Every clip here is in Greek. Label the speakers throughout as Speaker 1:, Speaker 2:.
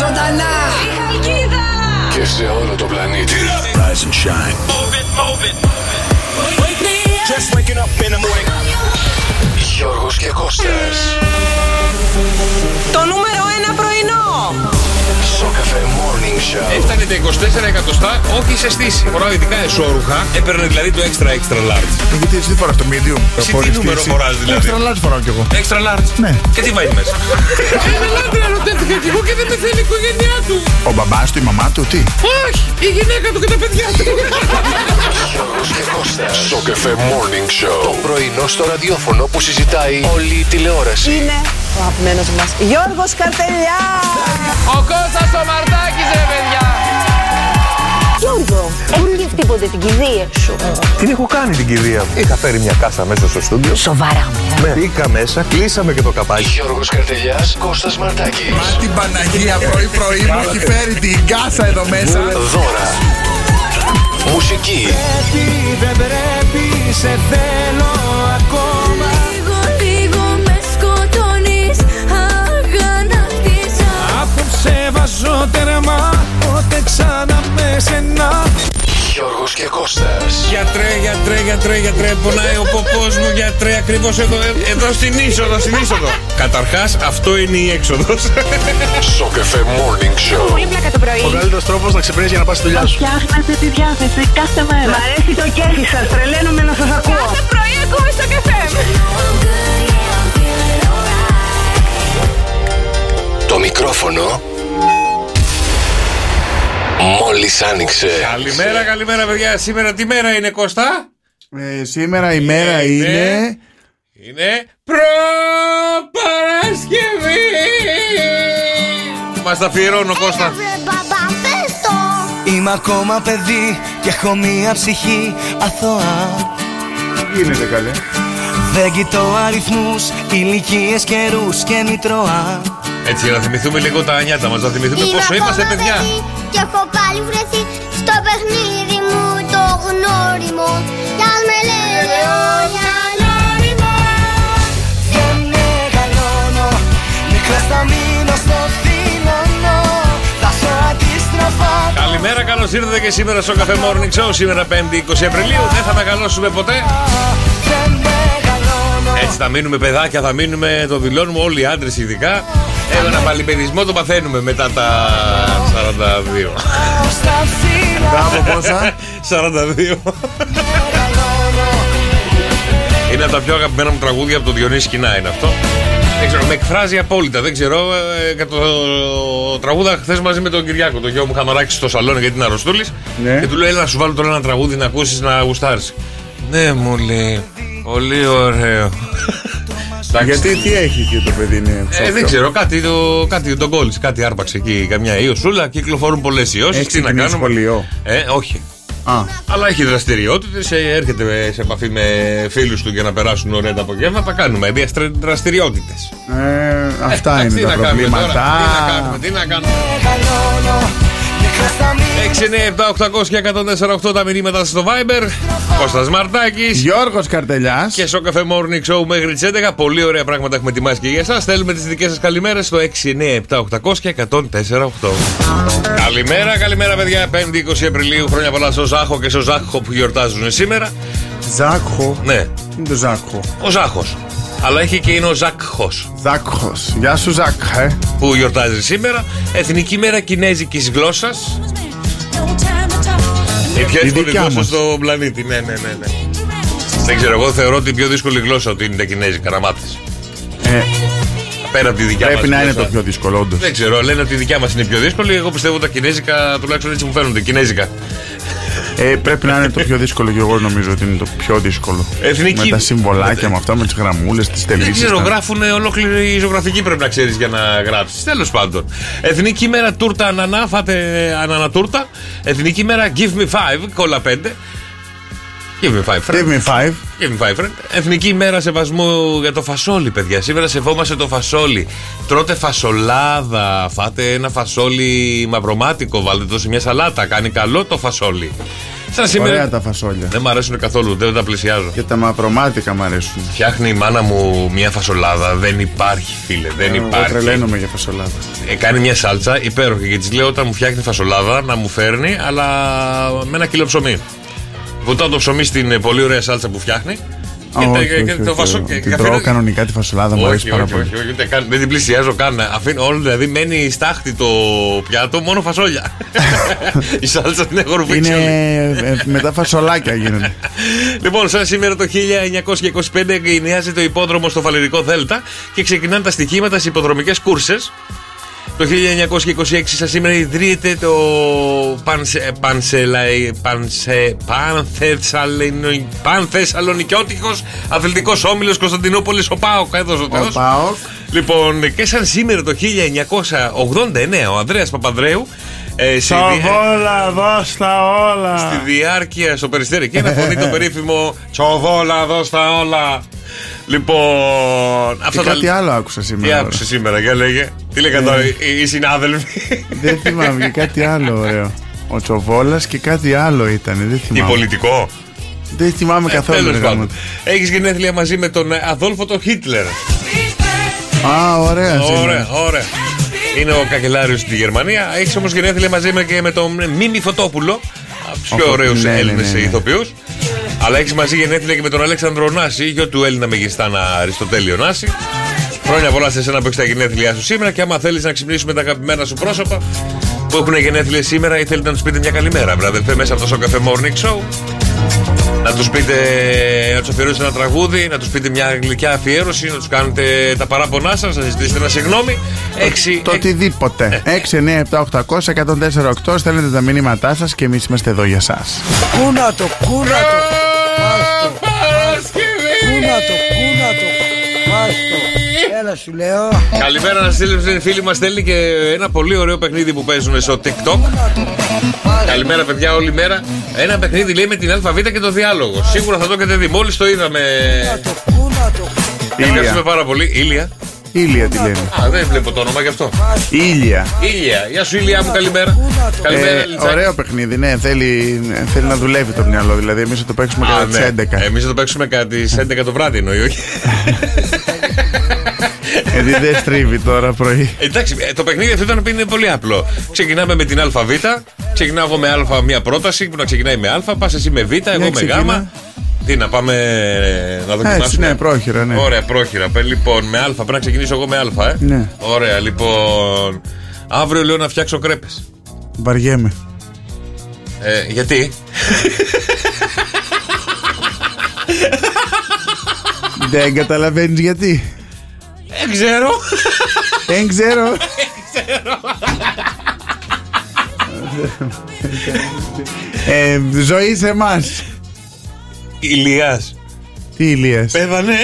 Speaker 1: ζωντανά.
Speaker 2: Η Χαλκίδα.
Speaker 3: Και σε όλο το πλανήτη.
Speaker 4: Rise and shine.
Speaker 5: Move it, move it. Wake me up. Just waking up in the morning.
Speaker 3: Γιώργος και Κώστας.
Speaker 6: Το νούμερο ένα πρωινό.
Speaker 3: Σοκαφέ Morning Show.
Speaker 7: Έφτανε τα 24 εκατοστά, όχι σε στήση. Φοράω ειδικά εσόρουχα, έπαιρνε δηλαδή το extra extra large.
Speaker 4: Γιατί εσύ δεν φοράς το medium.
Speaker 7: Εσύ τι
Speaker 4: χωρίς
Speaker 7: νούμερο
Speaker 4: στήριξη.
Speaker 7: φοράς, δηλαδή?
Speaker 4: Extra large φοράω κι εγώ.
Speaker 7: Extra large.
Speaker 4: Ναι.
Speaker 7: Και τι βάζει μέσα.
Speaker 8: Ένα άντρα ερωτεύτηκα κι εγώ και δεν με θέλει η οικογένειά του.
Speaker 4: Ο μπαμπάς του, η μαμά του, τι.
Speaker 8: Όχι, η γυναίκα του και τα παιδιά του.
Speaker 3: Γιώργος και Κώστας. Σοκαφέ Morning Show. Το πρωινό στο ραδιόφωνο που συζητάει όλη η τηλεόραση.
Speaker 6: Είναι ο αγαπημένος μας Γιώργος Καρτελιάς.
Speaker 8: Ο Κώστας ο Μαρτάκης ρε παιδιά.
Speaker 9: Γιώργο, έβλεπε τίποτε την κηδεία σου.
Speaker 10: Την έχω κάνει την κηδεία μου. Είχα φέρει μια κάσα μέσα στο στούντιο.
Speaker 9: Σοβαρά μου.
Speaker 10: Με μπήκα μέσα, κλείσαμε και το καπάκι.
Speaker 3: Γιώργος Καρτελιάς, Κώστας Μαρτάκης.
Speaker 4: Την Παναγία πρωί-πρωί μου έχει φέρει την κάσα εδώ μέσα.
Speaker 3: Δώρα. Μουσική.
Speaker 2: Λίγο, λίγο με σκοτώνεις Αγανάκτησα
Speaker 3: Γιώργος και Κώστας.
Speaker 7: Γιατρέ, γιατρέ, γιατρέ, γιατρέ. Πονάει ο ποπός μου, γιατρέ. Ακριβώς εδώ, ε- εδώ στην είσοδο, στην είσοδο. Καταρχάς, αυτό είναι η έξοδος.
Speaker 3: Σοκαφέ Morning Show.
Speaker 9: Πολύ πλάκα το πρωί.
Speaker 10: Ο καλύτερος τρόπος να ξεπερνήσει για να πας στη δουλειά σου.
Speaker 6: Φτιάχνετε τη διάθεση κάθε μέρα. Μ' αρέσει το κέφι σας, τρελαίνομαι να σας ακούω.
Speaker 2: Κάθε πρωί ακούμε στο καφέ I'm good, yeah, I'm feeling alright
Speaker 3: Το μικρόφωνο μόλις άνοιξε.
Speaker 7: καλημέρα, καλημέρα, παιδιά. Σήμερα τι μέρα είναι, Κώστα.
Speaker 4: Ε, σήμερα η μέρα
Speaker 7: Είναι.
Speaker 4: είναι.
Speaker 7: Είναι προπαρασκευή. Μας τα αφιερώνω, Κώστα.
Speaker 2: Βρε μπαμπά πες το
Speaker 5: Είμαι ακόμα παιδί και έχω μία ψυχή αθώα.
Speaker 4: Τι γίνεται καλέ.
Speaker 5: Δεν κοιτώ αριθμούς, ηλικίες, καιρούς και μητρώα.
Speaker 7: Έτσι, για να θυμηθούμε λίγο τα νιάτα μας, να θυμηθούμε πόσο είμαστε, παιδιά.
Speaker 2: Και έχω πάλι βρεθεί στο παιχνίδι μου το γνώριμο Κι αν με λένε όλα γνώριμο
Speaker 5: Δεν μεγαλώνω, μικρός θα μείνω στο θύλωνο. Θα σω αντίστροφα.
Speaker 7: Καλημέρα, καλώς ήρθατε και σήμερα στο Cafe Morning Show. Σήμερα 5η 20 Απριλίου. Δεν θα μεγαλώσουμε ποτέ.
Speaker 5: Δεν μεγαλώνω.
Speaker 7: Έτσι θα μείνουμε παιδάκια, θα μείνουμε, το δηλώνουμε όλοι οι άντρες ειδικά. Έναν απαλυπηδισμό το παθαίνουμε μετά τα 42.
Speaker 5: Στα ψηλά
Speaker 4: Μπράβο, πόσα.
Speaker 7: 42. Είναι από τα πιο αγαπημένα μου τραγούδια από το Διονύση Κοινά είναι αυτό. Δεν ξέρω, με εκφράζει απόλυτα. Δεν ξέρω, ε, κατά το τραγούδα χθες μαζί με τον Κυριάκο, τον γιο μου, είχα μαράξει στο σαλόνι γιατί είναι αρρωστούλης.
Speaker 4: Ναι.
Speaker 7: Και του λέω, έλα να σου βάλω τώρα ένα τραγούδι να ακούσεις να γουστάρεις. Ναι, μου λέει. Πολύ ωραίο. Εντάξει.
Speaker 4: Γιατί τι έχει εκεί το παιδί είναι.
Speaker 7: Ε, δεν
Speaker 4: ψόφιο.
Speaker 7: ξέρω, κάτι, το, κάτι τον κόλλησε, κάτι άρπαξε εκεί, καμιά ιωσούλα. Κυκλοφορούν πολλές ιώσεις.
Speaker 4: Έχει
Speaker 7: Τι να
Speaker 4: ξεκινήσει
Speaker 7: κάνουμε.
Speaker 4: σχολείο.
Speaker 7: Ε, όχι.
Speaker 4: Α,
Speaker 7: Αλλά έχει δραστηριότητες, έρχεται σε επαφή με φίλους του για να περάσουν ωραία τα απογεύματα. Κάνουμε δραστηριότητες.
Speaker 4: ε, αυτά είναι τα προβλήματα.
Speaker 7: Τι να κάνουμε, τι να κάνουμε.
Speaker 5: μεγαλώνω, μικρός θα μείνω
Speaker 7: 6, 9, 7, 800 και 148 τα μηνύματα στο Viber. Κώστας Μαρτάκης
Speaker 4: Γιώργος Καρτελιάς
Speaker 7: Και στο Cafe Morning Show μέχρι τις 11. Πολύ ωραία πράγματα έχουμε ετοιμάσει και για εσάς. Θέλουμε τις δικές σας καλημέρες στο 697-800 και 1048. Καλημέρα, καλημέρα, παιδιά. 5η 20 Απριλίου. Χρόνια πολλά στο Ζάχο και στο Ζάχο που γιορτάζουν σήμερα.
Speaker 4: Ζάκχο.
Speaker 7: Ναι,
Speaker 4: Τι είναι το Ζάκχο.
Speaker 7: ο Ζάχος. Αλλά έχει και είναι ο Ζάκχος
Speaker 4: Ζάκχος. Γεια σου Ζάκ, ε.
Speaker 7: που γιορτάζει σήμερα. Εθνική μέρα κινέζικης γλώσσας. Η πιο
Speaker 4: Η
Speaker 7: δύσκολη
Speaker 4: δικιά
Speaker 7: γλώσσα
Speaker 4: μας.
Speaker 7: στον πλανήτη. Ναι, ναι, ναι, ναι. Δεν ξέρω, εγώ θεωρώ την πιο δύσκολη γλώσσα ότι είναι τα κινέζικα να μάθεις.
Speaker 4: Ε,
Speaker 7: Πέρα από τη δικιά
Speaker 4: Πρέπει
Speaker 7: μας Ναι.
Speaker 4: να είναι
Speaker 7: γλώσσα.
Speaker 4: το πιο δύσκολο όντως.
Speaker 7: Δεν ξέρω, λένε ότι η δικιά μας είναι πιο δύσκολη. Εγώ πιστεύω τα κινέζικα, τουλάχιστον έτσι μου φαίνονται. Κινέζικα.
Speaker 4: Ε, πρέπει να είναι το πιο δύσκολο και εγώ νομίζω ότι είναι το πιο δύσκολο.
Speaker 7: Εθνική-
Speaker 4: Με τα συμβολάκια, με αυτά, με τις γραμμούλες, τις τελίσει.
Speaker 7: Δεν ξέρω, γράφουν ολόκληρη ζωγραφική πρέπει να ξέρεις για να γράψεις. Τέλος πάντων. Εθνική μέρα τούρτα ανανά, φάτε ε, ανανά τούρτα. Εθνική μέρα give me five, κόλλα πέντε. Give me five, friend.
Speaker 4: Give me five.
Speaker 7: Give me five, friend. Εθνική μέρα σεβασμού για το φασόλι, παιδιά. Σήμερα σεβόμαστε το φασόλι. Τρώτε φασολάδα, φάτε ένα φασόλι μαυρομάτικο, βάλτε το σε μια σαλάτα. Κάνει καλό το φασόλι. Σαν σήμερα. Ναι.
Speaker 8: Ωραία τα φασόλια.
Speaker 7: Δεν μ' αρέσουν καθόλου, δεν τα πλησιάζω.
Speaker 8: Και τα μαυρομάτικα μου αρέσουν.
Speaker 7: Φτιάχνει η μάνα μου μια φασολάδα. Δεν υπάρχει, φίλε.
Speaker 4: Ε,
Speaker 7: Δεν
Speaker 8: Ε, Εγώ
Speaker 7: υπάρχει.
Speaker 8: τρελαίνομαι για φασολάδα.
Speaker 7: Ε, κάνει μια σάλτσα υπέροχη και της λέω όταν μου φτιάχνει φασολάδα να μου φέρνει, αλλά με ένα κιλό ψωμί. Βουτάω το ψωμί στην ε, πολύ ωραία σάλτσα που φτιάχνει.
Speaker 8: Α,
Speaker 7: τα-
Speaker 8: όχι, όχι,
Speaker 7: και
Speaker 8: όχι,
Speaker 7: το
Speaker 8: όχι.
Speaker 7: φασό- και-
Speaker 8: Την
Speaker 7: και
Speaker 8: τρώω
Speaker 7: αφήνω-
Speaker 8: κανονικά τη φασολάδα, μου αρέσει
Speaker 7: Όχι,
Speaker 8: πάρα
Speaker 7: όχι,
Speaker 8: πολύ.
Speaker 7: όχι, όχι, ούτε καν. Δεν την πλησιάζω καν. Αφήνω όλο, δηλαδή μένει στάχτη το πιάτο, μόνο φασόλια. Η σάλτσα την έχω ρουφήξει
Speaker 8: Είναι
Speaker 7: όλη.
Speaker 8: ε, μετά φασολάκια γίνονται.
Speaker 7: Λοιπόν, σαν σήμερα το 1925 εγκαινιάζει το υπόδρομο στο Φαλερικό Δέλτα και ξεκινάνε τα στοιχήματα στις υποδρομικές κούρσες. Το 1926 σαν σήμερα ιδρύεται το πανσε, πανσελαϊ- πανσε, πανθεσσαλονι- Πανθεσσαλονικιώτικος Αθλητικός Όμιλος Κωνσταντινούπολης ο ΠΑΟΚ έδωσε ο
Speaker 8: Ο
Speaker 7: Θεός.
Speaker 8: Πάοκ.
Speaker 7: Λοιπόν, και σαν σήμερα το 1989 ο Ανδρέας Παπανδρέου ε, σε δι-
Speaker 8: Σοβόλα, δώστα
Speaker 7: στη
Speaker 8: όλα.
Speaker 7: διάρκεια στο περιστέρι και να φωνεί το περίφημο Τσοβόλα, δώστα όλα. Λοιπόν,
Speaker 8: Και
Speaker 7: αυτά
Speaker 8: κάτι
Speaker 7: τα.
Speaker 8: άλλο άκουσα
Speaker 7: Τι
Speaker 8: σήμερα. ωραία. Ε.
Speaker 7: άκουσε σήμερα, για λέγε. Τι λέγανε τώρα οι- οι συνάδελφοι.
Speaker 8: Δεν θυμάμαι και κάτι άλλο ωραίο. Ο Τσοβόλας και κάτι άλλο ήταν. Δεν
Speaker 7: Η
Speaker 8: θυμάμαι.
Speaker 7: πολιτικό.
Speaker 8: Δεν θυμάμαι καθόλου.
Speaker 7: Τέλος
Speaker 8: ρε
Speaker 7: πάντων.
Speaker 8: γάμο.
Speaker 7: Έχει γενέθλια μαζί με τον ε, Αδόλφο τον Χίτλερ.
Speaker 8: Α, ωραία.
Speaker 7: Ωραία,
Speaker 8: σήμερα.
Speaker 7: ωραία. Είναι ο καγκελάριος στη Γερμανία. Έχεις όμως γενέθλια μαζί με και με τον Μίμη Φωτόπουλο. από τους Πιο
Speaker 8: Ο Φω-
Speaker 7: ωραίους
Speaker 8: ναι, ναι,
Speaker 7: Έλληνες
Speaker 8: ναι, ναι.
Speaker 7: ηθοποιούς. Αλλά έχεις μαζί γενέθλια και με τον Αλέξανδρο Νάση, γιο του Έλληνα Μεγιστάνα Αριστοτέλειο Νάση. Χρόνια πολλά σε εσένα που έχεις τα γενέθλιά σου σήμερα. Και άμα θέλεις να ξυπνήσουμε τα αγαπημένα σου πρόσωπα που έχουν γενέθλια σήμερα ή θέλετε να τους πείτε μια καλημέρα, βραδελφέ, μέσα από το Σοκαφέ Morning Show. Να τους πείτε, να τους αφιερώσετε ένα τραγούδι, να τους πείτε μια γλυκιά αφιέρωση, να τους κάνετε τα παράπονά σας, να ζητήσετε ένα συγγνώμη. Έξι.
Speaker 8: Το οτιδήποτε.
Speaker 7: Ε.
Speaker 8: 6, 9, 7, 800, 104, 8. Στέλνετε τα μήνυματά σας και εμείς είμαστε εδώ για εσά.
Speaker 11: Κούνα το, κούνα το. Άστο. Κούνα το, κούνα το. Άστο. Έλα σου λέω.
Speaker 7: Καλημέρα να στείλει φίλη μας στέλνει και ένα πολύ ωραίο παιχνίδι που παίζουν στο TikTok. Καλημέρα, παιδιά, όλη μέρα. Ένα παιχνίδι λέει με την ΑΒ και το διάλογο. Σίγουρα θα το έχετε δει. Μόλις το είδαμε. Ευχαριστούμε
Speaker 8: Ήλια.
Speaker 7: πάρα πολύ. Ήλια.
Speaker 8: Ήλια τη λένε.
Speaker 7: Α, δεν βλέπω το όνομα γι' αυτό.
Speaker 8: Ήλια.
Speaker 7: Ήλια. Γεια σου, Ήλια μου, καλημέρα. Καλημέρα,
Speaker 8: Ε,
Speaker 7: Ελτσάκη.
Speaker 8: ωραίο παιχνίδι, ναι. Θέλει, θέλει να δουλεύει το μυαλό. Δηλαδή, εμείς θα το παίξουμε κατά τις 11.
Speaker 7: Εμεί ναι. θα το παίξουμε κατά τις 11 το βράδυ, εννοεί, όχι.
Speaker 8: Γιατί δεν στρίβει τώρα πρωί.
Speaker 7: Εντάξει, ε, το παιχνίδι αυτό ήταν είναι πολύ απλό. Ξεκινάμε με την ΑΒ. Ξεκινάω εγώ με Α μια πρόταση που να ξεκινάει με Α. Πας εσύ με Β, εγώ με Γ.
Speaker 8: ξεκινά.
Speaker 7: Τι να πάμε ε, να
Speaker 8: Α, Έτσι,
Speaker 7: δοκιμάσουμε.
Speaker 8: ναι, πρόχειρα, ναι.
Speaker 7: Ωραία, πρόχειρα. Πε, Λοιπόν, με Α. Πρέπει να ξεκινήσω εγώ με Α. Ε.
Speaker 8: Ναι.
Speaker 7: Ωραία, λοιπόν. Αύριο λέω να φτιάξω κρέπες.
Speaker 8: Βαριέμαι.
Speaker 7: Ε, γιατί?
Speaker 8: Δεν καταλαβαίνεις γιατί.
Speaker 7: Δεν Ε, ξέρω.
Speaker 8: Δεν ξέρω. ε, ζωή σε εμάς.
Speaker 7: Ηλιά.
Speaker 8: Τι ηλίας.
Speaker 7: Πέθανε.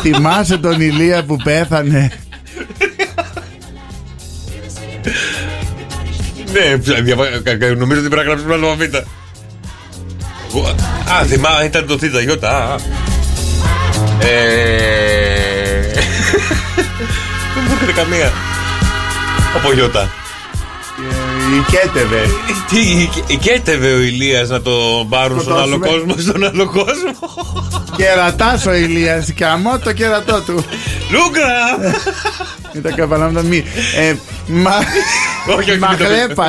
Speaker 8: Θυμάσαι τον Ηλία που πέθανε.
Speaker 7: ναι, διαβα- κα- κα- νομίζω ότι πρέπει να γράψουμε άλλο Β. Α, θυμάμαι, ήταν το Θ, Ι. Α, α. Ε, Δεν μου έρχεται καμία. Από Ι.
Speaker 8: Οικέτευε.
Speaker 7: Τι οικέτευε ο Ηλίας να το πάρουν στον άλλο
Speaker 8: Σκοτώσουμε.
Speaker 7: κόσμο, στον άλλο κόσμο.
Speaker 8: Κερατάς ο Ηλίας. Και αμό το κερατό του.
Speaker 7: Λούκα!
Speaker 8: Ήταν καβαλάμδα μη. Ε, μα...
Speaker 7: Όχι, όχι, μην το πεις.
Speaker 8: μαχλέπας,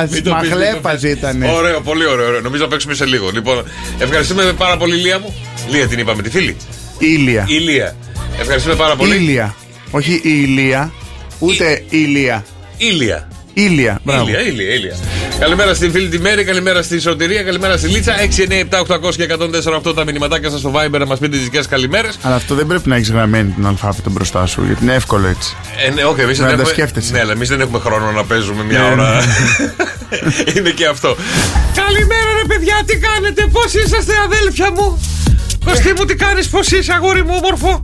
Speaker 7: Μην το πεις, μην το
Speaker 8: μαχλέπας
Speaker 7: πεις.
Speaker 8: ήταν.
Speaker 7: Ωραίο, πολύ ωραίο. ωραίο. Νομίζω θα παίξουμε σε λίγο. Λοιπόν, ευχαριστούμε πάρα πολύ, Λία μου. Λία την είπαμε, τη φίλη.
Speaker 8: Ήλια.
Speaker 7: Η Λία. Ευχαριστούμε πάρα πολύ.
Speaker 8: Ήλια. Όχι η Ηλία. Ούτε Ηλία.
Speaker 7: Ήλια.
Speaker 8: Ήλια. Μπράβο.
Speaker 7: Ήλια, ήλια, ήλια. Καλημέρα στην φίλη τη Μέρη, καλημέρα στη Σωτηρία, καλημέρα στη Λίτσα. 6, 9, 7, 800 και 104, τα μηνυματάκια σας στο Viber να μας πείτε τις δικές καλημέρες.
Speaker 8: Αλλά αυτό δεν πρέπει να έχεις γραμμένη την αλφάβητο μπροστά σου, γιατί είναι εύκολο έτσι.
Speaker 7: Ε, ναι, όχι, εμείς
Speaker 8: Να
Speaker 7: δεν
Speaker 8: τα
Speaker 7: έχουμε...
Speaker 8: σκέφτεσαι.
Speaker 7: Ναι, αλλά εμείς δεν έχουμε χρόνο να παίζουμε μια
Speaker 8: Ναι,
Speaker 7: ώρα. Είναι και αυτό. Καλημέρα, ρε παιδιά, τι κάνετε, πώς είσαστε, αδέλφια μου. Κωστή μου, τι κάνεις, πώς είσαι, αγόρι μου, όμορφο.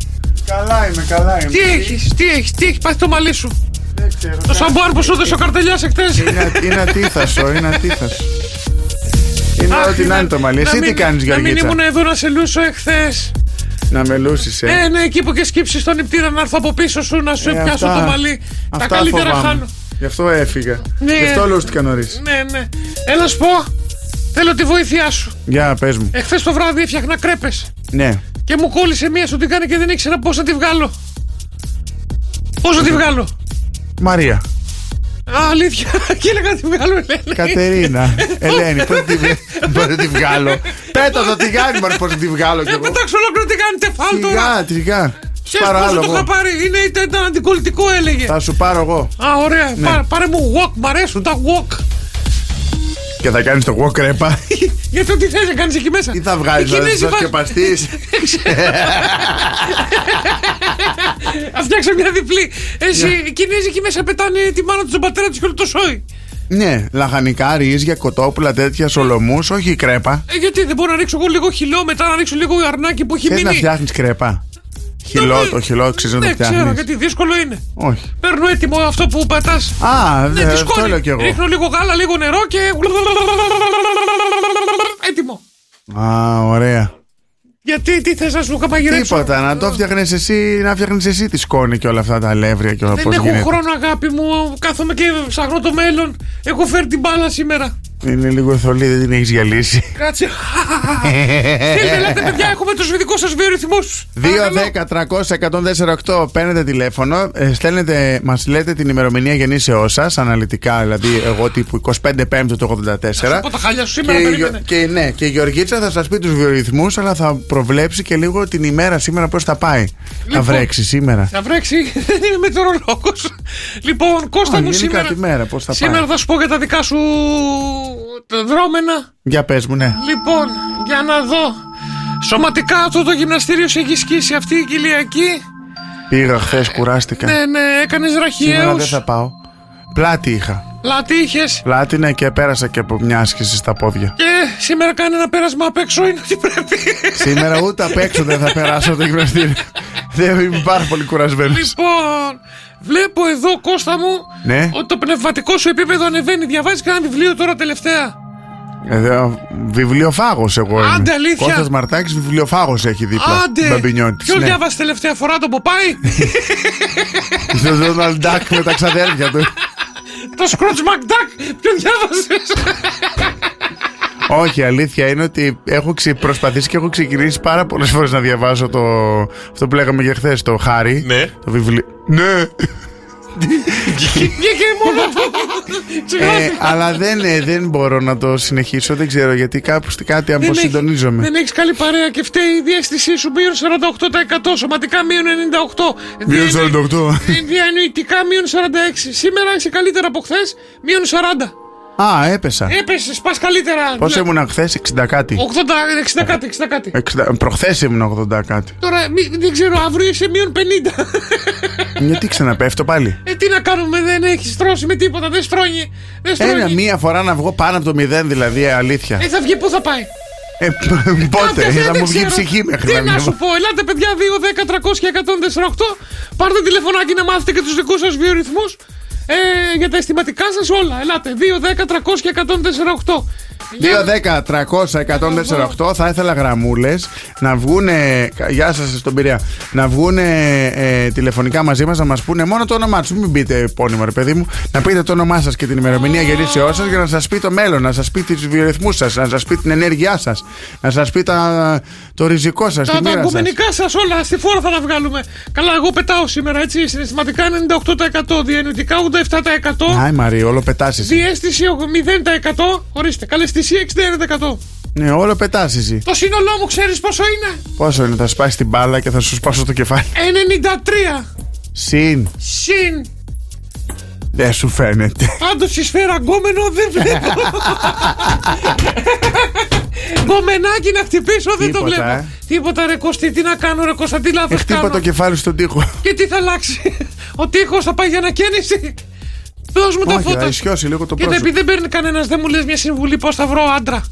Speaker 8: Καλά είμαι, καλά είμαι.
Speaker 7: Τι έχεις, τι έχεις, τι έχεις πάθει το μαλλί σου.
Speaker 8: Δεν ξέρω.
Speaker 7: Το σαμπουάν που σου έδωσε ο καρτελιάς εχθές.
Speaker 8: Είναι, είναι ατίθασο, είναι ατίθασο. Είναι ό,τι να είναι το μαλλί. Εσύ τι κάνεις,
Speaker 7: Να μην
Speaker 8: Γεωργίτσα.
Speaker 7: ήμουν εδώ να σε λούσω εχθές.
Speaker 4: Να με λούσεις, ε.
Speaker 8: Ε, ναι, εκεί που και σκύψει στον νηπτήρα να έρθω από πίσω σου να σου
Speaker 4: Ε,
Speaker 8: πιάσω
Speaker 4: αυτά-
Speaker 8: το μαλλί. Τα
Speaker 4: αυτά
Speaker 8: καλύτερα
Speaker 4: φοβάμαι.
Speaker 8: χάνω.
Speaker 4: Γι' αυτό έφυγα.
Speaker 8: Ναι.
Speaker 4: Γι' αυτό λούστηκα νωρίς.
Speaker 8: Ναι, ναι. Έλα σου πω. Θέλω τη βοήθειά σου.
Speaker 4: Για πες μου.
Speaker 8: Εχθές το βράδυ έφτιαχνα κρέπες.
Speaker 4: Ναι.
Speaker 8: Και μου κόλλησε μία σου την κάνει και δεν ήξερα πώς να τη βγάλω. Πώς να τη βγάλω.
Speaker 4: Ε, Μαρία.
Speaker 8: Α, αλήθεια. Και έλεγα να τη βγάλω, Ελένη.
Speaker 4: Κατερίνα. Ελένη, πού τη βγα- μπορώ να τη βγάλω. Πέτα το τηγάνι, μπορεί πώς τη βγάλω κι
Speaker 8: Θα
Speaker 4: εγώ.
Speaker 8: Ε, πετάξω ολόκληρο τι κάνετε φάλ τώρα.
Speaker 4: Τηγά, τηγά. Σου
Speaker 8: Ξέρεις
Speaker 4: πάρω
Speaker 8: πόσο
Speaker 4: άλλο
Speaker 8: το είχα
Speaker 4: εγώ.
Speaker 8: πάρει. Είναι, ήταν, ήταν αντικολλητικό έλεγε.
Speaker 4: Θα σου πάρω εγώ. Ναι.
Speaker 8: Α, ωραία. Πάρε, πάρε μου walk, μ' αρέσουν τα walk.
Speaker 4: Και θα κάνεις το walk ρέπα.
Speaker 8: Γιατί ό,τι θες να κάνεις εκεί μέσα.
Speaker 4: Ή θα βγάλει,
Speaker 8: Οι
Speaker 4: θα
Speaker 8: Κινέζοι
Speaker 4: θα
Speaker 8: βάζουν-
Speaker 4: σκεπαστείς.
Speaker 8: Ας φτιάξω μια διπλή. Εσύ, οι Κινέζοι εκεί μέσα πετάνε τη μάνα τους, τον πατέρα τους και όλο το σόι.
Speaker 4: Ναι, λαχανικά, ρύζια, κοτόπουλα, τέτοια, σολομούς, όχι η κρέπα.
Speaker 8: Ε, γιατί δεν μπορώ να ρίξω εγώ λίγο χυλό, μετά να ρίξω λίγο αρνάκι που έχει
Speaker 4: Θες να
Speaker 8: μείνει.
Speaker 4: φτιάχνεις κρέπα. Χυλό, το χυλό, ξέρει να το
Speaker 8: Ναι, ξέρω,
Speaker 4: φτιάχνεις.
Speaker 8: γιατί δύσκολο είναι.
Speaker 4: Όχι.
Speaker 8: Παίρνω έτοιμο αυτό που πατάς.
Speaker 4: Α, δε-
Speaker 8: Ναι, τη
Speaker 4: αυτό λέω
Speaker 8: σκόνη.
Speaker 4: κι εγώ.
Speaker 8: Ρίχνω λίγο γάλα, λίγο νερό και. Έτοιμο.
Speaker 4: Α, ωραία.
Speaker 8: Γιατί, τι θες να σου καμπαγειρέψω.
Speaker 4: Τίποτα, να το φτιάχνεις εσύ, να φτιάχνεις εσύ τη σκόνη και όλα αυτά τα αλεύρια και όλα
Speaker 8: Δεν
Speaker 4: πώς
Speaker 8: έχω
Speaker 4: γίνεται.
Speaker 8: χρόνο, αγάπη μου. Κάθομαι και ψάχνω το μέλλον. Έχω φέρει την μπάλα σήμερα.
Speaker 4: Είναι λίγο εθολή, δεν την έχεις γυαλίσει.
Speaker 8: Κάτσε. Θέλετε, ελάτε, παιδιά, έχουμε του δικού σα βιορυθμού.
Speaker 4: 2-10-300-1048 Παίρνετε τηλέφωνο, ε, στέλνετε, μας λέτε την ημερομηνία γεννήσεώς σας, αναλυτικά, δηλαδή εγώ τύπου 25 Πέμπτου του 84.
Speaker 8: Από τα χαλιά σου
Speaker 4: Και,
Speaker 8: σήμερα,
Speaker 4: η Γιο-
Speaker 8: περίμενε.
Speaker 4: και, ναι, και η Γεωργίτσα θα σας πει τους βιορυθμούς, αλλά θα προβλέψει και λίγο την ημέρα σήμερα πώς θα πάει. θα
Speaker 8: Λοιπόν,
Speaker 4: βρέξει σήμερα.
Speaker 8: Θα βρέξει, δεν είμαι μετεωρολόγο. Λοιπόν, Κώστα
Speaker 4: Α,
Speaker 8: μου
Speaker 4: γενικά
Speaker 8: σήμερα.
Speaker 4: τη μέρα, πώς θα πάει.
Speaker 8: σήμερα θα σου πω για τα δικά σου τα δρόμενα.
Speaker 4: Για πες μου, ναι.
Speaker 8: Λοιπόν, για να δω. Σωματικά αυτό το γυμναστήριο σε έχει σκίσει αυτή η κοιλιακή.
Speaker 4: Πήγα χθες, κουράστηκα.
Speaker 8: Ναι, ναι, έκανες
Speaker 4: σήμερα
Speaker 8: ραχιαίου.
Speaker 4: δεν θα πάω. Πλάτη είχα.
Speaker 8: Λατύχες.
Speaker 4: Πλάτη ναι, και πέρασα και από μια άσκηση στα πόδια.
Speaker 8: Και σήμερα κάνει ένα πέρασμα απ' έξω. Είναι ότι πρέπει.
Speaker 4: σήμερα ούτε απ' έξω δεν θα περάσω από το γυμναστήριο. δεν είμαι πάρα πολύ κουρασμένος.
Speaker 8: Λοιπόν, βλέπω εδώ Κώστα μου
Speaker 4: Ναι.
Speaker 8: ότι το πνευματικό σου επίπεδο ανεβαίνει. Διαβάζεις κανένα βιβλίο τώρα τελευταία.
Speaker 4: Βιβλιοφάγος εγώ. είμαι.
Speaker 8: Άντε, αλήθεια.
Speaker 4: ναι. Κώστας Μαρτάκης βιβλιοφάγος έχει δίπλα.
Speaker 8: Άντε!
Speaker 4: Μπαμπινιώτης,
Speaker 8: Ποιος
Speaker 4: ναι.
Speaker 8: διάβασε τελευταία φορά τον Ποπάι,
Speaker 4: Στο Donald Duck με τα ξαδέρφια του.
Speaker 8: το Σκρότ Μακντάκ. Ποιο διάβασες.
Speaker 4: Όχι, αλήθεια είναι ότι έχω ξε- προσπαθήσει και έχω ξεκινήσει πάρα πολλές φορές να διαβάσω το. αυτό που λέγαμε και χθες, το Χάρι.
Speaker 7: Ναι.
Speaker 4: Το βιβλίο. Ναι.
Speaker 8: Βγήκε μόνο του.
Speaker 4: Ε,
Speaker 8: Τσιγράφι.
Speaker 4: αλλά δεν, ε, δεν μπορώ να το συνεχίσω, δεν ξέρω γιατί κάπου στη κάτι
Speaker 8: Δεν έχει-
Speaker 4: αποσυντονίζομαι.
Speaker 8: Δεν έχεις καλή παρέα και φταίει η διέστησή σου μείον 48%, σωματικά μείον 98%.
Speaker 4: Μείον
Speaker 8: διανοη-
Speaker 4: 48.
Speaker 8: Διανοητικά μείον 46. Σήμερα είσαι καλύτερα από χθες, μείον 40.
Speaker 4: Α, έπεσα.
Speaker 8: Έπεσες, πας καλύτερα.
Speaker 4: Πώς ήμουν χθε, 60 κάτι.
Speaker 8: 80, 60 κάτι, 60 κάτι.
Speaker 4: 60, προχθές ήμουν 80 κάτι.
Speaker 8: Τώρα μη- δεν ξέρω, αύριο είσαι μείον 50.
Speaker 4: γιατί ξαναπέφτω πάλι.
Speaker 8: Ε, τι να κάνουμε, δεν έχεις τρώσει με τίποτα, δεν στρώνει. Δεν στρώνει.
Speaker 4: Ένα μία φορά να βγω πάνω από το μηδέν, δηλαδή ε, αλήθεια.
Speaker 8: Ε, θα βγει, πού θα πάει.
Speaker 4: Ε, πότε,
Speaker 8: Κάποια
Speaker 4: θα
Speaker 8: δεν
Speaker 4: μου βγει η
Speaker 8: ξέρω.
Speaker 4: ψυχή μέχρι
Speaker 8: Τι
Speaker 4: να
Speaker 8: να
Speaker 4: μην.
Speaker 8: σου πω, ελάτε παιδιά 2, 10, 300 και 148. Πάρτε τηλεφωνάκι να μάθετε και τους δικούς σας βιορυθμούς. Ε, για τα αισθηματικά σας όλα. Ελάτε 2, 10, 300 και 148.
Speaker 4: 2-10-300-1048 θα ήθελα γραμμούλες να βγουν. Γεια σας, στον Πειραιά. Να βγουν τηλεφωνικά μαζί μας να μας πούνε μόνο το όνομά τους. Μην πείτε επώνυμο, ρε παιδί μου. Να πείτε το όνομά σας και την ημερομηνία γεννήσεώ σας για να σας πει το μέλλον, να σας πει του βιορυθμού σας, να σας πει την ενέργειά σας, να σας πει τα, το ριζικό σας, τη
Speaker 8: Τα, τα
Speaker 4: μοίρα σας.
Speaker 8: αγκομενικά σας όλα στη φόρα θα τα βγάλουμε. Καλά, εγώ πετάω σήμερα έτσι. Συναισθηματικά 98%, διανοητικά 87%.
Speaker 4: Άι Μαρή, όλο πετάσει.
Speaker 8: Διέστηση 0%. Ορίστε, καλεστησία 61%.
Speaker 4: Ναι, όλο πετάσει εσύ.
Speaker 8: Το σύνολό μου ξέρεις πόσο είναι.
Speaker 4: Πόσο είναι, θα σπάσει την μπάλα και θα σου σπάσω το κεφάλι.
Speaker 8: 93
Speaker 4: Συν,
Speaker 8: συν.
Speaker 4: δεν σου φαίνεται.
Speaker 8: Πάντως η σφαίρα γκόμενο δεν βλέπω. Γκομενάκι να χτυπήσω δεν το
Speaker 4: Τίποτα,
Speaker 8: βλέπω.
Speaker 4: ε.
Speaker 8: Τίποτα ρε Κωστή, τι να κάνω ρε Κωστά, τι λάθος
Speaker 4: Χτύπα
Speaker 8: κάνω.
Speaker 4: το κεφάλι στον τοίχο.
Speaker 8: Και τι θα αλλάξει. Ο τείχος θα πάει για ανακαίνιση. Δώσ' μου τα
Speaker 4: Όχι, θα
Speaker 8: φώτα.
Speaker 4: ισιώσει λίγο το
Speaker 8: Και επειδή
Speaker 4: πρόσωπο.
Speaker 8: δεν παίρνει κανένας, δεν μου λες μια συμβουλή πώς θα βρω άντρα.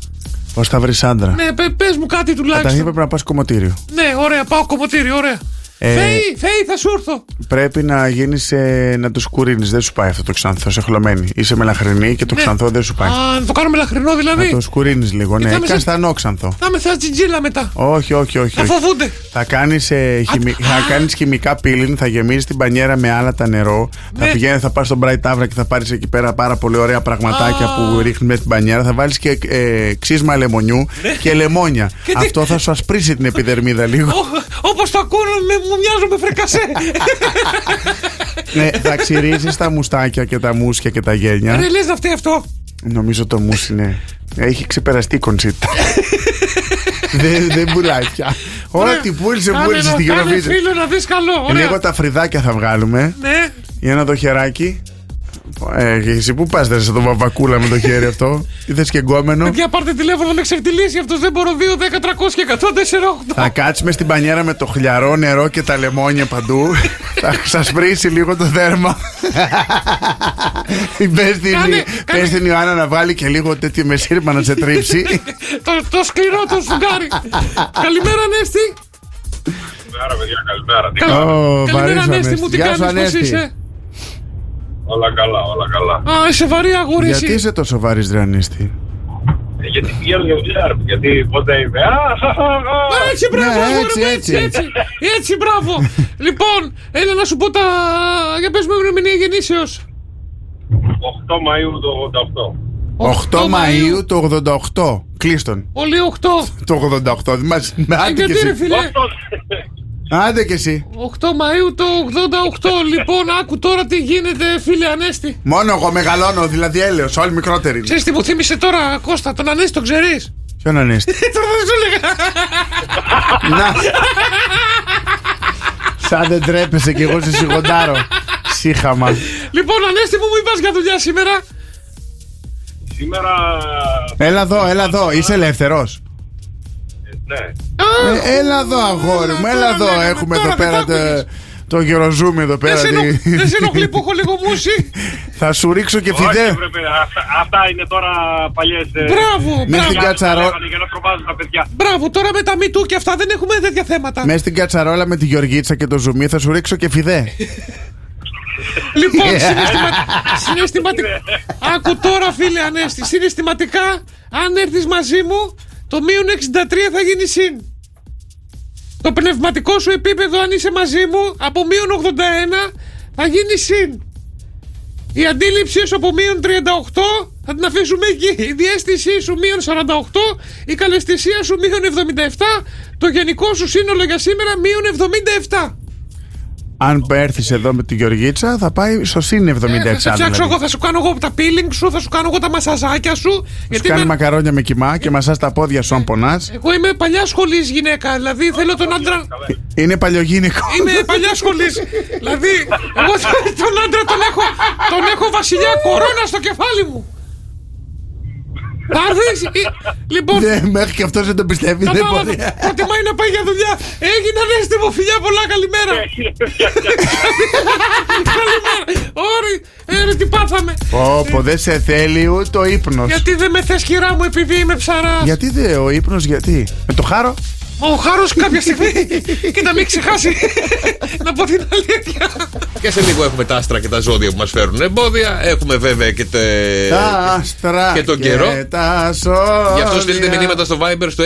Speaker 4: Πώς θα βρεις άντρα.
Speaker 8: Ναι, πε πες μου κάτι
Speaker 4: Καταρχήν
Speaker 8: τουλάχιστον.
Speaker 4: πρέπει να πας κομμωτήριο.
Speaker 8: Ναι, ωραία, πάω κομμωτήρι, ωραία.
Speaker 4: Ε,
Speaker 8: Θεοί, θεοί, θα σου έρθω.
Speaker 4: Πρέπει να γίνεις να τους κουρίνει. Δεν σου πάει αυτό το ξανθό. Σε χλωμένη. Είσαι μελαχρινή και το ξανθό δεν σου πάει.
Speaker 8: Ναι. Α, να το κάνουμε λαχρινό
Speaker 4: Να
Speaker 8: δηλαδή.
Speaker 4: το σκουρίνει λίγο, ναι.
Speaker 8: θα με
Speaker 4: Και
Speaker 8: σε-
Speaker 4: ασθανό ξανθό.
Speaker 8: Θα με θεά τζιτζίλα μετά.
Speaker 4: Όχι, όχι, όχι.
Speaker 8: Θα
Speaker 4: όχι.
Speaker 8: φοβούνται.
Speaker 4: Θα κάνεις θα κάνεις χημικά πύλην, θα γεμίζει την πανιέρα με άλλα τα νερό. Θα
Speaker 8: Ναι.
Speaker 4: πηγαίνεις, θα πας στον Bright Tavra και θα πάρεις εκεί πέρα πάρα πολύ ωραία πραγματάκια που ρίχνουν μέσα στην πανιέρα. Θα βάλεις και ε, ξύσμα λεμονιού και λεμόνια.
Speaker 8: Ναι. τι-
Speaker 4: Αυτό θα σου ασπρίσει την επιδερμίδα λίγο.
Speaker 8: Όπως το ακούνε, με- μου μοιάζουν με φρεκασέ.
Speaker 4: ναι, θα ξυρίσει τα μουστάκια και τα μουσια και τα γένια.
Speaker 8: Ρε, λες να φταίει αυτό.
Speaker 4: Νομίζω το μουσ είναι. Έχει ξεπεραστεί η κονσίτα. δεν, δεν πουλάει πια. Όλα τι πούλησε,
Speaker 8: Κάνε
Speaker 4: πούλησε
Speaker 8: ένα-
Speaker 4: στην
Speaker 8: κάνε
Speaker 4: Eurovision.
Speaker 8: φίλο να δεις καλό. Ωραία.
Speaker 4: Λίγο τα φρυδάκια θα βγάλουμε.
Speaker 8: Ναι.
Speaker 4: Για να το χεράκι. Ε, εσύ που πας, δεν σε το βαβακούλα με το χέρι αυτό. Είδες και γκόμενο.
Speaker 8: Παιδιά, πάρτε τηλέφωνο να με ξεφτυλίσει. Αυτό δεν μπορώ. 2, 10, 300 και 148.
Speaker 4: Θα κάτσουμε στην πανιέρα με το χλιαρό νερό και τα λεμόνια παντού. θα σας βρίσει λίγο το δέρμα. Πες την,
Speaker 8: Κάνε- κάνε-
Speaker 4: πες την Ιωάννα να βάλει και λίγο τέτοιο μεσήρμα να σε τρίψει.
Speaker 8: το, το σκληρό το σφουγγάρι. Καλημέρα, Νέστη.
Speaker 10: Καλημέρα, παιδιά, καλημέρα. Τι-
Speaker 8: Καλη-
Speaker 4: Ω,
Speaker 8: Καλημέρα,
Speaker 4: βαρύς ο
Speaker 8: Ανέστη μου,
Speaker 4: Ανέστης.
Speaker 8: τι
Speaker 4: Γεια σου,
Speaker 8: κάνεις, πώς
Speaker 4: Ανέστη.
Speaker 8: είσαι.
Speaker 10: Όλα καλά, όλα καλά.
Speaker 8: Α, είσαι βαρύ αγόρι.
Speaker 4: Γιατί
Speaker 8: εσύ.
Speaker 4: είσαι τόσο βαρύς Δρανίστη.
Speaker 10: Ε, Γιατί πηγαίνω για δουλειά, ρε, γιατί πότε είμαι. Α, χα, χα, χα.
Speaker 8: Α, Έτσι, μπράβο,
Speaker 4: Ναι,
Speaker 8: αγόρι
Speaker 4: έτσι,
Speaker 8: μου, έτσι,
Speaker 4: έτσι.
Speaker 8: έτσι. Έτσι, μπράβο. λοιπόν, έλα να σου πω τα. Για πες με ημερομηνία γεννήσεω.
Speaker 10: 8 Μαΐου του 88.
Speaker 4: 8 Μαΐου του 88. Κλείστον.
Speaker 8: Όλοι 8.
Speaker 4: Το 88. Δημάσαι. Άντε
Speaker 8: Ε, Γιατί
Speaker 4: και
Speaker 8: ρε
Speaker 4: εσύ.
Speaker 8: φίλε.
Speaker 4: Άντε και εσύ.
Speaker 8: 8 Μαΐου το 88 Λοιπόν άκου τώρα τι γίνεται φίλε Ανέστη
Speaker 4: Μόνο εγώ μεγαλώνω, δηλαδή έλεος, όλοι μικρότεροι. είναι.
Speaker 8: Ξέρεις τι μου θύμισε τώρα Κώστα τον Ανέστη τον ξέρεις
Speaker 4: Ποιον ανέστη.
Speaker 8: Ε, Τώρα δεν σου έλεγα
Speaker 4: Να. Σαν δεν τρέπεσαι κι εγώ σε σιγοντάρω. Σύχαμα.
Speaker 8: Λοιπόν Ανέστη μου μου είπας για δουλειά σήμερα
Speaker 10: Σήμερα,
Speaker 4: Έλα εδώ, έλα εδώ. Είσαι ελεύθερος.
Speaker 10: ε, ναι,
Speaker 8: Α,
Speaker 4: Ε, Έλα εδώ, αγόρι μου, έλα εδώ. Έχουμε εδώ
Speaker 8: τώρα
Speaker 4: πέρα
Speaker 8: δεν τα
Speaker 4: το- το γεροζούμι εδώ
Speaker 8: δεν
Speaker 4: πέρα.
Speaker 8: σε ενοχ-
Speaker 4: τη-
Speaker 8: Δεν σε ενοχλεί που έχω λίγο μουσι
Speaker 4: Θα σου ρίξω και
Speaker 10: όχι
Speaker 4: φιδέ.
Speaker 10: πρέπει, αυτά, αυτά είναι τώρα παλιές... ε,
Speaker 8: Μπράβο
Speaker 4: Μες
Speaker 8: μπράβο.
Speaker 4: στην κατσαρό.
Speaker 10: λέγανε Για να τρομάζουν τα παιδιά.
Speaker 8: Μπράβο τώρα με τα μη του και αυτά δεν έχουμε τέτοια θέματα
Speaker 4: Μέσα στην κατσαρόλα με τη Γεωργίτσα και το ζουμί θα σου ρίξω και φιδέ.
Speaker 8: Λοιπόν, συναισθημα- συναισθηματικά. Άκου τώρα, φίλε Ανέστη. Συναισθηματικά, αν έρθεις μαζί μου, το μείον 63 θα γίνει συν. Το πνευματικό σου επίπεδο, αν είσαι μαζί μου, από μείον 81 θα γίνει συν. Η αντίληψή σου από μείον 38 θα την αφήσουμε εκεί. Η διέστησή σου μείον 48, η καλεστησία σου μείον 77, το γενικό σου σύνολο για σήμερα μείον 77.
Speaker 4: Αν έρθεις εδώ με τη Γεωργίτσα, θα πάει στο συν 77.
Speaker 8: Ε, θα σε
Speaker 4: δηλαδή.
Speaker 8: φτιάξω εγώ, θα σου κάνω εγώ τα peeling σου, θα σου κάνω εγώ τα μασαζάκια σου.
Speaker 4: Σου
Speaker 8: γιατί Ε.
Speaker 4: κάνει
Speaker 8: είμαι-
Speaker 4: μακαρόνια με κοιμά και μασάς τα πόδια σου αν πονάς.
Speaker 8: εγώ είμαι παλιά σχολής γυναίκα, δηλαδή θέλω τον άντρα.
Speaker 4: Είναι παλιογίνικο.
Speaker 8: Είμαι παλιά σχολής. δηλαδή, εγώ τον άντρα τον έχω, τον έχω βασιλιά κορώνα στο κεφάλι μου. Θα έρθεις ή- Λοιπόν,
Speaker 4: Ναι, μέχρι και αυτός δεν το πιστεύει. Ναι, Δεν
Speaker 8: κατάλαβα.
Speaker 4: μπορεί.
Speaker 8: Προτιμάει να πάει για δουλειά. Έγινε ανέστη μου, φιλιά πολλά, καλημέρα. καλημέρα. Ωρι, ε, ρε, τι πάθαμε.
Speaker 4: Όπω δεν σε θέλει ούτε ο ύπνος.
Speaker 8: Γιατί δεν με θες χειρά μου επειδή είμαι ψαράς.
Speaker 4: Γιατί δε ο ύπνος, γιατί. Με το χάρο.
Speaker 8: Ο Χάρος κάποια στιγμή και να μην ξεχάσει να πω την αλήθεια.
Speaker 7: Και σε λίγο έχουμε τα άστρα και τα ζώδια που μας φέρουν εμπόδια. Έχουμε βέβαια και τε...
Speaker 4: Τα άστρα.
Speaker 7: Ε, και τον καιρό.
Speaker 4: Τα σώδια.
Speaker 7: Γι' αυτό στείλτε μηνύματα στο Viber στο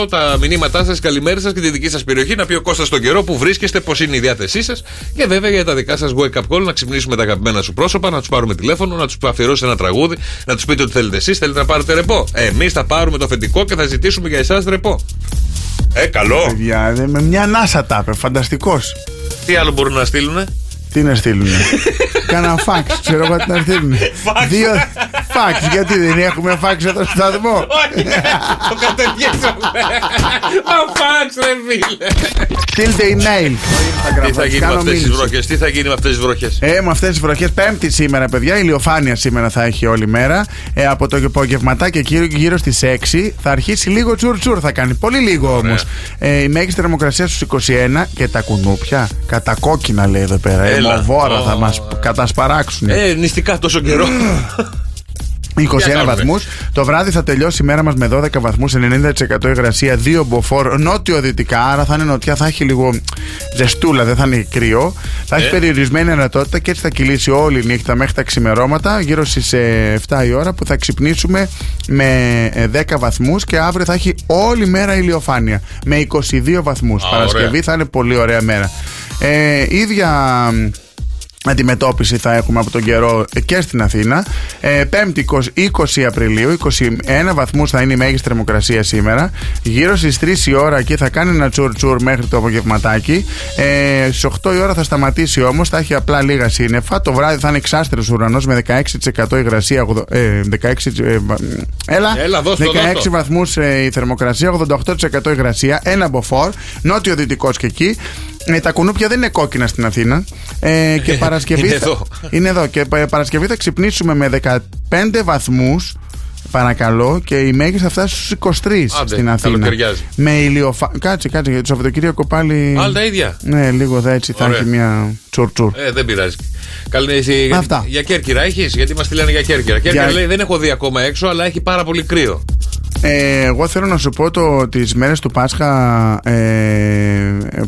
Speaker 7: 697-800-1048. Τα μηνύματά σας, καλημέρα σας και τη δική σας περιοχή. Να πει ο Κώστας τον καιρό που βρίσκεστε, πώς είναι η διάθεσή σας. Και βέβαια για τα δικά σας wake up call, να ξυπνήσουμε τα αγαπημένα σου πρόσωπα, να τους πάρουμε τηλέφωνο, να τους αφιερώσετε ένα τραγούδι, να τους πείτε ότι θέλετε εσείς. Θέλετε να πάρετε ρεπό. Εμείς θα πάρουμε το αφεντικό και θα ζητήσουμε για εσάς ρεπό. Ε, καλό.
Speaker 4: Παιδιά, δε- με μια ανάσα τα είπε. Φανταστικός.
Speaker 7: Τι άλλο μπορούν να στείλουνε.
Speaker 4: Τι να στείλουνε. Κάνα φαξ, ξέρω εγώ τι να στείλουνε.
Speaker 7: Φαξ.
Speaker 4: Δύο φαξ, γιατί δεν έχουμε φαξ εδώ στο σταθμό.
Speaker 7: Όχι, το κατεβιέσαμε. Μα φάξ, ρε φίλε.
Speaker 4: Στείλτε email.
Speaker 7: Τι θα γίνει με
Speaker 4: Κάνω
Speaker 7: αυτές τις
Speaker 4: μήνυση.
Speaker 7: βροχές, τι θα γίνει με αυτές τις βροχές.
Speaker 4: Ε, με αυτές τις βροχές, Πέμπτη σήμερα, παιδιά. Ηλιοφάνεια σήμερα θα έχει όλη μέρα. Ε, από το απογευματά και γύρω, γύρω στις 6 θα αρχίσει λίγο τσουρτσουρ. Θα κάνει πολύ λίγο όμω.
Speaker 7: Ναι.
Speaker 4: Ε, η μέγιστη θερμοκρασία στους 21 και τα κουνούπια. Κατακόκκινα λέει εδώ πέρα. ε,
Speaker 7: Έλα.
Speaker 4: Εμοβόρα
Speaker 7: Ω.
Speaker 4: θα μα κατασπαράξουν.
Speaker 7: Ε, νηστικά τόσο καιρό.
Speaker 4: 21
Speaker 7: κάνουμε.
Speaker 4: βαθμούς. Το βράδυ θα τελειώσει η μέρα μας με 12 βαθμού, 90% υγρασία, 2 μποφόρ νότιο-δυτικά. Άρα θα είναι νοτιά, θα έχει λίγο ζεστούλα, δεν θα είναι κρύο. Θα έχει
Speaker 7: Ε.
Speaker 4: περιορισμένη ερατότητα και έτσι θα κυλήσει όλη η νύχτα μέχρι τα ξημερώματα, γύρω στις 7 η ώρα που θα ξυπνήσουμε με ε, 10 βαθμούς και αύριο θα έχει όλη μέρα ηλιοφάνεια με 22 βαθμούς.
Speaker 7: Α,
Speaker 4: Παρασκευή
Speaker 7: ωραία.
Speaker 4: θα είναι πολύ ωραία μέρα. Ε, ίδια μ, αντιμετώπιση θα έχουμε από τον καιρό και στην Αθήνα. Ε, 5η 20, 20 Απριλίου, 21 βαθμούς θα είναι η μέγιστη θερμοκρασία σήμερα. Γύρω στις 3 η ώρα εκεί θα κάνει ένα τσουρ τσουρ μέχρι το απογευματάκι. Ε, στις 8 η ώρα θα σταματήσει όμως, θα έχει απλά λίγα σύννεφα. Το βράδυ θα είναι εξάστερος ουρανός με 16% υγρασία. 8, Ε, 16, ε, βα- έλα,
Speaker 7: Έλα, δώσ' το, δώσ' το.
Speaker 4: 16 βαθμούς ε, η θερμοκρασία, 88% υγρασία, ένα μποφόρ, νότιο-δυτικό και εκεί. Ε, τα κουνούπια δεν είναι κόκκινα στην Αθήνα. Ε, και Παρασκευή.
Speaker 7: Είναι
Speaker 4: θα-
Speaker 7: εδώ.
Speaker 4: είναι εδώ. Και ε, Παρασκευή θα ξυπνήσουμε με 15 βαθμούς. Παρακαλώ και η μέγιστη θα φτάσει στους 23
Speaker 7: Άντε,
Speaker 4: στην Αθήνα.
Speaker 7: καλοκαιριάζει.
Speaker 4: Με ηλιοφα... Κάτσε, κάτσε, γιατί το Σαββατοκύριακο πάλι.
Speaker 7: Άλλα τα ίδια.
Speaker 4: Ναι, λίγο θα έτσι θα
Speaker 7: Ωραία.
Speaker 4: έχει μια τσουρτσουρ.
Speaker 7: Ε, δεν πειράζει. Καλή εσύ, για,
Speaker 4: Αυτά.
Speaker 7: για Κέρκυρα έχεις, γιατί μας τη λένε για Κέρκυρα. Κέρκυρα
Speaker 4: Για-
Speaker 7: λέει δεν έχω δει ακόμα έξω, αλλά έχει πάρα πολύ κρύο.
Speaker 4: Ε, εγώ θέλω να σου πω το, τις μέρες του Πάσχα ε,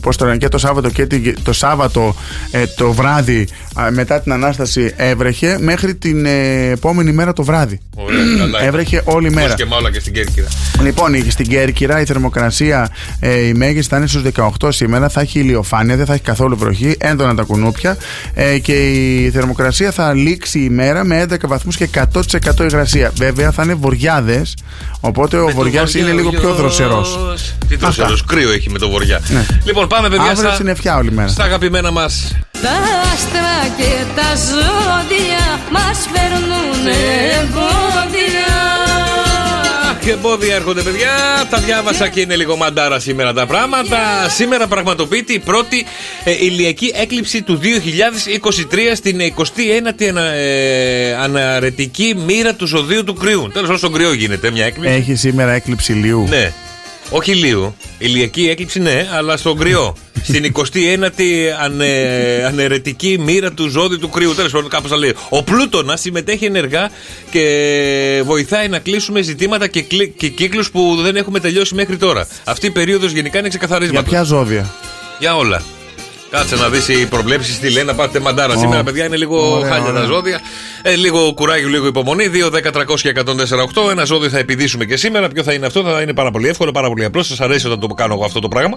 Speaker 4: πώς το λένε, και το Σάββατο και τη- το Σάββατο ε, το βράδυ α, μετά την Ανάσταση έβρεχε μέχρι την ε, επόμενη μέρα το βράδυ.
Speaker 7: Ωραία, καλά.
Speaker 4: Έβρεχε όλη
Speaker 7: Όπως
Speaker 4: μέρα.
Speaker 7: και μάλλον και στην Κέρκυρα.
Speaker 4: Λοιπόν, η- στην Κέρκυρα η θερμοκρασία ε, η μέγιστη θα είναι στους 18 σήμερα. Θα έχει ηλιοφάνεια, δεν θα έχει καθόλου βροχή, έντονα τα κουνούπια. Ε, και η θερμοκρασία θα λήξει η μέρα με 11 βαθμούς και 100% υγρασία. Βέβαια θα είναι βοριάδες, οπότε ο
Speaker 7: Με το
Speaker 4: βοριάς είναι λίγο πιο δροσερός.
Speaker 7: Τι δροσερός,
Speaker 4: Αυτά.
Speaker 7: κρύο έχει με το βοριάς.
Speaker 4: Ναι.
Speaker 7: Λοιπόν, πάμε παιδιά
Speaker 4: Αύριο
Speaker 7: στα,
Speaker 4: στην ευχιά όλη μέρα.
Speaker 7: στα αγαπημένα μας.
Speaker 9: Τα άστρα και τα ζώδια μας φέρνουν
Speaker 7: Ναι.
Speaker 9: εμπόδια.
Speaker 7: Αχ, εμπόδια έρχονται, παιδιά. Τα διάβασα και είναι λίγο μαντάρα σήμερα τα πράγματα. Σήμερα πραγματοποιείται η πρώτη ε, ηλιακή έκλειψη του 2023 στην 29η ανα, ε, αναρετική μοίρα του ζωδίου του κρύου. Τέλος πάντων, στον κρύο γίνεται μια έκλειψη.
Speaker 4: Έχει σήμερα έκλειψη ηλίου.
Speaker 7: Ναι. Όχι ηλίου. Ηλιακή έκλειψη, ναι, αλλά στον κρυό. Στην 29η ανε, αναιρετική μοίρα του ζώδη του κρύου. Τέλος πάντων, κάπως λέει. Ο Πλούτονας συμμετέχει ενεργά και βοηθάει να κλείσουμε ζητήματα και, κλί- και κύκλους που δεν έχουμε τελειώσει μέχρι τώρα. Αυτή η περίοδος γενικά είναι
Speaker 4: Για
Speaker 7: ξεκαθαρίσματα.
Speaker 4: ποια ζώδια.
Speaker 7: Για όλα. Κάτσε να δεις οι προβλέψεις τι λένε. Πάτε μαντάρα
Speaker 4: Ω.
Speaker 7: σήμερα, παιδιά. Είναι λίγο
Speaker 4: Ωραία,
Speaker 7: χάλια τα
Speaker 4: ωραία.
Speaker 7: ζώδια. Ε, λίγο κουράγιο, λίγο υπομονή. 2, 10, 300 και 148. Ένα ζώδιο θα επιδίσουμε και σήμερα. Ποιο θα είναι αυτό, θα είναι πάρα πολύ εύκολο, πάρα πολύ απλό. Σας αρέσει όταν το κάνω εγώ αυτό το πράγμα.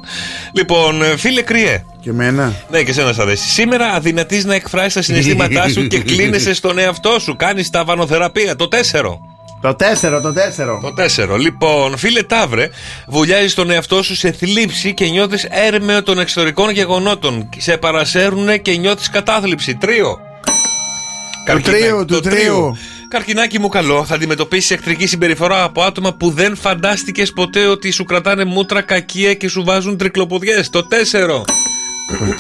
Speaker 7: Λοιπόν, ε, φίλε Κριέ.
Speaker 4: Και εμένα.
Speaker 7: Ναι, και σένα σ' αρέσει. Σήμερα αδυνατείς να εκφράσει τα συναισθήματά σου και κλείνεσαι στον εαυτό σου. Κάνεις τα βανοθεραπεία. Το 4.
Speaker 4: Το 4, το 4.
Speaker 7: Το 4. Λοιπόν, φίλε Ταύρε, βουλιάζει τον εαυτό σου σε θλίψη και νιώθεις έρμεο των εξωτερικών γεγονότων. Σε παρασέρουνε και νιώθεις κατάθλιψη. Τρίο. Καρκινάκι-
Speaker 4: τρίου,
Speaker 7: το
Speaker 4: του τρίου.
Speaker 7: Καρκινάκι μου καλό, θα αντιμετωπίσεις εχθρική συμπεριφορά από άτομα που δεν φαντάστηκες ποτέ ότι σου κρατάνε μούτρα κακία και σου βάζουν τρικλοποδιές. Το 4.
Speaker 4: Το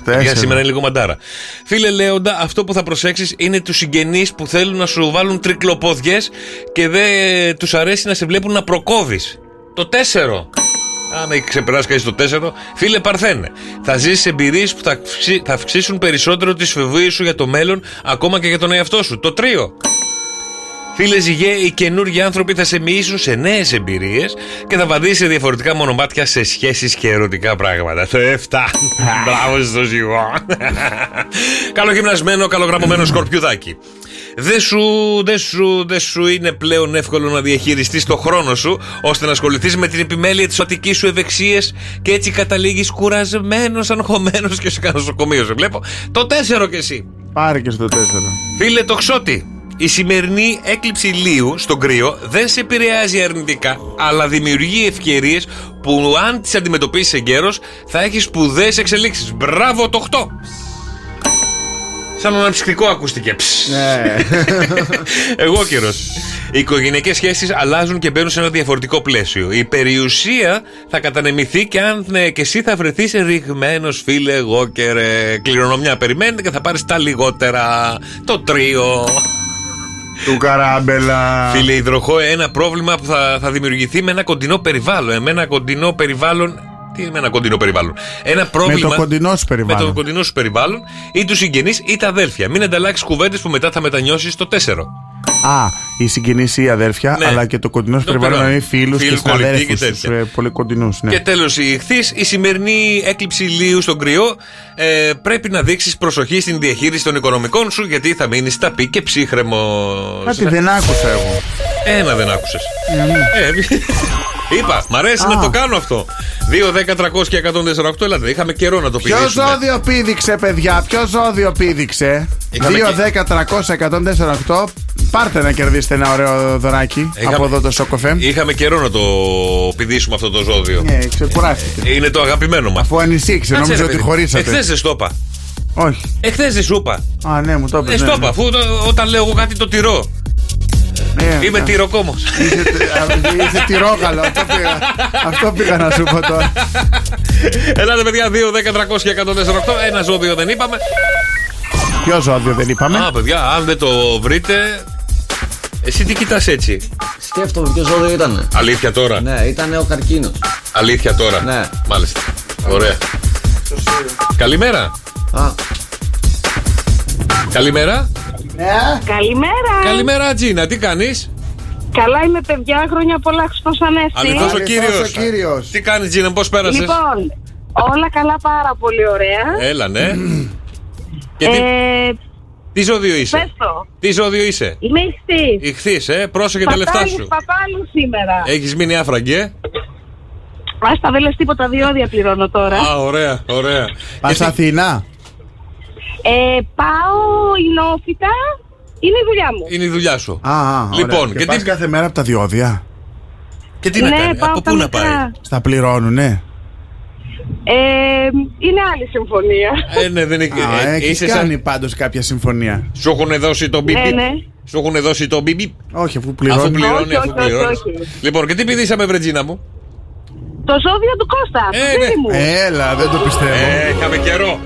Speaker 4: 4, το 4.
Speaker 7: Για σήμερα είναι λίγο μαντάρα. Φίλε Λέοντα, αυτό που θα προσέξεις είναι τους συγγενείς που θέλουν να σου βάλουν τρικλοποδιές και δεν τους αρέσει να σε βλέπουν να προκόβεις. Το 4. Αν έχει ξεπεράσει κανείς το 4, φίλε Παρθένε, θα ζήσεις εμπειρίες που θα, αυξη- θα αυξήσουν περισσότερο τις φοβίες σου για το μέλλον, ακόμα και για τον εαυτό σου. Το 3. Φίλε Ζυγέ, οι καινούργιοι άνθρωποι θα σε μοιήσουν σε νέες εμπειρίες και θα βαδίσει σε διαφορετικά μονομάτια σε σχέσεις και ερωτικά πράγματα. Το 7. Μπράβο στο Ζυγό. Καλογυμνασμένο, καλογραμμωμένο σκορπιουδάκι. Δεν σου, δεν, σου, δεν σου είναι πλέον εύκολο να διαχειριστείς το χρόνο σου ώστε να ασχοληθείς με την επιμέλεια της οτική σου ευεξίας και έτσι καταλήγεις κουρασμένος, αγχωμένος και σε κανένα νοσοκομείο. Σε βλέπω. Το 4 κι εσύ.
Speaker 4: Πάρε και στο 4.
Speaker 7: Φίλε Τοξότη, η σημερινή έκλειψη λίου στον κρύο δεν σε επηρεάζει αρνητικά, αλλά δημιουργεί ευκαιρίες που αν τις αντιμετωπίσεις εγκαίρως θα έχεις σπουδαίες εξελίξεις. Μπράβο το 8! Σαν αναψυκτικό ακούστηκε. Ψ.
Speaker 4: Ναι.
Speaker 7: Εγώ καιρό. Οι οικογενειακέ σχέσει αλλάζουν και μπαίνουν σε ένα διαφορετικό πλαίσιο. Η περιουσία θα κατανεμηθεί και αν ναι, και εσύ θα βρεθεί ρηγμένο, φίλε, εγώ και ρε. Κληρονομιά περιμένετε και θα πάρει τα λιγότερα. Το τρίο.
Speaker 4: του καράμπελα.
Speaker 7: Φίλε, υδροχό, ένα πρόβλημα που θα, θα δημιουργηθεί με ένα κοντινό περιβάλλον. ε, Με ένα κοντινό περιβάλλον. Τι είναι με ένα κοντινό περιβάλλον. Ένα
Speaker 4: Με
Speaker 7: πρόβλημα.
Speaker 4: το κοντινό σου
Speaker 7: με το
Speaker 4: περιβάλλον.
Speaker 7: κοντινό σου περιβάλλον ή τους συγγενείς ή τα αδέλφια. Μην ανταλλάξεις κουβέντες που μετά θα μετανιώσεις το 4.
Speaker 4: Α, οι συγγενείς ή οι αδέρφια,
Speaker 7: Ναι.
Speaker 4: αλλά και το κοντινό σου
Speaker 7: Το
Speaker 4: περιβάλλον
Speaker 7: περιβάλλον.
Speaker 4: είναι φίλους και
Speaker 7: Φίλους, κολλητοί και
Speaker 4: συναδέλφου.
Speaker 7: τέτοια.
Speaker 4: Πολύ κοντινούς. Ναι.
Speaker 7: Και τέλος, η χθή, η σημερινή έκλειψη ηλίου στον κρυό. Ε, πρέπει να δείξεις προσοχή στην διαχείριση των οικονομικών σου, γιατί θα μείνεις ταπί και ψύχρεμος.
Speaker 4: Κάτι δεν άκουσα εγώ.
Speaker 7: Ένα Ε, δεν άκουσες.
Speaker 4: Ναι,
Speaker 7: Είπα, μ' αρέσει να το κάνω αυτό. 2, 10, 300 και 148, έλατε. Είχαμε καιρό να το
Speaker 4: Ποιο
Speaker 7: πηγαίνουμε.
Speaker 4: ζώδιο πήδηξε, παιδιά, ποιο ζώδιο πήδηξε.
Speaker 7: Είχαμε
Speaker 4: 2, 10, 300, 148. Πάρτε να κερδίσετε ένα ωραίο δωράκι
Speaker 7: Είχαμε-
Speaker 4: από εδώ το Σοκοφέμ.
Speaker 7: Είχαμε καιρό να το πηδήσουμε αυτό το ζώδιο.
Speaker 4: Ναι, ξεκουράστηκε.
Speaker 7: Είναι το αγαπημένο μας.
Speaker 4: Αφού ανησύξε, νόμιζα ότι
Speaker 7: Εχθέ
Speaker 4: χωρίσατε.
Speaker 7: δεν στόπα.
Speaker 4: Όχι.
Speaker 7: Εχθές δεν σου είπα.
Speaker 4: Α, ναι, μου το
Speaker 7: Ε,
Speaker 4: έπαιξε.
Speaker 7: στο είπα, αφού το- όταν λέω εγώ κάτι το τηρώ.
Speaker 4: Ναι,
Speaker 7: Είμαι τυροκόμος.
Speaker 4: Είσαι τυρόγαλο. Αυτό πήγα- Αυτό πήγα να σου πω τώρα.
Speaker 7: Ελάτε, παιδιά, 2, 10, 300 και 148. Ένα ζώδιο δεν είπαμε.
Speaker 4: Ποιο ζώδιο δεν είπαμε.
Speaker 7: Α, παιδιά, αν δεν το βρείτε. Εσύ τι κοιτάς έτσι.
Speaker 5: Σκέφτομαι ποιο ζώδιο ήταν.
Speaker 7: Αλήθεια τώρα.
Speaker 5: Ναι, ήταν ο καρκίνος.
Speaker 7: Αλήθεια τώρα.
Speaker 5: Ναι.
Speaker 7: Μάλιστα. Ωραία. Καλημέρα.
Speaker 5: Α,
Speaker 7: Καλημέρα.
Speaker 6: Καλημέρα.
Speaker 7: Καλημέρα, Τζίνα. Τι κάνεις.
Speaker 6: Καλά είμαι παιδιά, χρόνια πολλά Χριστός Ανέστη.
Speaker 7: Αληθώς ο κύριο.
Speaker 4: ο κύριος.
Speaker 7: Τι κάνεις, Τζίνα, πώς πέρασες.
Speaker 6: Λοιπόν, όλα καλά πάρα πολύ ωραία.
Speaker 7: Έλα, ναι. Και τι,
Speaker 6: Ε,
Speaker 7: τι ζώδιο είσαι.
Speaker 6: πες το.
Speaker 7: Τι ζώδιο είσαι.
Speaker 6: Είμαι ηχθής.
Speaker 7: Ηχθεί, ε. Πρόσεχε τα λεφτά
Speaker 6: Παπάλου,
Speaker 7: σου.
Speaker 6: παπάλου σήμερα.
Speaker 7: Έχεις μείνει άφραγγε. ε.
Speaker 6: Άστα δεν λες τίποτα, διόδια πληρώνω τώρα.
Speaker 7: Α, ωραία, ωραία.
Speaker 4: Πας Αθηνά.
Speaker 6: Ε, πάω η νόφυτα, είναι η δουλειά μου.
Speaker 7: Είναι η δουλειά σου.
Speaker 4: Α, α, ωραία.
Speaker 7: Λοιπόν,
Speaker 4: και
Speaker 7: και τι-
Speaker 4: πας κάθε μέρα από τα διόδια.
Speaker 7: Και τι να
Speaker 6: ναι,
Speaker 7: κάνει,
Speaker 6: πάω
Speaker 7: από
Speaker 6: στα
Speaker 7: πού να
Speaker 6: μικρά.
Speaker 7: πάει.
Speaker 4: Στα πληρώνουνε.
Speaker 6: Ε, είναι άλλη συμφωνία.
Speaker 7: Ε, ναι, δεν έχει.
Speaker 4: Α,
Speaker 7: ε,
Speaker 4: έχεις
Speaker 7: είσαι
Speaker 4: κάνει
Speaker 7: σαν.
Speaker 4: πάντως κάποια συμφωνία.
Speaker 7: Σου έχουν δώσει το μπιπ.
Speaker 6: Ναι, ναι.
Speaker 7: Σου έχουν δώσει το μπιπ.
Speaker 4: Όχι, αφού
Speaker 7: Αφού
Speaker 4: πληρώνει.
Speaker 7: πληρώνεις,
Speaker 6: Όχι,
Speaker 7: αφού
Speaker 6: όχι, όχι,
Speaker 7: πληρώνεις.
Speaker 6: όχι.
Speaker 7: Λοιπόν, και τι πηδήσαμε, Βρετζίνα μου.
Speaker 6: Το ζώδιο του Κώστα,
Speaker 7: Ε,
Speaker 6: του
Speaker 7: ναι.
Speaker 6: μου.
Speaker 4: Έλα, δεν το πιστεύω.
Speaker 7: Ε, είχαμε καιρό.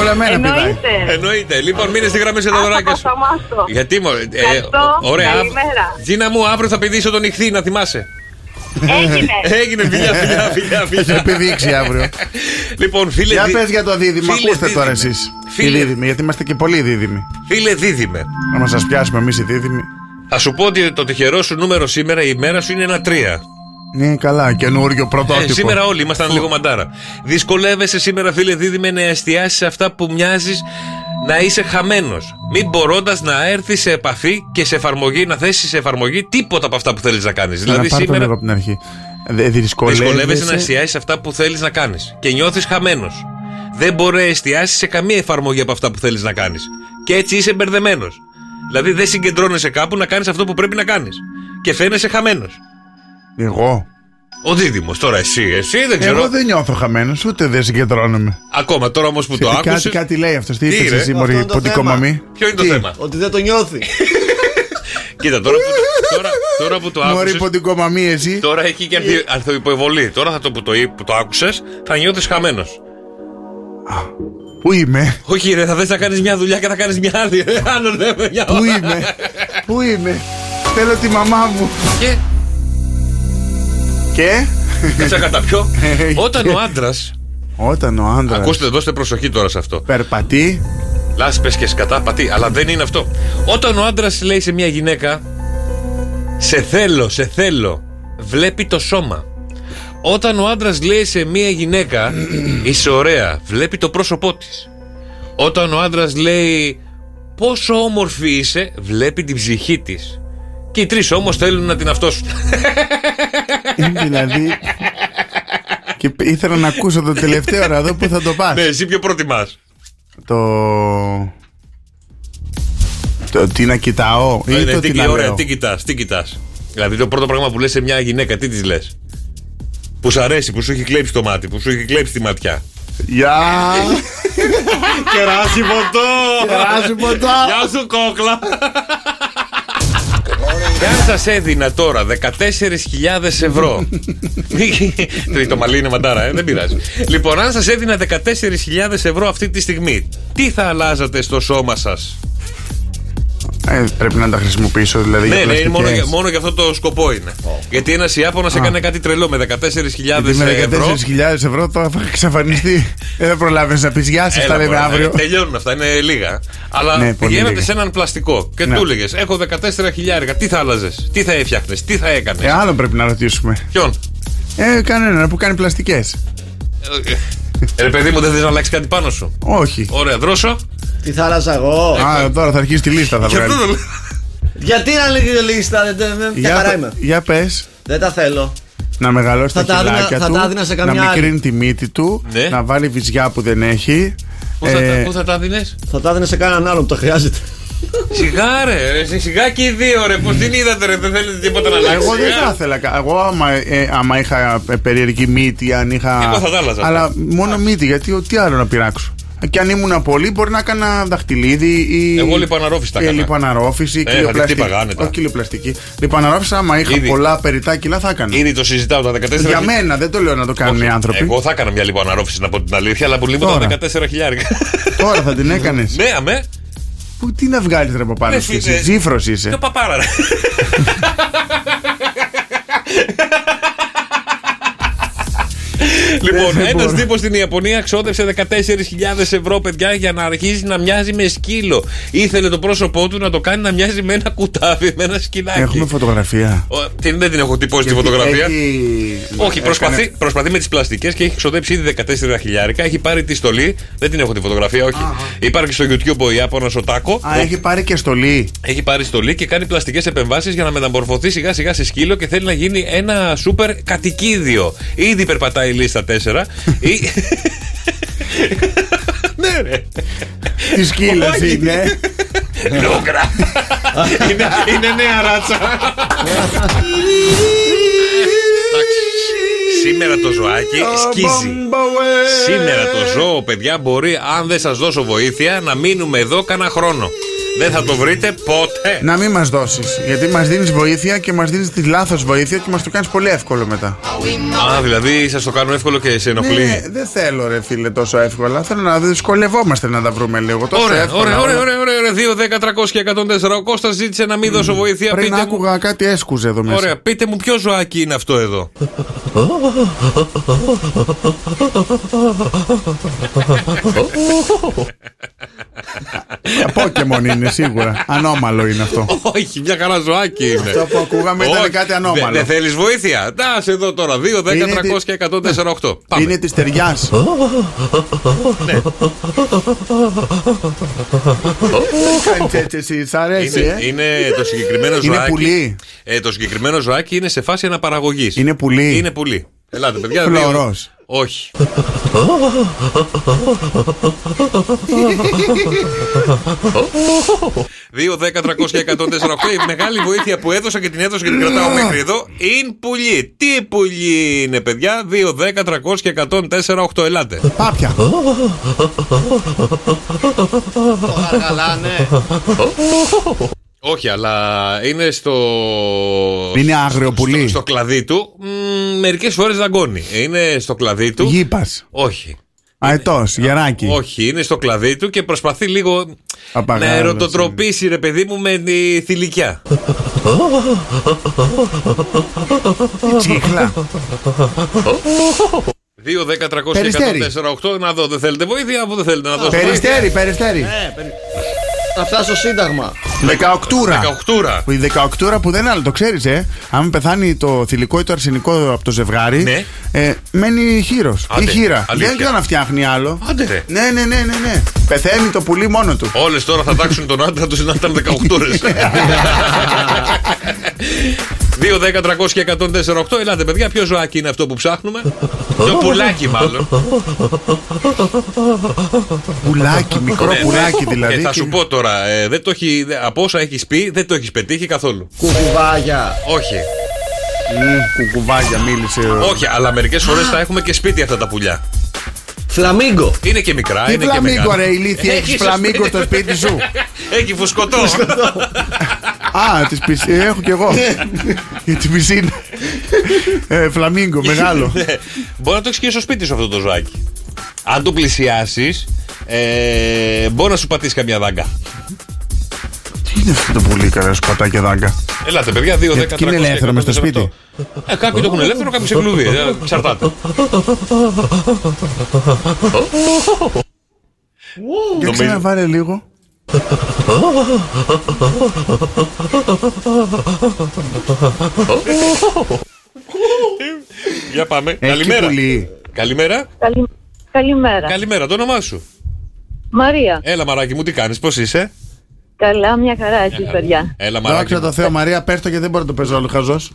Speaker 4: Όλα μένα πηδάει.
Speaker 6: Εννοείται.
Speaker 7: Εννοείται. Λοιπόν, μείνε στη γραμμή σε τα
Speaker 6: Άστα,
Speaker 7: δωράκια σου.
Speaker 6: Κωστομάστο.
Speaker 7: Γιατί μου. Ε,
Speaker 6: Ευχαριστώ.
Speaker 7: ωραία. αύ-
Speaker 6: Καλημέρα.
Speaker 7: Τζίνα μου, αύριο θα πηδήσω τον νυχθή, να θυμάσαι.
Speaker 6: Έγινε.
Speaker 7: Έγινε, φιλιά, φιλιά, φιλιά.
Speaker 4: Θα σε
Speaker 7: φιλιά.
Speaker 4: επιδείξει αύριο.
Speaker 7: λοιπόν, φίλε.
Speaker 4: Για
Speaker 7: δι-
Speaker 4: πες για το δίδυμο,
Speaker 7: φίλε
Speaker 4: ακούστε τώρα
Speaker 7: δίδυμε.
Speaker 4: εσείς. Οι
Speaker 7: Φίλε,
Speaker 4: δίδυμοι, γιατί είμαστε και πολλοί δίδυμοι.
Speaker 7: φίλε δίδυμε.
Speaker 4: Να μας σας πιάσουμε εμείς οι δίδυμοι.
Speaker 7: Θα σου πω ότι το τυχερό σου νούμερο σήμερα, η μέρα σου είναι ένα τρία.
Speaker 4: Ναι, καλά, καινούριο
Speaker 7: Ε,
Speaker 4: πρωτότυπο.
Speaker 7: σήμερα όλοι ήμασταν λίγο μαντάρα. Δυσκολεύεσαι σήμερα, φίλε Δίδυμε, να εστιάσεις σε αυτά που μοιάζεις να είσαι χαμένος. Μην μπορώντας να έρθεις σε επαφή και σε εφαρμογή, να θέσεις σε εφαρμογή τίποτα από αυτά που θέλεις να κάνεις.
Speaker 4: Να
Speaker 7: Δηλαδή
Speaker 4: πάρω τον
Speaker 7: σήμερα
Speaker 4: νερό από την αρχή. Ε, Δε-
Speaker 7: δυσκολεύεσαι να
Speaker 4: Δυσκολεύεσαι.
Speaker 7: εστιάσεις σε αυτά που θέλεις να κάνεις και νιώθεις χαμένος. Δεν μπορείς να εστιάσεις σε καμία εφαρμογή από αυτά που θέλεις να κάνεις. Και έτσι είσαι μπερδεμένος. Δηλαδή δεν συγκεντρώνεσαι κάπου να κάνεις αυτό που πρέπει να κάνεις. Και φαίνεσαι χαμένος.
Speaker 4: Εγώ.
Speaker 7: Ο Δίδυμος, τώρα εσύ, εσύ δεν ξέρω.
Speaker 4: Εγώ δεν νιώθω χαμένος, ούτε δεν συγκεντρώνομαι.
Speaker 7: Ακόμα τώρα όμως που το
Speaker 4: Κάτι-
Speaker 7: άκουσες.
Speaker 4: Κάτι, κάτι λέει αυτός. Τι
Speaker 7: Τι
Speaker 4: είπες
Speaker 7: ρε?
Speaker 4: εσύ,
Speaker 5: Αυτό
Speaker 4: Μωρή,
Speaker 5: είναι το
Speaker 4: ποντικό
Speaker 5: θέμα.
Speaker 4: μαμί.
Speaker 7: Ποιο είναι το θέμα.
Speaker 5: ότι δεν το νιώθει.
Speaker 7: Κοίτα, τώρα που, τώρα, τώρα που το
Speaker 4: Μωρή,
Speaker 7: άκουσες.
Speaker 4: ποντικό μαμί, εσύ.
Speaker 7: Τώρα έχει και αρθι- αρθοϊποεβολή. Τώρα θα το που το, εί- που το άκουσες, θα νιώθεις χαμένος.
Speaker 4: Πού είμαι,
Speaker 7: Όχι, ρε, θα θες να κάνεις μια δουλειά και θα κάνεις μια άλλη. Ρε, άλλο λέμε, μια
Speaker 4: πού
Speaker 7: ώρα.
Speaker 4: είμαι, πού είμαι. Θέλω τη μαμά μου.
Speaker 7: Και
Speaker 4: Και
Speaker 7: να σε καταπιώ.
Speaker 4: Ε,
Speaker 7: Όταν
Speaker 4: και-
Speaker 7: ο άντρας.
Speaker 4: όταν ο
Speaker 5: ε,
Speaker 4: άντρας
Speaker 7: Ακούστε, δώστε προσοχή τώρα σε αυτό.
Speaker 4: περπατεί.
Speaker 7: Λάσπε και σκατά, πατή, αλλά δεν είναι αυτό. Όταν ο άντρας λέει σε μια γυναίκα, Σε θέλω, σε θέλω, βλέπει το σώμα. Όταν ο άντρας λέει σε μια γυναίκα, Είσαι ωραία, βλέπει το πρόσωπό της. Όταν ο άντρας λέει, Πόσο όμορφη είσαι, βλέπει την ψυχή της. Και οι τρεις όμως θέλουν να την αυτόσουν.
Speaker 4: δηλαδή. Και ήθελα να ακούσω το τελευταίο να δω πού θα το πας
Speaker 7: ναι, εσύ ποιο προτιμάς.
Speaker 4: Το. Το τι να κοιτάω ή το τι να
Speaker 7: Ωραία,
Speaker 4: λέω.
Speaker 7: Ναι, τι κοιτάς, τι κοιτάς. Δηλαδή το πρώτο πράγμα που λες σε μια γυναίκα, τι της λες. Που σ' αρέσει, που σου έχει κλέψει το μάτι, που σου έχει κλέψει τη ματιά.
Speaker 4: Γεια!
Speaker 7: Κεράσι ποτό!
Speaker 4: Περάσει ποτό!
Speaker 7: Γεια σου κόκλα! Και αν σας έδινα τώρα 14.000 ευρώ. Το- το μαλλί είναι μαντάρα, ε, δεν πειράζει. Λοιπόν, αν σας έδινα 14.000 ευρώ αυτή τη στιγμή, τι θα αλλάζατε στο σώμα σας.
Speaker 4: Ε, πρέπει να τα χρησιμοποιήσω δηλαδή.
Speaker 7: Ναι,
Speaker 4: για
Speaker 7: ναι, είναι μόνο,
Speaker 4: πλαστικές.
Speaker 7: για, μόνο για αυτό το σκοπό είναι. Γιατί ένας Ιάπωνας έκανε κάτι τρελό με 14.000
Speaker 4: Γιατί με
Speaker 7: ευρώ.
Speaker 4: 14.000 ευρώ το θα εξαφανιστεί. Ε, Δεν προλάβεις να πεις γεια σας, τα
Speaker 7: Έλα,
Speaker 4: λέμε
Speaker 7: μωρέ,
Speaker 4: αύριο.
Speaker 7: ε, Τελειώνουν αυτά, είναι λίγα. Αλλά
Speaker 4: Ναι, πολύ
Speaker 7: πηγαίνατε
Speaker 4: λίγα.
Speaker 7: σε έναν πλαστικό και
Speaker 4: Ναι.
Speaker 7: του έλεγες: Έχω 14.000. Τι θα άλλαζες, τι θα έφτιαχνες, τι θα έκανες.
Speaker 4: Ε, άλλο πρέπει να ρωτήσουμε.
Speaker 7: Ποιον.
Speaker 4: Ε, κανέναν που κάνει πλαστικές.
Speaker 7: Ε, Ρε παιδί μου, δεν θες να αλλάξεις κάτι πάνω σου.
Speaker 4: Όχι.
Speaker 7: Ωραία, δρόσο.
Speaker 1: Τι θα άλλαζα εγώ.
Speaker 4: Α, τώρα θα αρχίσει τη λίστα, θα
Speaker 7: Και αυτό το
Speaker 4: βγάλει.
Speaker 7: λέω.
Speaker 1: Γιατί να λέγει λίστα, δεν- δεν- δεν- μια χαρά
Speaker 4: Για,
Speaker 1: είμαι.
Speaker 4: για πες
Speaker 1: Δεν τα θέλω.
Speaker 4: να μεγαλώσει
Speaker 1: Θα
Speaker 4: τα
Speaker 1: τα έδινα-
Speaker 4: χυλάκια
Speaker 1: θα
Speaker 4: του,
Speaker 1: τα έδινα σε
Speaker 4: να
Speaker 1: καμιά άλλη.
Speaker 4: μικρύνει τη μύτη του,
Speaker 7: Ναι.
Speaker 4: να βάλει βυζιά που δεν έχει.
Speaker 7: Πού θα
Speaker 4: Ε,
Speaker 7: τα- Πού θα τα δίνε.
Speaker 1: Θα τα έδινε σε κανέναν άλλον που τα χρειάζεται.
Speaker 7: Σιγά ρε, ρε, σε σιγά και οι δύο ρε, πως την είδατε ρε, δεν θέλετε τίποτα να αλλάξει.
Speaker 4: Εγώ δεν
Speaker 7: σιγά.
Speaker 4: θα ήθελα. κα- Εγώ άμα, ε, άμα είχα ε, περίεργη μύτη, αν είχα.
Speaker 7: Εγώ θα τα άλλαζα.
Speaker 4: Αλλά μόνο μύτη, γιατί ο- τι άλλο να πειράξω. Και αν ήμουν πολύ, μπορεί να έκανα δαχτυλίδι ή. Ε,
Speaker 7: Εγώ λιπαναρόφηση τα
Speaker 4: ή
Speaker 7: έκανα. Ε, δηλαδή
Speaker 4: λιπαναρόφηση,
Speaker 7: θα
Speaker 4: κοιλιοπλαστική.
Speaker 7: χτύπαγα άνετα.
Speaker 4: Όχι κοιλιοπλαστική. Λιπαναρόφηση, άμα είχα
Speaker 7: Ήδη.
Speaker 4: πολλά περιτά κιλά, θα έκανα.
Speaker 7: Ήδη το συζητάω τα 14
Speaker 4: Για μένα, δεν το λέω να το κάνουν οι άνθρωποι.
Speaker 7: Εγώ θα έκανα μια λίγο αναρρόφηση να πω την αλήθεια, αλλά που λίγο
Speaker 4: Τώρα.
Speaker 7: τα 14 χιλιάρικα.
Speaker 4: Τώρα θα την έκανες.
Speaker 7: ναι, αμέ.
Speaker 4: Πού τι να βγάλεις ρε παπάρα,
Speaker 7: Ρε,
Speaker 4: εσύ.
Speaker 7: φίλε.
Speaker 4: Ζήφρο
Speaker 7: Το
Speaker 4: είσαι.
Speaker 7: παπάρα, ρε. λοιπόν,
Speaker 4: Δεν
Speaker 7: ένας
Speaker 4: μπορώ.
Speaker 7: τύπος στην Ιαπωνία ξόδευσε 14.000 ευρώ, παιδιά, για να αρχίσει να μοιάζει με σκύλο. Ήθελε το πρόσωπό του να το κάνει να μοιάζει με ένα κουτάβι, με ένα σκυλάκι.
Speaker 4: Έχουμε φωτογραφία.
Speaker 7: Ο- την, δεν την έχω τυπώσει τη
Speaker 4: Γιατί
Speaker 7: φωτογραφία.
Speaker 4: έχει-
Speaker 7: Όχι, προσπαθεί,
Speaker 4: έκανε-
Speaker 7: προσπαθεί με τις πλαστικές και έχει ξοδέψει ήδη 14 χιλιάρικα. Έχει πάρει τη στολή. Δεν την έχω τη φωτογραφία, όχι. Υπάρχει στο YouTube ο Ιάπωνας ο Τάκο.
Speaker 4: Α, έχει πάρει και στολή.
Speaker 7: Έχει πάρει στολή και κάνει πλαστικές επεμβάσεις για να μεταμορφωθεί σιγά σιγά σε σκύλο και θέλει να γίνει ένα σούπερ κατοικίδιο. Ήδη περπατάει η λίστα 4. Ή... ναι, ρε.
Speaker 4: Τις σκύλο είναι.
Speaker 7: Νούγκρα. είναι, είναι νέα ράτσα. Εντάξει. Σήμερα το ζωάκι Ε, σκίζει. Σήμερα το ζώο, παιδιά, μπορεί, αν δεν σας δώσω βοήθεια, να μείνουμε εδώ κανένα χρόνο. Δεν θα το βρείτε ποτέ.
Speaker 4: Να μην μας δώσεις. Γιατί μας δίνεις βοήθεια και μας δίνεις τη λάθος βοήθεια και μας το κάνεις πολύ εύκολο μετά.
Speaker 7: Α, δηλαδή σας το κάνω εύκολο και σε ενοχλεί.
Speaker 4: Ναι, δεν θέλω, ρε φίλε, τόσο εύκολα. Θέλω να δυσκολευόμαστε να τα βρούμε λίγο. Τόσο
Speaker 7: Ωραία,
Speaker 4: εύκολα,
Speaker 7: ωραία, ωραία,
Speaker 4: όλα.
Speaker 7: ωραία, ωραία, ωραία. 2, 10, 300 και 104. Ο Κώστας ζήτησε να μην δώσω βοήθεια.
Speaker 4: Πριν
Speaker 7: Πείτε μου,
Speaker 4: άκουγα κάτι έσκουζε εδώ μέσα.
Speaker 7: ωραία, πείτε μου ποιο ζωάκι είναι αυτό εδώ.
Speaker 4: Πόκεμον είναι σίγουρα. Ανώμαλο είναι αυτό.
Speaker 7: Όχι, μια καλά ζωάκι είναι.
Speaker 4: Αυτό που ακούγαμε ήταν
Speaker 7: Όχι,
Speaker 4: κάτι ανώμαλο.
Speaker 7: Δεν θέλεις βοήθεια. Τα σε εδώ τώρα. 2, 10,
Speaker 4: Είναι
Speaker 7: 300 και 148. Πάμε. Ναι.
Speaker 4: Είναι της ταιριάς. Εσύ, σ' αρέσει,
Speaker 7: Είναι,
Speaker 4: ε.
Speaker 7: είναι το συγκεκριμένο ζωάκι.
Speaker 4: Είναι πουλί.
Speaker 7: Ε, το συγκεκριμένο ζωάκι είναι σε φάση αναπαραγωγής.
Speaker 4: Είναι πουλί.
Speaker 7: Είναι πουλί. Ελάτε, παιδιά. δύο-
Speaker 4: Φλωρός.
Speaker 7: Όχι. Δύο, 10, 300 και 148. Η μεγάλη βοήθεια που έδωσα και την έδωσα και την κρατάω μέχρι εδώ. Είναι πουλί. Τι πουλί είναι, παιδιά. 2, 10, 300 και 148. Ελάτε.
Speaker 4: Πάπια.
Speaker 1: Αργαλάνε.
Speaker 7: Όχι, αλλά είναι στο.
Speaker 4: Είναι άγριο
Speaker 7: στο,
Speaker 4: πουλί.
Speaker 7: στο κλαδί του. Μερικές φορές δαγκώνει. Είναι στο κλαδί του.
Speaker 4: Γήπας.
Speaker 7: Όχι.
Speaker 4: Αετό. Γεράκι.
Speaker 7: Όχι, είναι στο κλαδί του και προσπαθεί λίγο
Speaker 4: Απαγάλωση.
Speaker 7: να ερωτοτροπήσει, ρε παιδί μου, με τη θηλυκιά.
Speaker 4: Τσίχλα.
Speaker 7: 2, 10, 300
Speaker 4: Περιστέρι.
Speaker 7: 148. Να δω, δεν θέλετε βοήθεια, αφού δεν θέλετε να δώσω.
Speaker 4: Περιστέρι, περιστέρι.
Speaker 7: Ναι,
Speaker 4: Ε.
Speaker 1: Θα φτάσω σύνταγμα.
Speaker 4: Δεκαοκτούρα.
Speaker 7: Καοχτούρα.
Speaker 4: Που Η 18 που δεν είναι άλλο, το ξέρεις, ε. Αν πεθάνει το θηλυκό ή το αρσενικό από το ζευγάρι,
Speaker 7: Ναι.
Speaker 4: ε, μένει χείρος ή
Speaker 7: Άντε,
Speaker 4: χείρα.
Speaker 7: αλήθεια.
Speaker 4: Δεν ξέρω να φτιάχνει άλλο.
Speaker 7: Άντε ρε.
Speaker 4: Ναι, ναι, ναι, ναι, ναι. Πεθαίνει το πουλί μόνο του.
Speaker 7: Όλες τώρα θα τάξουν τον άντρα τους να ήταν 18 2, 10, 300 και 148. Ελάτε, παιδιά, ποιο ζωάκι είναι αυτό που ψάχνουμε. Ποιο πουλάκι, μάλλον.
Speaker 4: Πουλάκι, μικρό πουλάκι δηλαδή.
Speaker 7: Ναι. Ε, θα σου πω τώρα, ε, δεν το έχει, δε- από όσα έχεις πει, δεν το έχεις πετύχει καθόλου.
Speaker 1: Κουβάγια.
Speaker 7: Όχι.
Speaker 4: Μμμ, Κουκουβάγια μίλησε. ο-
Speaker 7: Όχι, αλλά μερικές φορές τα έχουμε και σπίτι αυτά τα πουλιά.
Speaker 1: Φλαμίγκο.
Speaker 7: Είναι και μικρά,
Speaker 4: Τι
Speaker 7: είναι και Ε,
Speaker 4: φλαμίγκο,
Speaker 7: μεγάλα.
Speaker 4: ρε, ηλίθεια,
Speaker 7: Έχεις
Speaker 4: έχει
Speaker 7: στο
Speaker 4: φλαμίγκο στο σπίτι σου.
Speaker 7: Έχει φουσκωτό.
Speaker 4: Α, τη πισίνα. Έχω κι εγώ.
Speaker 7: Ναι.
Speaker 4: Για την πισίνα. Ε, Φλαμίγκο, μεγάλο.
Speaker 7: Ναι. Μπορεί να το έχεις και στο σπίτι σου αυτό το ζωάκι. Αν το πλησιάσεις, ε, μπορεί να σου πατήσει καμιά δάγκα.
Speaker 4: είναι αυτό το πουλί, κανένα πατάκι δάγκα.
Speaker 7: Ελάτε, παιδιά, 2, 10, 300.
Speaker 4: Γιατί και Ε, είναι ελεύθερο μες στο
Speaker 7: 100,
Speaker 4: σπίτι.
Speaker 7: Ε, κάποιοι το έχουν ελεύθερο, κάποιοι σε κλουβί. Ε, Εξαρτάται.
Speaker 4: Για
Speaker 7: Νομίζω-
Speaker 4: Ε, ξαναβάρε βάλε λίγο.
Speaker 7: Για πάμε.
Speaker 4: Έχει
Speaker 7: Καλημέρα.
Speaker 4: πουλί.
Speaker 7: Καλημέρα.
Speaker 9: Καλη... Καλημέρα.
Speaker 7: Καλημέρα, το όνομά σου.
Speaker 9: Μαρία.
Speaker 7: Έλα, μαράκι μου, τι κάνεις, πώς είσαι.
Speaker 9: Καλά, μια χαρά
Speaker 7: Ε,
Speaker 9: εσείς παιδιά.
Speaker 7: Έλα, μαράκι.
Speaker 4: Δόξα
Speaker 7: μου.
Speaker 4: τω Θεώ, Μαρία, πες το γιατί δεν μπορώ να το παίζω άλλο χαζός.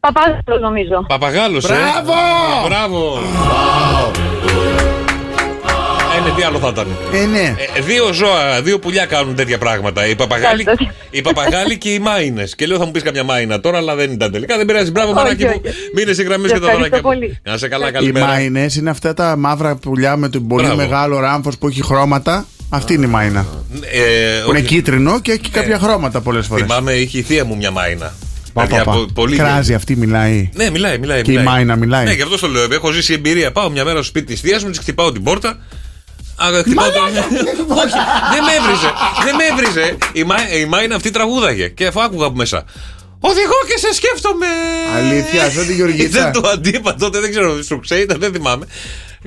Speaker 9: Παπάζω νομίζω.
Speaker 7: Παπαγάλος, ε.
Speaker 4: Μπράβο!
Speaker 7: Μπράβο. Ε, ναι, τι άλλο θα ήταν.
Speaker 4: Ε, ναι.
Speaker 7: Ε, δύο ζώα, δύο πουλιά κάνουν τέτοια πράγματα. Οι παπαγάλοι,
Speaker 9: Κάτσε.
Speaker 7: οι παπαγάλοι και οι μάινες. Και λέω θα μου πεις καμιά μάινα τώρα, αλλά δεν ήταν τελικά. Δεν πειράζει. Μπράβο,
Speaker 9: Όχι,
Speaker 7: μαράκι μου.
Speaker 9: όχι.
Speaker 7: Μείνες σε γραμμέ
Speaker 9: Σε
Speaker 7: και τα δωράκια.
Speaker 9: ευχαριστώ
Speaker 7: μου.
Speaker 9: πολύ.
Speaker 7: Να σε καλά,
Speaker 4: Οι
Speaker 7: καλημέρα.
Speaker 4: μάινες είναι αυτά τα μαύρα πουλιά με τον πολύ
Speaker 7: Μπράβο.
Speaker 4: μεγάλο ράμφος που έχει χρώματα. Αυτή είναι η μάινα.
Speaker 7: Ε,
Speaker 4: Που είναι
Speaker 7: όχι,
Speaker 4: κίτρινο και έχει κάποια χρώματα πολλές φορές.
Speaker 7: Θυμάμαι, είχε η θεία μου μια μάινα. Παιδιά, πο- πολύ-
Speaker 4: Κράζει αυτή, μιλάει.
Speaker 7: Ναι, μιλάει, μιλάει.
Speaker 4: Και η
Speaker 7: μιλάει.
Speaker 4: Μάινα μιλάει.
Speaker 7: Ναι, γι' αυτό το λέω. Έχω ζήσει εμπειρία. Πάω μια μέρα στο σπίτι της θείας μου, της χτυπάω την πόρτα. Α, ε, χτυπάω το... Όχι, δεν με έβριζε. Δεν με έβριζε. Η, Μά... η Μάινα αυτή τραγούδαγε. Και αφού άκουγα από μέσα. Οδηγώ και σε σκέφτομαι.
Speaker 4: Αλήθεια, αυτό είναι η Γεωργίτσα.
Speaker 7: Δεν το αντίπα τότε, δεν ξέρω, σου ξέρετε, δεν θυμάμαι.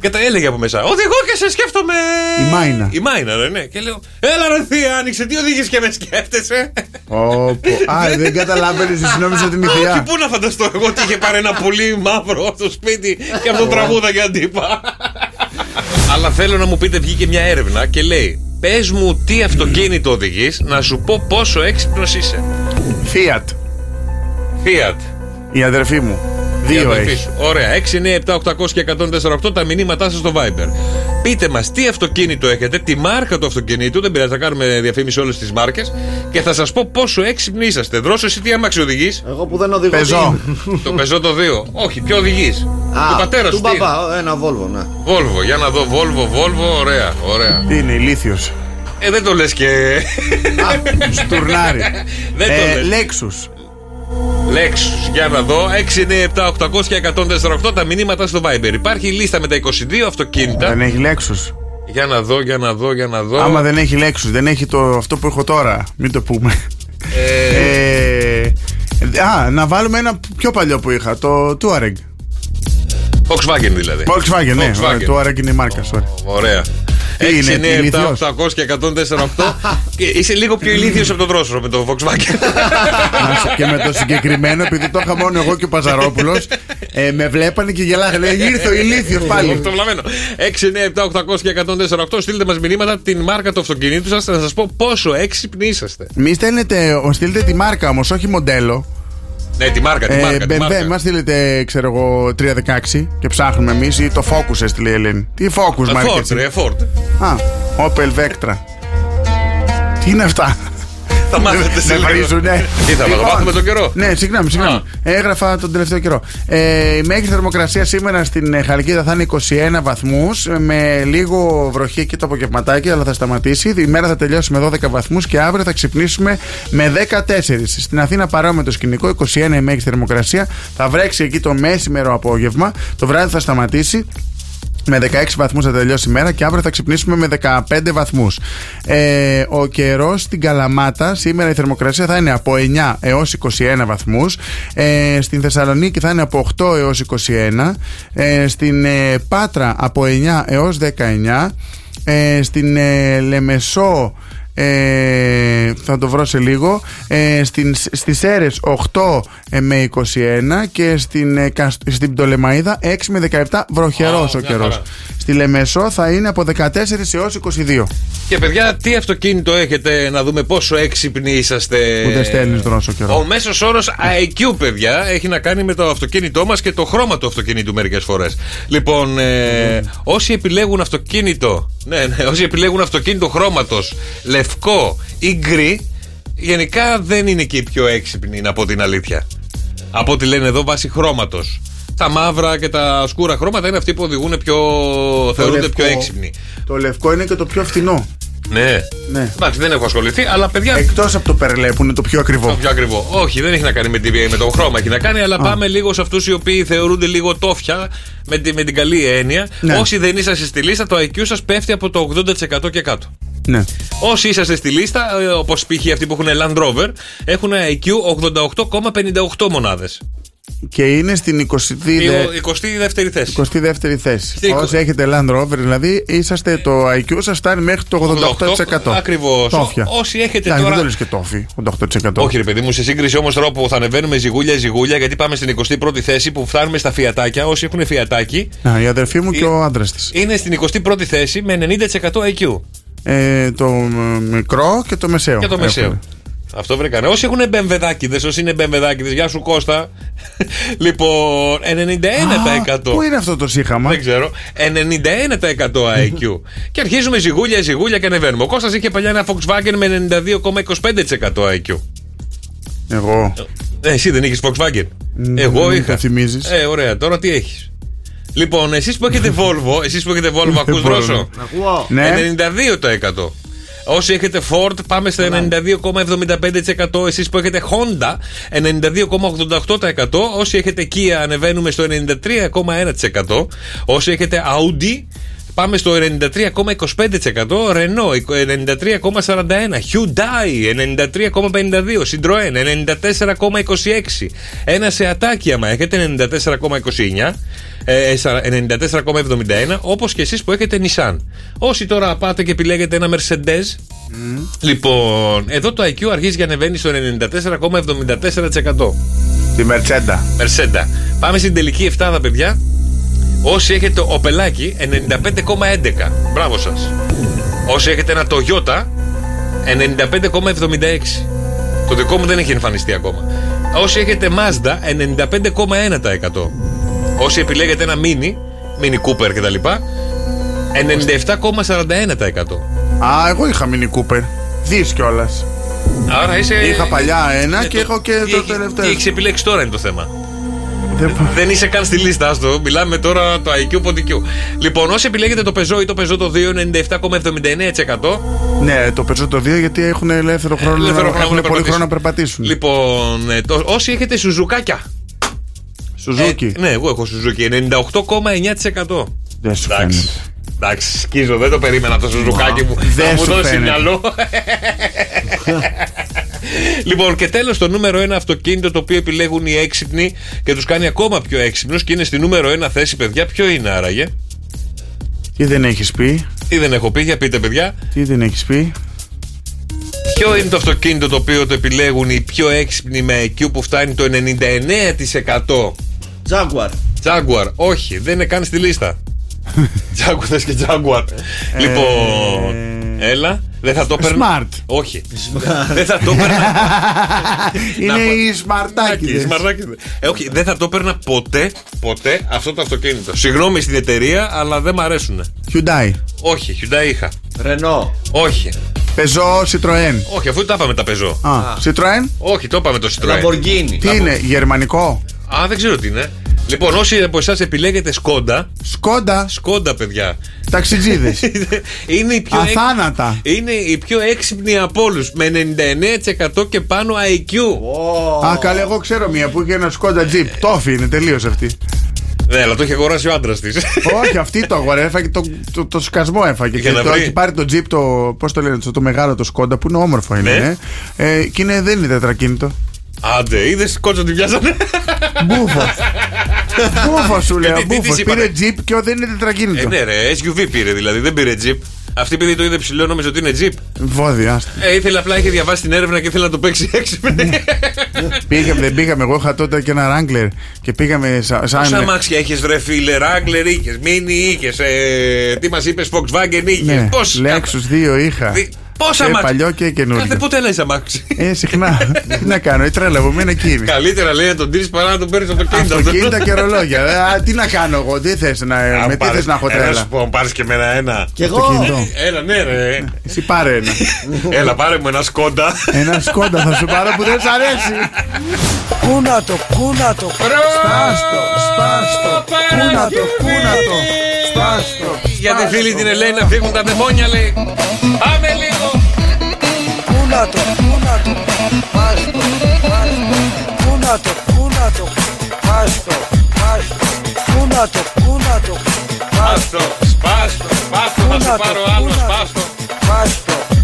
Speaker 7: Και τα έλεγε από μέσα. Οδηγώ και σε σκέφτομαι.
Speaker 4: Η Μάινα.
Speaker 7: Η Μάινα, ρε, ναι. Και λέω, έλα ρε θεία, άνοιξε, τι οδηγείς και με σκέφτεσαι.
Speaker 4: Όπου. Α, δεν καταλάβαινες, εσύ νόμιζες ότι είναι η
Speaker 7: Και
Speaker 4: θεία.
Speaker 7: πού να φανταστώ εγώ ότι είχε πάρει ένα πουλί μαύρο στο σπίτι και αυτό τραγούδα για αντίπα. Αλλά θέλω να μου πείτε, βγήκε μια έρευνα και λέει Πες μου τι αυτοκίνητο οδηγείς, να σου πω πόσο έξυπνος είσαι.
Speaker 4: Fiat.
Speaker 7: Fiat.
Speaker 4: Η αδερφή μου.
Speaker 7: η
Speaker 4: Δύο
Speaker 7: αδελφή
Speaker 4: έχει.
Speaker 7: σου. Ωραία. 6, 9, 7, 800 και 148 τα μηνύματά σας στο Viber. Πείτε μας τι αυτοκίνητο έχετε, τη μάρκα του αυτοκινήτου. Δεν πειράζει, θα κάνουμε διαφήμιση όλες τις μάρκες και θα σας πω πόσο έξυπνοι είσαστε. Δρόσο, εσύ τι άμαξι οδηγείς.
Speaker 1: Εγώ που δεν οδηγώ.
Speaker 4: Πεζό.
Speaker 1: τι είμαι.
Speaker 7: το πεζό το 2. Όχι, ποιο οδηγείς.
Speaker 1: Α,
Speaker 7: Του πατέρα
Speaker 1: Του
Speaker 7: σου. τι είναι?
Speaker 1: παπά, ένα Volvo, ναι.
Speaker 7: Volvo, για να δω. Volvo, Volvo, ωραία, ωραία.
Speaker 4: Τι είναι, ηλίθιος.
Speaker 7: Ε, δεν το λες και.
Speaker 4: Στουρνάρι.
Speaker 7: Δεν το
Speaker 1: Ε,
Speaker 4: Ε,
Speaker 7: λες.
Speaker 4: Λέξου.
Speaker 7: Λέξ, για να δω. 6, 9, 7, 800 και 148 τα μηνύματα στο Viber. Υπάρχει λίστα με τα 22 αυτοκίνητα.
Speaker 4: Δεν έχει λέξου.
Speaker 7: Για να δω, για να δω, για να δω.
Speaker 4: Ναι, Άμα δεν έχει λέξου, δεν έχει το, αυτό που έχω τώρα. Μην το πούμε. Ε, α, να βάλουμε ένα πιο παλιό που είχα, το Touareg.
Speaker 7: Volkswagen δηλαδή.
Speaker 4: Volkswagen, ναι.
Speaker 7: Volkswagen.
Speaker 4: Το Touareg είναι η μάρκα, sorry.
Speaker 7: Ωραία.
Speaker 4: Τι
Speaker 7: 6,
Speaker 4: είναι,
Speaker 7: 9, 7,
Speaker 4: ηλίθιος?
Speaker 7: 800 και 148. Και Είσαι λίγο πιο ηλίθιος από τον δρόσο με το Volkswagen.
Speaker 4: Να σου- και με το συγκεκριμένο, επειδή το είχα μόνο εγώ και ο Παζαρόπουλος, με βλέπανε και γελάγανε. «Ε, Ήρθε ο ηλίθιος πάλι.
Speaker 7: Το βλαμμένο. 6, 9, 7, 800 και 148. Στείλτε μας μηνύματα την μάρκα του αυτοκινήτου σας να σας πω πόσο έξυπνοι είσαστε.
Speaker 4: Μη στέλνετε, ο- στείλτε τη μάρκα όμως, όχι μοντέλο.
Speaker 7: Ναι, τη μάρκα, τη
Speaker 4: Ε,
Speaker 7: μάρκα. τη
Speaker 4: BMW,
Speaker 7: μάρκα.
Speaker 4: μας στείλετε, ξέρω εγώ, 316 και ψάχνουμε εμείς ή το Focus έστειλε η Ελένη. Τι Focus,
Speaker 7: Ε,
Speaker 4: μάρκα.
Speaker 7: Ford,
Speaker 4: έτσι.
Speaker 7: ρε, Ford.
Speaker 4: Α, Opel Vectra. Τι είναι αυτά. Ναι,
Speaker 7: Θα μάθετε σε
Speaker 4: Με
Speaker 7: λίγο.
Speaker 4: βρίζουνε.
Speaker 7: Τι θα
Speaker 4: Λοιπόν,
Speaker 7: μάθουμε τον καιρό.
Speaker 4: Ναι, συγγνώμη, συγγνώμη.
Speaker 7: Α.
Speaker 4: Έγραφα τον τελευταίο καιρό. Ε, η μέγιστη θερμοκρασία σήμερα στην ε, Χαλκίδα θα είναι 21 βαθμούς, με λίγο βροχή εκεί το απογευματάκι, αλλά θα σταματήσει. Η μέρα θα τελειώσει με 12 βαθμούς και αύριο θα ξυπνήσουμε με 14. Στην Αθήνα παρόμοιο το σκηνικό, 21 η μέγιστη θερμοκρασία. Θα βρέξει εκεί το μεσημερο απόγευμα. Το βράδυ θα σταματήσει. Με 16 βαθμούς θα τελειώσει η μέρα και αύριο θα ξυπνήσουμε με 15 βαθμούς. Ε, ο καιρός στην Καλαμάτα, σήμερα η θερμοκρασία θα είναι από 9 έως 21 βαθμούς. Ε, στην Θεσσαλονίκη θα είναι από 8 έως 21. Ε, στην ε, Πάτρα από 9 έως 19. Ε, στην ε, Λεμεσό ε, θα το βρω σε λίγο ε, στην, στις Έρες 8 ε, με 21 και στην, ε, Κασ- στην Πτολεμαϊδα 6 με 17 βροχερός
Speaker 7: Α,
Speaker 4: ο
Speaker 7: μια
Speaker 4: καιρός
Speaker 7: χαρά.
Speaker 4: στη Λεμεσό θα είναι από 14 έως 22
Speaker 7: Και παιδιά, τι αυτοκίνητο έχετε να δούμε πόσο έξυπνοι είσαστε.
Speaker 4: Ούτε στέλνεις δρόσο καιρό.
Speaker 7: Ε, Ο μέσος όρος IQ, παιδιά, έχει να κάνει με το αυτοκίνητό μας και το χρώμα του αυτοκίνητου μερικές φορές. Λοιπόν, ε, όσοι επιλέγουν αυτοκίνητο, ναι, ναι, όσοι επιλέγουν αυτοκίνητο χρώματος λευκό ή γκρι, γενικά δεν είναι και οι πιο έξυπνοι, να πω την αλήθεια. Από ό,τι λένε εδώ, βάσει χρώματος. Τα μαύρα και τα σκούρα χρώματα είναι αυτοί που οδηγούν πιο. θεωρούνται πιο
Speaker 4: λευκό.
Speaker 7: έξυπνοι.
Speaker 4: το λευκό είναι και το πιο φθηνό
Speaker 7: Ναι.
Speaker 4: Ναι.
Speaker 7: Εντάξει, δεν έχω ασχοληθεί, αλλά παιδιά.
Speaker 4: εκτός από το περλέ που είναι το πιο
Speaker 7: Το
Speaker 4: ακριβό
Speaker 7: πιο ακριβό. Όχι, δεν έχει να κάνει με, τη, με το χρώμα, έχει να κάνει, αλλά πάμε λίγο σε αυτούς οι οποίοι θεωρούνται λίγο τόφια με, τη- με την καλή έννοια.
Speaker 4: Ναι.
Speaker 7: Όσοι δεν είσαστε στη λίστα, το IQ σας πέφτει από το 80% και κάτω.
Speaker 4: Ναι.
Speaker 7: Όσοι είσαστε στη λίστα, όπως π.χ. αυτοί που έχουν Land Rover, έχουν IQ 88,58 μονάδες.
Speaker 4: Και είναι στην 22η.
Speaker 7: Η 22η θέση.
Speaker 4: 22η θέση.
Speaker 7: Στην-
Speaker 4: Όσοι έχετε Land Rover, δηλαδή, είσαστε το IQ σας φτάνει μέχρι το 88%.
Speaker 7: Ακριβώς.
Speaker 4: Τόφια.
Speaker 7: Ό- όσοι έχετε
Speaker 4: Εντάξει,
Speaker 7: τώρα-
Speaker 4: Δεν το λες και τόφι. 88%.
Speaker 7: Όχι, ρε παιδί μου, σε σύγκριση όμως τώρα που θα ανεβαίνουμε ζυγούλια-ζυγούλια, γιατί πάμε στην 21η θέση που φτάνουμε στα φιατάκια. Όσοι έχουν φιατάκι,
Speaker 4: Να, η αδερφή
Speaker 7: Ε-
Speaker 4: μου και ο άντρας της.
Speaker 7: είναι στην 21η θέση με 90% IQ.
Speaker 4: Ε, το ε, μικρό και το μεσαίο.
Speaker 7: Και το
Speaker 4: έχουν.
Speaker 7: μεσαίο. Αυτό βρήκανε. Όσοι έχουν μπεμβεδάκιδες, όσοι είναι μπεμβεδάκιδες, γεια σου Κώστα. λοιπόν, 91%.
Speaker 4: Α, Πού είναι αυτό το σύγχαμα.
Speaker 7: Δεν ξέρω. 91% IQ. και αρχίζουμε ζυγούλια, ζυγούλια και ανεβαίνουμε. Ο Κώστας είχε παλιά ένα Volkswagen με 92,25% IQ.
Speaker 4: Εγώ.
Speaker 7: Ε, εσύ δεν είχες Volkswagen.
Speaker 4: Μ,
Speaker 7: Εγώ
Speaker 4: μην
Speaker 7: είχα.
Speaker 4: Ναι, τα θυμίζεις.
Speaker 7: Ε, ωραία. Τώρα τι έχεις. Λοιπόν, εσείς που έχετε Volvo, εσείς που έχετε Volvo, ακού
Speaker 4: Volvo.
Speaker 7: δρόσο.
Speaker 1: Ακούω.
Speaker 7: Ε,
Speaker 4: Ναι.
Speaker 7: 92%. Όσοι έχετε Ford, πάμε στο 92,75%. Εσείς που έχετε Honda, 92,88%. Όσοι έχετε Kia, ανεβαίνουμε στο 93,1%. Όσοι έχετε Audi, πάμε στο 93,25%. Renault, 93,41%. Hyundai, 93,52%. Citroën, 94,26%. Ένα σε ατάκι, άμα έχετε, 94,29%. ε, 94,71 όπως και εσείς που έχετε Nissan Όσοι τώρα πάτε και επιλέγετε ένα Mercedes Λοιπόν, εδώ το IQ αρχίζει και ανεβαίνει στο 94,74%
Speaker 4: Τη Μερτσέντα.
Speaker 7: Mercedes Πάμε στην τελική 7 παιδιά Όσοι έχετε οπελάκι 95,11 Μπράβο σας Όσοι έχετε ένα Toyota 95,76 Το δικό μου δεν έχει εμφανιστεί ακόμα Όσοι έχετε Mazda 95,1% Όσοι επιλέγετε ένα Mini Mini Cooper κτλ 97,41%
Speaker 4: Α, εγώ είχα μινι Κούπερ. Δεις κιόλας.
Speaker 7: Άρα είσαι...
Speaker 4: Είχα παλιά ένα και έχω και
Speaker 7: τι
Speaker 4: το
Speaker 7: ε, Ναι, έχει-
Speaker 4: τελευταίο.
Speaker 7: Τι έχεις επιλέξει τώρα είναι το θέμα
Speaker 4: Δεν πα-
Speaker 7: Δεν είσαι καν στη λίστα, άστο. Μιλάμε τώρα το IQ ποντικού. Λοιπόν, όσοι επιλέγετε το πεζό ή το πεζό το 2, 97,79%.
Speaker 4: Ναι, το πεζό το 2 γιατί έχουν ελεύθερο χρόνο
Speaker 7: Ε, Ελεύθερο
Speaker 4: να
Speaker 7: χρόνο
Speaker 4: έχουν
Speaker 7: να
Speaker 4: πολύ
Speaker 7: περπατήσουν.
Speaker 4: χρόνο να περπατήσουν.
Speaker 7: Λοιπόν, ε, το- όσοι έχετε σουζουκάκια.
Speaker 4: Σουζούκι.
Speaker 7: Ε, ναι, εγώ έχω σουζούκι. 98,9%.
Speaker 4: Δεν σου
Speaker 7: Εντάξει.
Speaker 4: φαίνεται.
Speaker 7: Εντάξει, σκίζω, δεν το περίμενα αυτό το σουζουκάκι μου.
Speaker 4: Δεν
Speaker 7: να μου
Speaker 4: σου
Speaker 7: δώσει
Speaker 4: φαίνεται.
Speaker 7: μυαλό. λοιπόν, και τέλος το νούμερο ένα αυτοκίνητο το οποίο επιλέγουν οι έξυπνοι και τους κάνει ακόμα πιο έξυπνους και είναι στη νούμερο ένα θέση, παιδιά. Ποιο είναι άραγε.
Speaker 4: Τι δεν έχεις πει,
Speaker 7: Τι δεν έχω πει, για πείτε, παιδιά.
Speaker 4: τι δεν έχεις πει.
Speaker 7: Ποιο είναι το αυτοκίνητο το οποίο το επιλέγουν οι πιο έξυπνοι με IQ που φτάνει το 99%
Speaker 1: Τζάγκουαρ.
Speaker 7: Jaguar. Όχι, δεν είναι καν στη λίστα. Jaguar, θες και Jaguar. λοιπόν, έλα. Δεν θα το παίρνα.
Speaker 4: Ε, Smart.
Speaker 7: Όχι. δεν θα το παίρνα.
Speaker 4: Είναι
Speaker 7: πω-
Speaker 4: οι
Speaker 7: Μαρνάκιδες.
Speaker 4: σμαρτάκιδες
Speaker 7: Μαρνάκιδες. Ε, όχι, δεν θα το παίρνα ποτέ, ποτέ αυτό το αυτοκίνητο. Συγγνώμη στην εταιρεία, αλλά δεν μ' αρέσουν.
Speaker 4: Hyundai.
Speaker 7: Όχι, Hyundai είχα.
Speaker 1: Ρενό.
Speaker 7: Όχι.
Speaker 4: Πεζό Citroën.
Speaker 7: Όχι, αφού τα είπαμε τα πεζό.
Speaker 4: Α, Citroën.
Speaker 7: Όχι, το είπαμε το Citroën.
Speaker 1: Λαμποργίνι.
Speaker 4: Τι είναι, γερμανικό.
Speaker 7: Α, δεν ξέρω τι είναι. Λοιπόν, όσοι από εσάς επιλέγετε σκόντα,
Speaker 4: Σκόντα.
Speaker 7: σκόντα παιδιά.
Speaker 4: Ταξιτζίδες.
Speaker 7: είναι, η πιο έξυπνη-
Speaker 4: Αθάνατα.
Speaker 7: είναι η πιο έξυπνη από όλους. Με 99% και πάνω IQ.
Speaker 4: Α, καλά, εγώ ξέρω μία που είχε ένα σκόντα τζιπ. Τόφι είναι τελείως αυτή.
Speaker 7: Ναι, αλλά το είχε αγοράσει ο άντρας της.
Speaker 4: Όχι, αυτή το αγορά. Έφαγε το, το, το σκασμό έφαγε.
Speaker 7: Για
Speaker 4: Και
Speaker 7: να
Speaker 4: το
Speaker 7: βρει.
Speaker 4: έχει πάρει το τζιπ το. Πώς το λένε, το, το μεγάλο το σκόντα που είναι όμορφο είναι.
Speaker 7: Ναι.
Speaker 4: ε. Ε, και είναι, δεν είναι τετρακίνητο.
Speaker 7: Άντε, είδες κότσα τη πιάσανε.
Speaker 4: Μπούφος. μπούφος σου λέω.
Speaker 7: Γιατί, τι
Speaker 4: Μπούφος.
Speaker 7: της είπανε.
Speaker 4: Πήρε τζιπ και δεν είναι
Speaker 7: ε,
Speaker 4: τετρακίνητο.
Speaker 7: ναι, ρε, SUV πήρε δηλαδή, δεν πήρε Jeep. Αυτή επειδή το είδε ψηλό, νόμιζε ότι είναι Jeep.
Speaker 4: Βόδι, άστα.
Speaker 7: Ε, ήθελε απλά, είχε διαβάσει την έρευνα και ήθελε να το παίξει έξυπνη.
Speaker 4: Πήγαμε, δεν πήγαμε. Εγώ είχα τότε και ένα ράγκλερ και πήγαμε σα- σαν.
Speaker 7: Πόσα μάξια έχει βρε φίλε, Wrangler είχες, Mini είχες, ε, τι μας είπες, Volkswagen είχες.
Speaker 4: Ναι,
Speaker 7: πώς-
Speaker 4: Lexus 2 είχα.
Speaker 7: Δι- Πόσα
Speaker 4: και
Speaker 7: αμάξια.
Speaker 4: παλιό και
Speaker 7: Κάθε
Speaker 4: καινούριο.
Speaker 7: ποτέ λες αμάξι.
Speaker 4: Ε, συχνά. Τι να κάνω, η τρέλα μου είναι εκείνη.
Speaker 7: Καλύτερα λέει να τον τύρει παρά να τον παίρνεις από το κίνητο.
Speaker 4: Αυτοκίνητα και ρολόγια. Ε, α, τι να κάνω εγώ, τι θες να,
Speaker 7: Αν
Speaker 4: με τι
Speaker 7: πάρεις-
Speaker 4: θες να έχω
Speaker 7: Ε, να Σου
Speaker 4: τρέλα.
Speaker 7: πω, πάρεις και εμένα ένα.
Speaker 1: Κι εγώ.
Speaker 4: Κινητό.
Speaker 7: Έλα, ναι, ρε.
Speaker 4: Εσύ πάρε ένα.
Speaker 7: Έλα, πάρε μου ένα σκόντα.
Speaker 4: Ένα σκόντα θα σου πάρω που δεν σ' αρέσει.
Speaker 5: Κούνατο, κούνατο, σπάστο, σπάστο, κούνατο, κούνατο, σπάστο,
Speaker 7: Για τη φίλη την Ελένη να φύγουν τα δαιμόνια, λέει. Πάμε λίγο.
Speaker 5: κούνατο, κούνατο, σπάστο, σπάστο, κούνατο, κούνατο, σπάστο, σπάστο, κούνατο, κούνατο, σπάστο,
Speaker 7: Σπάστο, σπάστο, σπάστο, θα σου
Speaker 5: Κούνατο,
Speaker 7: πάρω άλλο
Speaker 5: κούνατο.
Speaker 7: σπάστο.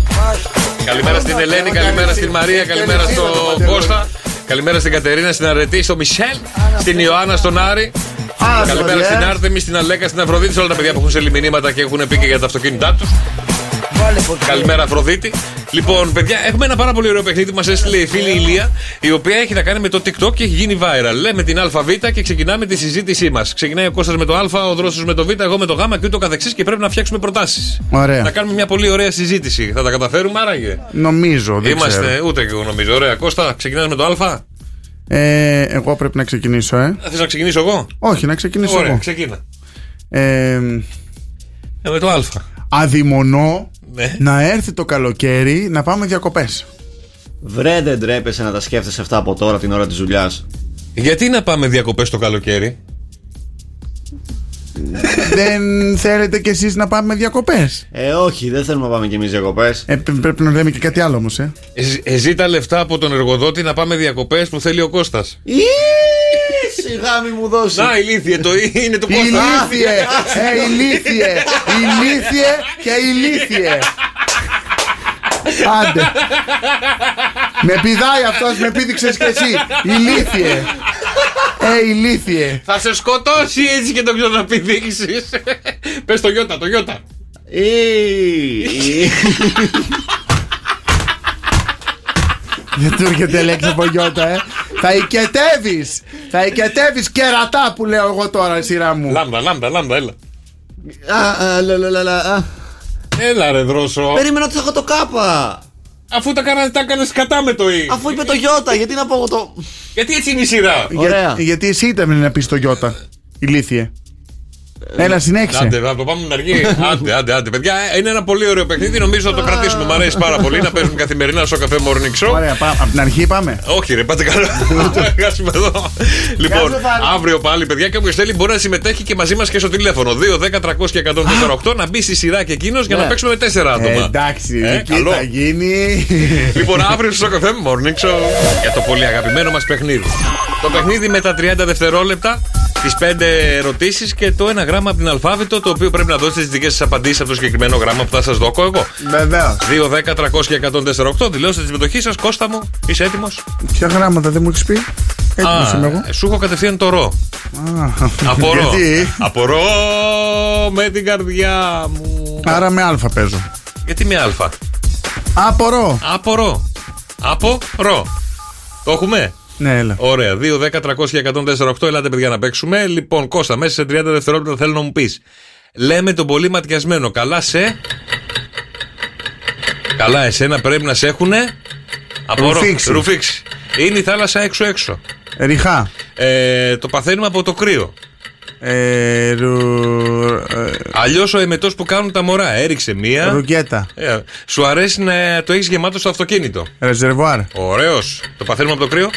Speaker 5: σπάστο,
Speaker 7: Καλημέρα στην Ελένη, καλημέρα στην Μαρία, καλημέρα στον Κώστα. Καλημέρα στην Κατερίνα, στην Αρετή, στον Μισελ, στην Ιωάννα, στον Άρη. Καλημέρα
Speaker 1: Ωραία.
Speaker 7: στην Άρτεμι, στην Αλέκα, στην Αφροδίτη, σε όλα τα παιδιά που έχουν στείλει μηνύματα και έχουν πει και για τα αυτοκίνητά τους. Καλημέρα, Αφροδίτη. Λοιπόν, παιδιά, έχουμε ένα πάρα πολύ ωραίο παιχνίδι που μας έστειλε η φίλη Ηλία, η οποία έχει να κάνει με το TikTok και έχει γίνει viral. Λέμε την ΑΒ και ξεκινάμε τη συζήτησή μας. Ξεκινάει ο Κώστας με το Α, ο Δρόσος με το Β, εγώ με το Γ και ούτω καθεξής και πρέπει να φτιάξουμε προτάσεις.
Speaker 4: Ωραία.
Speaker 7: Να κάνουμε μια πολύ ωραία συζήτηση. Θα τα καταφέρουμε άραγε.
Speaker 4: Νομίζω, δεν
Speaker 7: Είμαστε
Speaker 4: ξέρω.
Speaker 7: ούτε και εγώ νομίζω. Ωραία, Κώστα, ξεκινάς με το Α.
Speaker 4: Ε, εγώ πρέπει να ξεκινήσω, ε.
Speaker 7: Θες να ξεκινήσω εγώ.
Speaker 4: Όχι, να ξεκινήσω
Speaker 7: Ωραία,
Speaker 4: εγώ.
Speaker 7: ξεκίνα.
Speaker 4: Ε,
Speaker 7: Ε, με το Α.
Speaker 4: αδειμονώ
Speaker 7: Ναι.
Speaker 4: να έρθει το καλοκαίρι να πάμε διακοπές.
Speaker 1: Βρε, δεν τρέπεσαι να τα σκέφτεσαι αυτά από τώρα την ώρα της δουλειάς.
Speaker 7: Γιατί να πάμε διακοπές το καλοκαίρι.
Speaker 4: δεν θέλετε κι εσείς να πάμε διακοπές.
Speaker 1: Ε, όχι, δεν θέλουμε να πάμε κι εμείς διακοπές.
Speaker 4: Ε, πρέ- πρέπει να λέμε και κάτι άλλο όμως, ε.
Speaker 7: Ε, ζ- ε, ζήτα λεφτά από τον εργοδότη να πάμε διακοπές που θέλει ο Κώστας.
Speaker 1: Σιγά μη μου δώσεις.
Speaker 7: Να, ηλίθιε, το «ε» είναι το Κώστα.
Speaker 4: Ηλίθιε! ε, ηλίθιε! ηλίθιε και ηλίθιε! Άντε. με πηδάει αυτός, με πήδηξες κι εσύ. Ηλίθιε. Ε, ηλίθιε.
Speaker 7: Θα σε σκοτώσει έτσι και τον ξαναπηδήξεις. Πες το Ιώτα, το Ιώτα.
Speaker 4: Δεν του έρχεται λέξη από γιώτα, ε. Θα οικετεύεις. Θα οικετεύεις κερατά που λέω εγώ τώρα, σειρά μου.
Speaker 7: Λάμδα, λάμδα, λάμδα, έλα.
Speaker 1: Α, α, λα, λα, λα, λα, α.
Speaker 7: Έλα ρε δρόσο.
Speaker 1: Περίμενα ότι θα έχω το κάπα.
Speaker 7: Αφού τα κάνανε, τα έκανες κατά με το «ε».
Speaker 1: Αφού είπε το γιώτα, γιατί να πω εγώ το.
Speaker 7: Γιατί έτσι είναι η σειρά.
Speaker 1: Ωραία.
Speaker 4: γιατί εσύ ήταν να πεις το γιώτα. Ηλίθιε. Έλα,
Speaker 7: Ε, Άντε,
Speaker 4: συνέχισε.
Speaker 7: θα το πάμε να αργεί. άντε, άντε, άντε. Παιδιά, ε, είναι ένα πολύ ωραίο παιχνίδι. Νομίζω θα το κρατήσουμε. Μ' αρέσει πάρα πολύ να παίζουμε καθημερινά στο καφέ Morning Show.
Speaker 4: Ωραία, πάμε. Από την αρχή πάμε.
Speaker 7: Όχι, ρε, πάτε καλά. Το έχασουμε εδώ. Λοιπόν, αύριο πάλι, παιδιά, και όποιος θέλει μπορεί να συμμετέχει και μαζί μας και στο τηλέφωνο. 2, 10, 300 και 148 να μπει στη σειρά και εκείνος για να παίξουμε με τέσσερα
Speaker 4: Ε,
Speaker 7: άτομα.
Speaker 4: εντάξει,
Speaker 7: Ε,
Speaker 4: εκεί
Speaker 7: καλό.
Speaker 4: θα γίνει.
Speaker 7: Λοιπόν, αύριο στο καφέ Morning Show για το πολύ αγαπημένο μας παιχνίδι. Το παιχνίδι με τα 30 δευτερόλεπτα, τι 5 ερωτήσεις και το ένα γράμμα από την αλφάβητο, το οποίο πρέπει να δώσετε τι δικές σας απαντήσεις από το συγκεκριμένο γράμμα που θα σας δω εγώ.
Speaker 4: Βεβαίως.
Speaker 7: 2, 10, 300 και 148, δηλώστε τη συμμετοχή σας. Κώστα μου, είσαι έτοιμος.
Speaker 4: Ποια γράμματα δεν μου έχεις πει. Έτοιμος είμαι εγώ.
Speaker 7: σου έχω κατευθείαν το ρο.
Speaker 4: Α,
Speaker 7: Απορώ.
Speaker 4: Γιατί.
Speaker 7: Απορώ με την καρδιά μου.
Speaker 4: Άρα με αλφα παίζω.
Speaker 7: Γιατί με α.
Speaker 4: Απορώ.
Speaker 7: Απορώ. Απορώ. Το έχουμε.
Speaker 4: Ναι, έλα.
Speaker 7: Ωραία. 2, 10, 300 και 148. Ελάτε, παιδιά, να παίξουμε. Λοιπόν, Κώστα, μέσα σε 30 δευτερόλεπτα θέλω να μου πεις. Λέμε τον πολύ ματιασμένο. Καλά σε. Καλά, εσένα πρέπει να σε έχουνε. Απορώ.
Speaker 4: Ρουφήξει.
Speaker 7: Ρουφήξει. Είναι η θάλασσα έξω-έξω.
Speaker 4: Ριχά.
Speaker 7: Ε, το παθαίνουμε από το κρύο.
Speaker 4: Ε, ρου- ε,
Speaker 7: Αλλιώς ο εμετός που κάνουν τα μωρά. Έριξε μία.
Speaker 4: Ρουγκέτα.
Speaker 7: Ε, σου αρέσει να το έχεις γεμάτο στο αυτοκίνητο.
Speaker 4: Ρεζερβουάρ.
Speaker 7: Ωραίος. Το παθαίνουμε από το κρύο.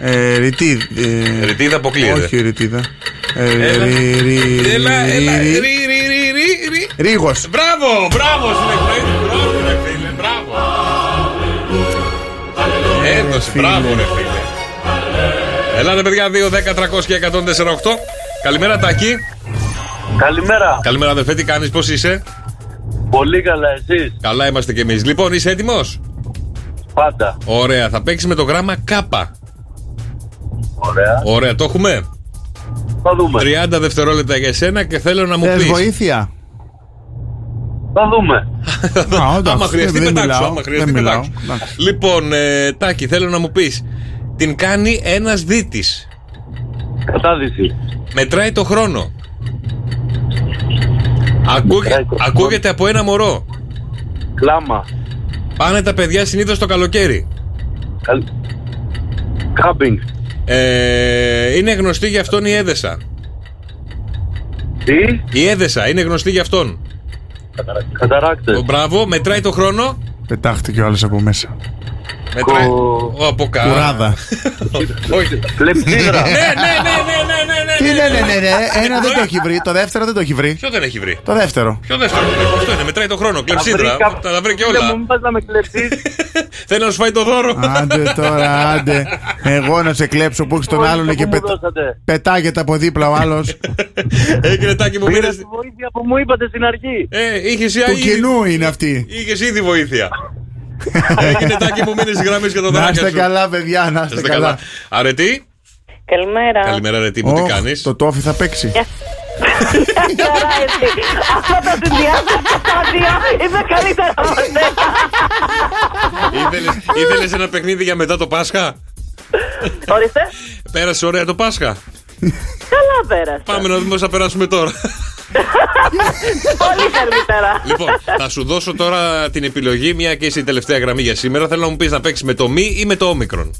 Speaker 4: Ε, ρητή. ε,
Speaker 7: Ρητίδα αποκλείεται.
Speaker 4: Όχι, ρητίδα. Ε,
Speaker 7: Έλα. Έλα, έλα. Ρι, ρι, ρι, ρι, ρι.
Speaker 4: Ρίγος.
Speaker 7: Μπράβο, μπράβο στην εκπλήρωση του χρόνου, ρε φίλε. Μπράβο. Έδωσε,
Speaker 4: φίλε.
Speaker 7: μπράβο, ρε φίλε. Ελάτε, παιδιά, 2, 10, 300 και 148. Καλημέρα, Τάκη.
Speaker 10: Καλημέρα.
Speaker 7: Καλημέρα, αδερφέ, τι κάνεις, πώς είσαι.
Speaker 10: Πολύ καλά εσείς.
Speaker 7: Καλά είμαστε κι εμείς. Λοιπόν, είσαι έτοιμος.
Speaker 10: Πάντα.
Speaker 7: Ωραία, θα παίξεις με το γράμμα Κάπα.
Speaker 10: Ωραία.
Speaker 7: Ωραία, το έχουμε.
Speaker 10: Θα δούμε.
Speaker 7: 30 δευτερόλεπτα για σένα και θέλω να μου
Speaker 4: Θες
Speaker 7: πεις.
Speaker 4: βοήθεια.
Speaker 10: Θα δούμε.
Speaker 4: Α, όντως.
Speaker 7: Άμα χρειαστεί,
Speaker 4: Δεν- δεν
Speaker 7: πετάξω.
Speaker 4: μιλάω.
Speaker 7: Άμα χρειαστεί,
Speaker 4: Δεν μιλάω.
Speaker 7: πετάξω.
Speaker 4: Εντάξει.
Speaker 7: Λοιπόν, ε, Τάκη, θέλω να μου πεις. Την κάνει ένας δίτης.
Speaker 10: Κατάδυση.
Speaker 7: Μετράει το χρόνο. Ακού-
Speaker 10: Μετράει το
Speaker 7: Ακούγεται από ένα μωρό.
Speaker 10: Κλάμα.
Speaker 7: Πάνε τα παιδιά συνήθως το καλοκαίρι.
Speaker 10: Καλ- Κάμπινγκ.
Speaker 7: Ε, είναι γνωστή για αυτόν η Έδεσα.
Speaker 10: Τι.
Speaker 7: Η Έδεσα είναι γνωστή για αυτόν. Ο,
Speaker 10: Καταράκτες.
Speaker 7: μπράβο, μετράει το χρόνο.
Speaker 4: Πετάχτηκε όλε από μέσα.
Speaker 7: Μετράει.
Speaker 10: Κο-
Speaker 7: Ο, από κάτω.
Speaker 4: Κουράδα.
Speaker 7: Όχι.
Speaker 10: Λεψίδρα.
Speaker 7: Ναι, ναι, ναι, ναι, ναι, ναι,
Speaker 4: Τι
Speaker 7: ναι,
Speaker 4: ναι,
Speaker 7: ναι.
Speaker 4: ναι, ναι, ναι. Ένα δεν το έχει βρει. Το δεύτερο δεν το έχει βρει.
Speaker 7: Ποιο δεν έχει βρει.
Speaker 4: Το δεύτερο.
Speaker 7: Ποιο δεύτερο. Αυτό είναι, μετράει το χρόνο. Κλεψίδρα.
Speaker 10: βρήκα.
Speaker 7: Τα, τα βρει και
Speaker 10: Φίλε Ναι, μου,
Speaker 7: όλα.
Speaker 10: μην πας να με κλέψεις.
Speaker 7: Θέλω να σου φάει το δώρο.
Speaker 4: Άντε τώρα, άντε. Εγώ να σε κλέψω που έχεις τον
Speaker 10: Όλοι
Speaker 4: άλλον
Speaker 10: το
Speaker 4: και
Speaker 10: που
Speaker 4: πετα-
Speaker 10: μου δώσατε.
Speaker 4: πετάγεται από δίπλα ο άλλος.
Speaker 7: Έγινε τάκι Ε, μου
Speaker 10: Πήρα
Speaker 7: πήρες
Speaker 10: τη βοήθεια που μου είπατε στην αρχή.
Speaker 7: Ε, είχες
Speaker 4: Του
Speaker 7: ήδη,
Speaker 4: κοινού είναι αυτή.
Speaker 7: είχες ήδη βοήθεια. Έγινε τάκι μου, μείνεις γραμμή και το
Speaker 4: Να
Speaker 7: δάκρυα
Speaker 4: είστε
Speaker 7: σου.
Speaker 4: καλά, παιδιά, να είστε
Speaker 7: Είστε καλά.
Speaker 4: καλά.
Speaker 7: Αρετή,
Speaker 11: Καλημέρα.
Speaker 7: καλημέρα Αρετή μου, τι
Speaker 4: Ωχ,
Speaker 7: κάνεις.
Speaker 4: Το τόφι θα παίξει.
Speaker 11: Καλά, εσύ. Αυτό το συνδυάζω στα στάδια είναι καλύτερα ποτέ.
Speaker 7: Ήθελες- Ήθελες ένα παιχνίδι για μετά το Πάσχα.
Speaker 11: Ορίστε.
Speaker 7: Πέρασε ωραία το Πάσχα.
Speaker 11: Καλά πέρασε.
Speaker 7: Πάμε να δούμε πώς θα περάσουμε τώρα.
Speaker 11: Πολύ καλύτερα.
Speaker 7: λοιπόν, θα σου δώσω τώρα την επιλογή, μια και είσαι η τελευταία γραμμή για σήμερα. Θέλω να μου πεις να παίξεις με το μη ή με το όμικρον.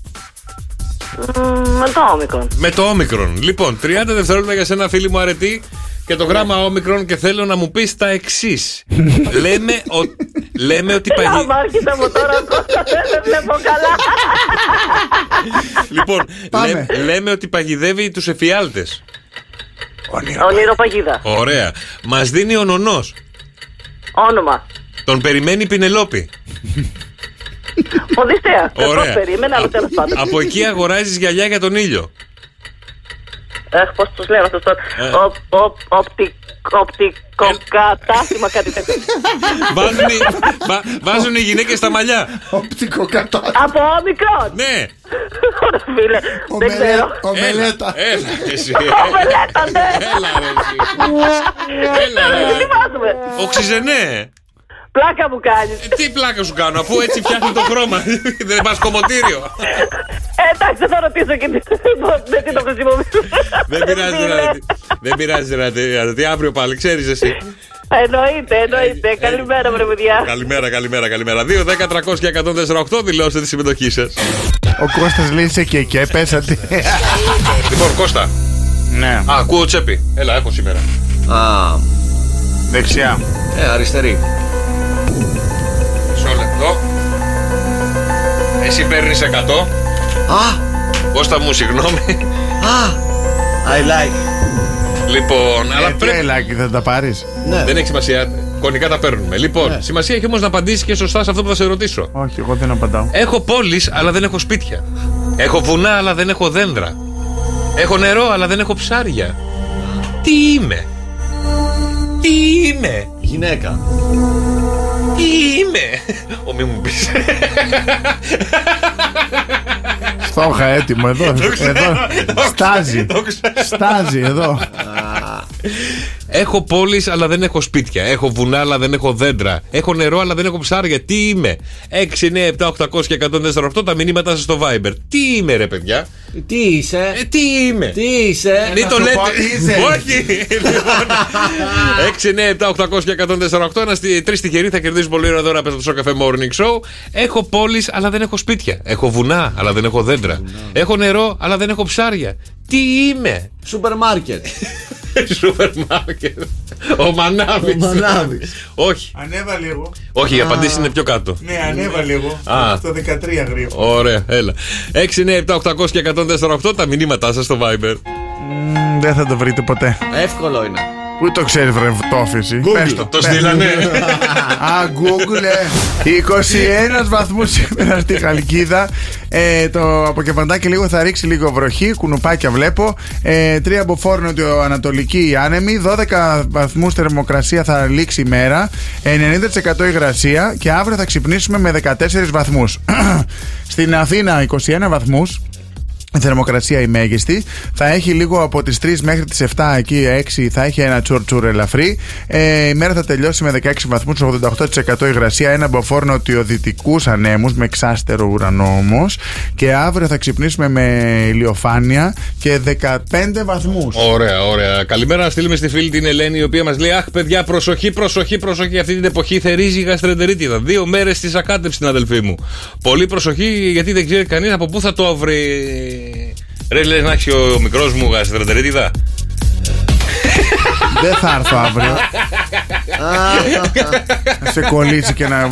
Speaker 11: Μμμ, Με το όμικρον.
Speaker 7: Με το όμικρον. Λοιπόν, 30 δευτερόλεπτα για σένα, φίλη μου αρετή. Και το γράμμα όμικρον και θέλω να μου πεις τα εξής. λέμε, ο- λέμε ότι
Speaker 11: Έλα,
Speaker 7: παγι...
Speaker 11: μάρκητα μου τώρα, Κώστα, δεν σε βλέπω καλά.
Speaker 7: λοιπόν, λέ- λέμε ότι παγιδεύει τους εφιάλτες.
Speaker 11: Όνειρο παγίδα.
Speaker 7: Ωραία. Μας δίνει ο νονός.
Speaker 11: Όνομα.
Speaker 7: Τον περιμένει η Πινελόπη.
Speaker 11: Οδυσσέα.
Speaker 7: Ωραία.
Speaker 11: Εγώ περίμενα, αλλά τέλος πάντων.
Speaker 7: Από εκεί αγοράζεις γυαλιά για τον ήλιο.
Speaker 11: Αχ, πώς τους λένε αυτούς τώρα.
Speaker 7: Ε.
Speaker 11: Ο- ο- οπτι- Οπτικό κατάστημα, κάτι τέτοιο.
Speaker 7: Βάζουν οι, βα- βάζουν οι γυναίκες τα μαλλιά.
Speaker 4: Οπτικό κατά.
Speaker 11: Από όμικρον.
Speaker 7: Ναι.
Speaker 11: Ωραία, Φίλε, δεν ξέρω.
Speaker 4: Ομελέτα.
Speaker 7: Έλα, έλα, εσύ.
Speaker 11: Ομελέτα, ναι.
Speaker 7: Έλα, ρε, εσύ. Έλα, ρε.
Speaker 11: Δεν θυμάσαι.
Speaker 7: Οξυζενέ.
Speaker 11: Πλάκα μου κάνεις.
Speaker 7: Ε, Τι πλάκα σου κάνω, αφού έτσι φτιάχνει το χρώμα. Δεν πας κομμωτήριο.
Speaker 11: Ε, Εντάξει, θα το ρωτήσω και τι- με τι το χρησιμοποιήσω.
Speaker 7: Δεν πειράζει,
Speaker 11: Φίλε.
Speaker 7: ρε. Δεν πειράζει, ρε. αρετή. Αύριο πάλι, ξέρεις εσύ.
Speaker 11: Εννοείται, εννοείται. Καλημέρα, βρε παιδιά.
Speaker 7: Καλημέρα, καλημέρα, καλημέρα. 2, 10, 300 και 148 δηλώστε τη συμμετοχή σας.
Speaker 4: Ο Κώστας λέει σε και και πέσατε.
Speaker 7: Λοιπόν, Κώστα,
Speaker 4: Ναι,
Speaker 7: α, ακούω τσέπη. Έλα, έχω σήμερα.
Speaker 1: Α,
Speaker 4: δεξιά.
Speaker 1: ε, αριστερή.
Speaker 7: Μισό λεπτό. Εσύ παίρνεις 100.
Speaker 1: Α,
Speaker 7: Κώστα μου, συγγνώμη.
Speaker 1: α, I like.
Speaker 7: Λοιπόν,
Speaker 4: Ε,
Speaker 7: αλλά
Speaker 4: τι
Speaker 7: πρέπει.
Speaker 4: Ελάκι, δεν τα πάρεις.
Speaker 1: Ναι.
Speaker 7: Δεν έχει σημασία. Κονικά τα παίρνουμε. Λοιπόν, σημασία έχει όμως να απαντήσει και σωστά σε αυτό που θα σε ρωτήσω.
Speaker 4: Όχι, εγώ δεν απαντάω.
Speaker 7: Έχω πόλεις, αλλά δεν έχω σπίτια. Έχω βουνά, αλλά δεν έχω δέντρα. Έχω νερό, αλλά δεν έχω ψάρια. Τι είμαι. Τι είμαι.
Speaker 1: Γυναίκα.
Speaker 7: Τι είμαι. Ο μη μου πεις.
Speaker 4: Στο είχα έτοιμο εδώ. εδώ. Στάζει. Στάζει εδώ.
Speaker 7: Έχω πόλεις, αλλά δεν έχω σπίτια. Έχω βουνά, αλλά δεν έχω δέντρα. Έχω νερό, αλλά δεν έχω ψάρια. Τι είμαι. 6, 9, 7, 800 και 148 τα μηνύματά σας στο Viber. Τι είμαι, ρε παιδιά.
Speaker 1: Τι είσαι,
Speaker 7: Ε, τι είμαι.
Speaker 1: τι
Speaker 8: Ε,
Speaker 1: είσαι.
Speaker 7: Μην το λέτε.
Speaker 4: πω τι είσαι.
Speaker 7: Όχι. Λοιπόν, 6, 9, 7, 800 και 148. Ένα τρει τυχεροί θα κερδίσουν πολύ ωραία δώρα από το Σοκαφέ Morning Show. Έχω πόλεις, αλλά δεν έχω σπίτια. Έχω βουνά, αλλά δεν έχω δέντρα. Έχω νερό, αλλά δεν έχω ψάρια. Τι είμαι.
Speaker 1: Σούπερ μάρκετ.
Speaker 7: Σούπερ μάρκετ. Ο Μανάβης.
Speaker 1: Ο Μανάβης.
Speaker 7: Όχι.
Speaker 4: Ανέβα λίγο.
Speaker 7: Όχι, η απαντήση είναι πιο κάτω.
Speaker 4: Ναι, ανέβα λίγο.
Speaker 7: Α.
Speaker 4: Στο 13 γρήγορα.
Speaker 7: Ωραία, έλα. 6, 9, 7, 800 και 148 τα μηνύματά σας στο Viber.
Speaker 4: Δεν θα το βρείτε ποτέ.
Speaker 1: Εύκολο είναι.
Speaker 4: Πού το ξέρει, βρε φτώφιση. Πες το.
Speaker 7: Το στείλανε.
Speaker 4: Α, ε. Google. 21 βαθμού σήμερα στη Χαλκίδα. Ε, το αποκεφαντάκι λίγο θα ρίξει λίγο βροχή. Κουνουπάκια βλέπω. Ε, 3 από φόρνο το ανατολική η άνεμη. 12 βαθμούς θερμοκρασία θα λήξει η μέρα. 90% υγρασία. Και αύριο θα ξυπνήσουμε με 14 βαθμούς. Στην Αθήνα 21 βαθμούς. Η θερμοκρασία η μέγιστη. Θα έχει λίγο από τις 3 μέχρι τις 7 εκεί 6 θα έχει ένα τσουρ τσουρ ελαφρύ. Ε, η μέρα θα τελειώσει με 16 βαθμού, 88% υγρασία, ένα μποφόρ νοτιοδυτικούς ανέμους με εξάστερο ουρανό όμως. Και αύριο θα ξυπνήσουμε με ηλιοφάνεια και 15 βαθμούς.
Speaker 7: Ωραία, ωραία. Καλημέρα να στείλουμε στη φίλη την Ελένη, η οποία μας λέει: Αχ, παιδιά, προσοχή, προσοχή, προσοχή. Αυτή την εποχή θερίζει η γαστρεντερίτιδα. Δύο μέρες της ακάτεψης, την αδελφή μου. Πολύ προσοχή, γιατί δεν ξέρει κανείς από πού θα το βρει. Ρε, λες να έχει ο, μικρός μου γαστρεντερίτιδα.
Speaker 4: Δεν θα έρθω αύριο. Να σε κολλήσει και να.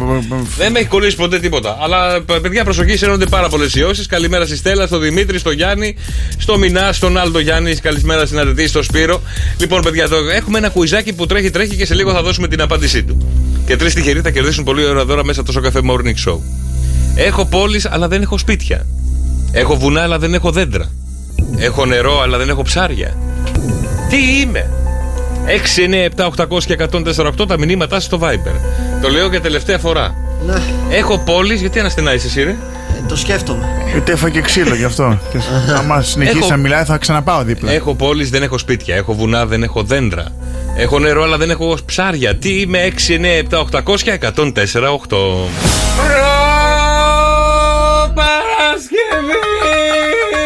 Speaker 7: Δεν με έχει κολλήσει ποτέ τίποτα. Αλλά παι- παιδιά, προσοχή, σέρνονται πάρα πολλές ιώσεις. Καλημέρα στη Στέλλα, στο Δημήτρη, στο Γιάννη, στο Μινά, στον Άλτο Γιάννη. Καλησπέρα στην Αρετή, στο Σπύρο. Λοιπόν, παιδιά, εδώ έχουμε ένα κουιζάκι που τρέχει, τρέχει και σε λίγο θα δώσουμε την απάντησή του. Και τρεις τυχεροί θα κερδίσουν πολύ ωραία δώρα μέσα από το Σοκαφέ Morning Show. Έχω πόλεις, αλλά δεν έχω σπίτια. Έχω βουνά, αλλά δεν έχω δέντρα. Έχω νερό, αλλά δεν έχω ψάρια. Τι είμαι. 6, 9, 7, 800 και 148 τα μηνύματά σας στο Viber. Το λέω για τελευταία φορά. Έχω πόλεις, γιατί αναστενάεις εσύ, ρε.
Speaker 8: Ε, Το σκέφτομαι.
Speaker 4: Γιατί έφαγε ξύλο γι' αυτό. Και σ- άμα συνεχίσει
Speaker 7: Έχω-
Speaker 4: να μιλάει, θα ξαναπάω δίπλα.
Speaker 7: Έχω πόλεις, δεν έχω σπίτια. Έχω βουνά, δεν έχω δέντρα. Έχω νερό, αλλά δεν έχω ψάρια. Τι είμαι 6, 9, 7, 800, 104, 8.
Speaker 12: Παρασκευή!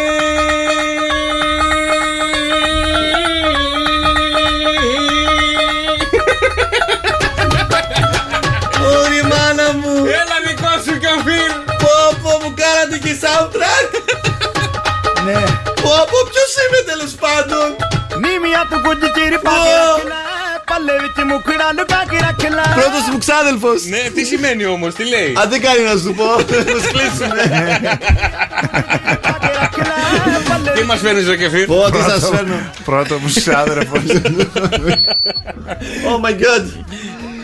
Speaker 8: Ωρη μάνα μου!
Speaker 12: Έλα δικό σου καφίν!
Speaker 8: Πω πω μου κάνατε και soundtrack!
Speaker 4: Ναι.
Speaker 8: Πω πω ποιος είμαι τέλος πάντων!
Speaker 1: ਨੀਮੀਆਂ ਤੂੰ ਕੁਝ ਚਿਰ ਪਾ ਕੇ ਰੱਖ ਲੈ ਪੱਲੇ ਵਿੱਚ ਮੁਖੜਾ ਨੂੰ ਪਾ ਕੇ ਰੱਖ ਲੈ
Speaker 8: Πρώτος μου ξάδελφος!
Speaker 7: Ναι, τι σημαίνει όμως, τι λέει.
Speaker 8: Αν δεν κάνει Ε, να σου πω, να σου κλείσουμε.
Speaker 7: Τι μας φέρνεις ρε κεφίρ.
Speaker 8: Πω, τι σας φέρνω.
Speaker 4: Πρώτο μου ξάδερφο.
Speaker 8: Oh my god.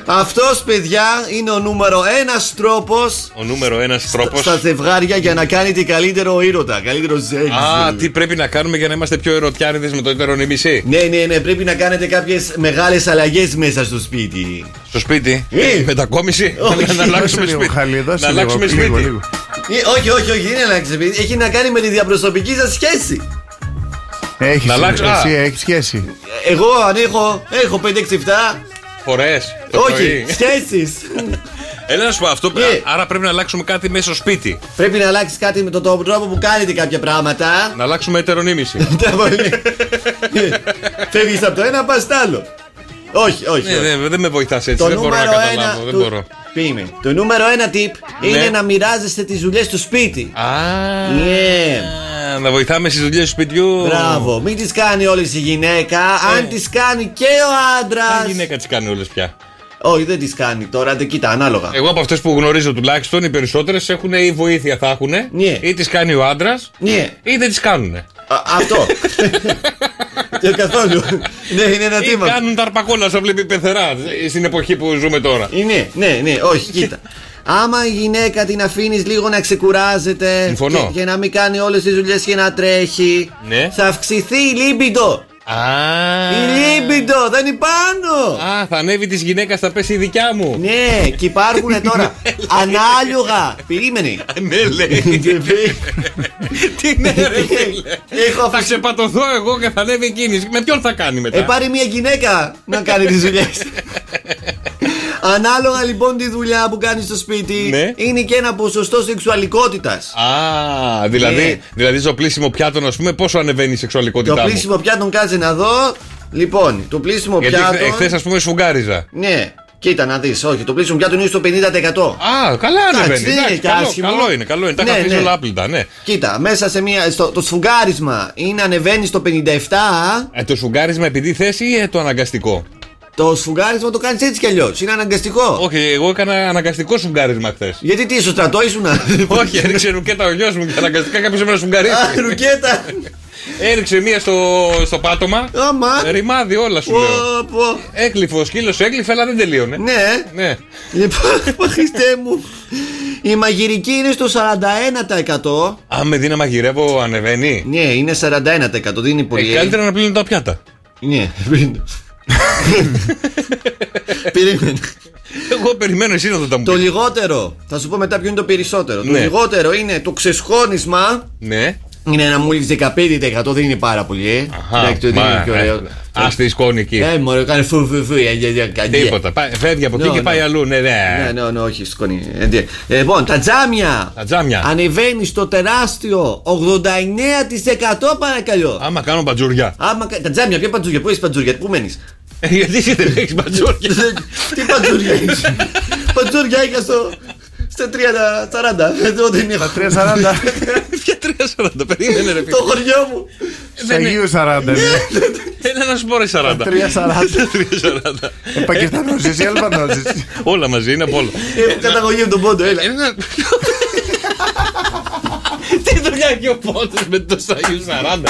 Speaker 8: Αυτός παιδιά είναι ο νούμερο ένας τρόπος
Speaker 7: Ο νούμερο ένας τρόπος.
Speaker 8: στα ζευγάρια για να κάνετε καλύτερο ήρωτα, καλύτερο σεξ.
Speaker 7: Α, τι πρέπει να κάνουμε για να είμαστε πιο ερωτιάριδες με το υπερονιμισή.
Speaker 8: Ναι, ναι, ναι, πρέπει να κάνετε κάποιες μεγάλες αλλαγές μέσα στο σπίτι.
Speaker 7: Στο σπίτι.
Speaker 8: Ε.
Speaker 7: Μετακόμιση.
Speaker 8: Όχι.
Speaker 7: Να- Να αλλάξουμε
Speaker 4: λίγο,
Speaker 7: σπίτι.
Speaker 4: Χαλή, δώσε
Speaker 7: Να
Speaker 4: λίγο,
Speaker 7: αλλάξουμε
Speaker 4: λίγο,
Speaker 7: σπίτι.
Speaker 4: λίγο.
Speaker 8: Ε, όχι, όχι, όχι, είναι αλλάξει σπίτι. Έχει να κάνει με τη διαπροσωπική σας σχέση.
Speaker 4: Έχει
Speaker 7: Να αλλάξω, α.
Speaker 4: σχέση.
Speaker 8: Εγώ αν έχω, έχω 5-6-7.
Speaker 7: Φορές το
Speaker 8: Όχι,
Speaker 7: πρωί.
Speaker 8: σχέσεις. Ε.
Speaker 7: Έλα να σου πω αυτό. Άρα πρέπει να αλλάξουμε κάτι μέσα στο σπίτι.
Speaker 8: Πρέπει να αλλάξεις κάτι με τον τρόπο που κάνετε κάποια πράγματα.
Speaker 7: Να αλλάξουμε ετερονίμηση.
Speaker 8: Τα πολύ. Φεύγεις από το ένα, πας στο άλλο. Όχι, όχι.
Speaker 7: Ναι,
Speaker 8: όχι.
Speaker 7: δεν- δεν με βοηθάς έτσι.
Speaker 8: Το
Speaker 7: Δεν μπορώ να
Speaker 8: νούμερο ένα
Speaker 7: καταλάβω. Δεν
Speaker 8: του-
Speaker 7: μπορώ.
Speaker 8: Τι είναι. Το νούμερο ένα tip είναι
Speaker 7: Ναι.
Speaker 8: να Ναι. μοιράζεστε τις δουλειές του σπίτι.
Speaker 7: Α.
Speaker 8: Yeah.
Speaker 7: Α, Να βοηθάμε στις δουλειές του σπιτιού.
Speaker 8: Μπράβο. Μην τις κάνει όλες η γυναίκα. Αν τις κάνει και ο
Speaker 7: Τι
Speaker 8: άντρα.
Speaker 7: γυναίκα τις κάνει όλες πια.
Speaker 8: Όχι, δεν τις κάνει τώρα. Δεν κοίτα, ανάλογα.
Speaker 7: Εγώ από αυτές που γνωρίζω τουλάχιστον, οι περισσότερες έχουν ή βοήθεια θα έχουν,
Speaker 8: Ναι.
Speaker 7: ή τις κάνει ο άντρας,
Speaker 8: Ναι.
Speaker 7: ή δεν τις κάνουνε.
Speaker 8: Α, Αυτό. Και καθόλου. Ναι, είναι ένα
Speaker 7: Ή
Speaker 8: τίμα.
Speaker 7: κάνουν τα αρπακόλα σαν βλέπει πεθερά ε, στην εποχή που ζούμε τώρα.
Speaker 8: Ε, Ναι, ναι, ναι, όχι, κοίτα. Άμα η γυναίκα την αφήνεις λίγο να ξεκουράζεται
Speaker 7: Συμφωνώ.
Speaker 8: Και, και να μην κάνει όλες τις δουλειές και να τρέχει,
Speaker 7: Ναι.
Speaker 8: θα αυξηθεί η λίμπιντο.
Speaker 7: Α,
Speaker 8: Η λίμπιντο, δεν είναι πάνω.
Speaker 7: α, θα ανέβει της γυναίκας, θα πέσει η δικιά μου.
Speaker 8: Ναι, και υπάρχουν τώρα ανάλογα. Περίμενε.
Speaker 7: Ναι, λέει.
Speaker 8: Και πει,
Speaker 7: Τι ναι, ρε φίλε.
Speaker 8: Έχω
Speaker 7: Θα
Speaker 8: αφήσει.
Speaker 7: ξεπατωθώ εγώ και θα ανέβει εκείνης. Με ποιον θα κάνει
Speaker 8: Ε,
Speaker 7: μετά.
Speaker 8: πάρει μια γυναίκα να κάνει τις δουλειές. Ανάλογα λοιπόν τη δουλειά που κάνεις στο σπίτι,
Speaker 7: Ναι.
Speaker 8: είναι και ένα ποσοστό σεξουαλικότητας
Speaker 7: Α, δηλαδή,
Speaker 8: Ναι.
Speaker 7: δηλαδή στο πλήσιμο πιάτων, ας πούμε, πόσο ανεβαίνει η
Speaker 8: Το
Speaker 7: σεξουαλικότητά μου.
Speaker 8: πλήσιμο πιάτων κάτσε να δω. Λοιπόν, το πλήσιμο
Speaker 7: Γιατί
Speaker 8: πιάτων.
Speaker 7: εχθές, ας πούμε, σφουγγάριζα.
Speaker 8: Ναι, κοίτα να δεις. Όχι, το πλήσιμο πιάτων είναι στο 50%.
Speaker 7: Α, καλά ανεβαίνει.
Speaker 8: δεν είναι
Speaker 7: Εντάξει,
Speaker 8: και
Speaker 7: καλό,
Speaker 8: άσχημο.
Speaker 7: καλό είναι, καλό είναι. Τα
Speaker 8: Ναι,
Speaker 7: ναι,
Speaker 8: ναι.
Speaker 7: όλα άπλυτα, ναι.
Speaker 8: Κοίτα, μέσα σε μια. Στο, το σφουγγάρισμα είναι ανεβαίνει στο 57.
Speaker 7: Ε, το σφουγγάρισμα επειδή θέση ή ε, το αναγκαστικό.
Speaker 8: Το σφουγγάρισμα το κάνεις έτσι κι αλλιώς. Είναι αναγκαστικό.
Speaker 7: Όχι, εγώ έκανα αναγκαστικό σφουγγάρισμα χθες.
Speaker 8: Γιατί τι, στο στρατό ήσουν.
Speaker 7: Όχι, έριξε ρουκέτα ο γιος μου και αναγκαστικά κάποιος με
Speaker 8: Α,
Speaker 7: σφουγγαρίσει.
Speaker 8: ρουκέτα.
Speaker 7: Έριξε μία στο, στο πάτωμα.
Speaker 8: Άμα.
Speaker 7: Ρημάδι, όλα σου
Speaker 8: Πω,
Speaker 7: λέω.
Speaker 8: πω.
Speaker 7: Έκλειφε ο σκύλος, έκλειφε, αλλά δεν τελείωνε.
Speaker 8: Ναι.
Speaker 7: Ναι.
Speaker 8: Λοιπόν, πω, Χριστέ μου. Η μαγειρική είναι στο 41%.
Speaker 7: Αν με δει να μαγειρεύω, ανεβαίνει.
Speaker 8: Ναι, είναι 41%. Δεν είναι πολύ.
Speaker 7: Ε, καλύτερα να πλύνω τα πιάτα.
Speaker 8: Ναι, πριν. Περίμενε.
Speaker 7: Εγώ περιμένω εσύ να το μου
Speaker 8: Το
Speaker 7: πεις.
Speaker 8: λιγότερο, θα σου πω μετά ποιο είναι το περισσότερο. Το
Speaker 7: Ναι.
Speaker 8: λιγότερο είναι το ξεσχώνισμα.
Speaker 7: Ναι.
Speaker 8: Είναι ένα μόλι 15% δεν είναι πάρα πολύ. ε.
Speaker 7: Αχα,
Speaker 8: Εντάξει, το δεν
Speaker 7: μα,
Speaker 8: είναι πιο ωραίο.
Speaker 7: ε, ας τη σκόνη εκεί.
Speaker 8: Ε, μωρέ, κάνει φου φου φου. ε, ε, ε, ε, ε.
Speaker 7: Τίποτα. Πάει- Φεύγει από εκεί
Speaker 8: Ναι,
Speaker 7: και
Speaker 8: ναι.
Speaker 7: πάει αλλού. Ναι,
Speaker 8: Ναι,
Speaker 7: ναι.
Speaker 8: ναι, ναι, όχι, σκόνη. Ε, τι. Ε, Λοιπόν, τα τζάμια.
Speaker 7: Τα τζάμια.
Speaker 8: Ανεβαίνει στο τεράστιο 89% παρακαλώ.
Speaker 7: Άμα κάνω μπατζούρια.
Speaker 8: Άμα κα- τα τζάμια, ποια παντζούρια, πού είσαι παντζούρια, πού μένεις.
Speaker 7: Ε, Γιατί εσύ δεν έχεις μπατζούρια.
Speaker 8: Τι παντζούρια είσαι. Παντζούρια είχα στο. Στα 30-40. Εδώ δεν έχω.
Speaker 4: 3.40.
Speaker 7: Ποια 3,40 περίμενε ρε φίλε.
Speaker 8: Το χωριό μου.
Speaker 7: Ε,
Speaker 4: Στα Αγίου 40. ναι.
Speaker 7: Έλα να σου πω ρε 40.
Speaker 4: 3.40.
Speaker 7: 3,40.
Speaker 4: Ε, Πακιστανός εσύ, Αλβανός εσύ.
Speaker 7: Όλα μαζί είναι από όλα.
Speaker 8: Έχω καταγωγή από τον πόντο, έλα.
Speaker 7: Ένα- Τι δουλειά έχει ο Πόντος με το Σαγίου 40.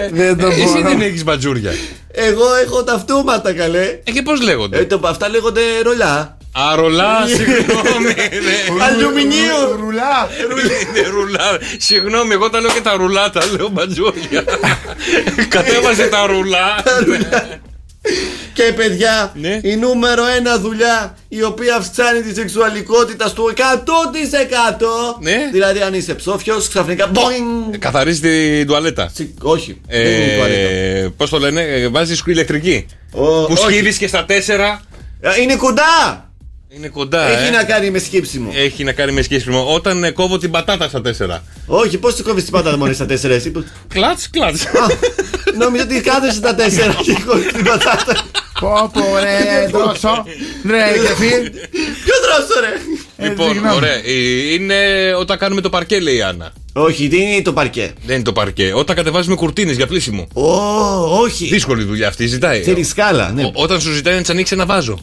Speaker 4: Ε, Δεν το
Speaker 7: Ε, Εσύ δεν
Speaker 4: μπορώ.
Speaker 7: έχεις μπατζούρια.
Speaker 8: Εγώ έχω τα αυτόματα καλέ.
Speaker 7: Ε, και πώς λέγονται.
Speaker 8: Ε, το- αυτά λέγονται ρολά.
Speaker 7: Αρολά, συγγνώμη. ναι.
Speaker 8: Αλουμινίου.
Speaker 4: Ρουλά.
Speaker 7: Είναι ρουλά. Συγγνώμη, εγώ τα λέω και τα ρουλά, τα λέω μπατζούρια. Κατέβασε τα ρουλά.
Speaker 1: Και παιδιά, η νούμερο ένα δουλειά η οποία αυξάνει τη σεξουαλικότητα στο 100%.
Speaker 7: Ναι.
Speaker 1: Δηλαδή, αν είσαι ψόφιος, ξαφνικά. boing,
Speaker 7: Καθαρίζεις την τουαλέτα.
Speaker 1: Όχι.
Speaker 7: Ε, Πώς το λένε, ε, βάζεις ηλεκτρική. που
Speaker 1: όχι.
Speaker 7: σκύβεις και στα τέσσερα.
Speaker 1: Ε, Είναι κοντά!
Speaker 7: Είναι κοντά.
Speaker 1: Έχει
Speaker 7: ε.
Speaker 1: να κάνει με σκύψιμο.
Speaker 7: Έχει να κάνει με σκέψιμο. Όταν ε, κόβω την πατάτα στα τέσσερα.
Speaker 1: Όχι, πώς τη κόβεις την πατάτα μόνο στα τέσσερα, εσύ.
Speaker 7: Κλατ, κλατ.
Speaker 1: Νόμιζα ότι κάθεσαι στα τέσσερα και κόβεις την πατάτα.
Speaker 4: Πω πω ρε, τρώσω. Ρε, Ε, και φύγει.
Speaker 1: Ποιο τρώσο, ρε!
Speaker 7: Λοιπόν, ωραία. Ε, Είναι όταν κάνουμε το παρκέ, λέει η Άννα.
Speaker 1: Όχι, δεν είναι το παρκέ.
Speaker 7: Δεν είναι το παρκέ. Όταν κατεβάζουμε κουρτίνες για πλήσιμο.
Speaker 1: Ω, όχι.
Speaker 7: Δύσκολη δουλειά αυτή, ζητάει.
Speaker 1: Θέλεις σκάλα, ναι.
Speaker 7: Ό- όταν σου ζητάει να τη ανοίξεις ένα βάζο.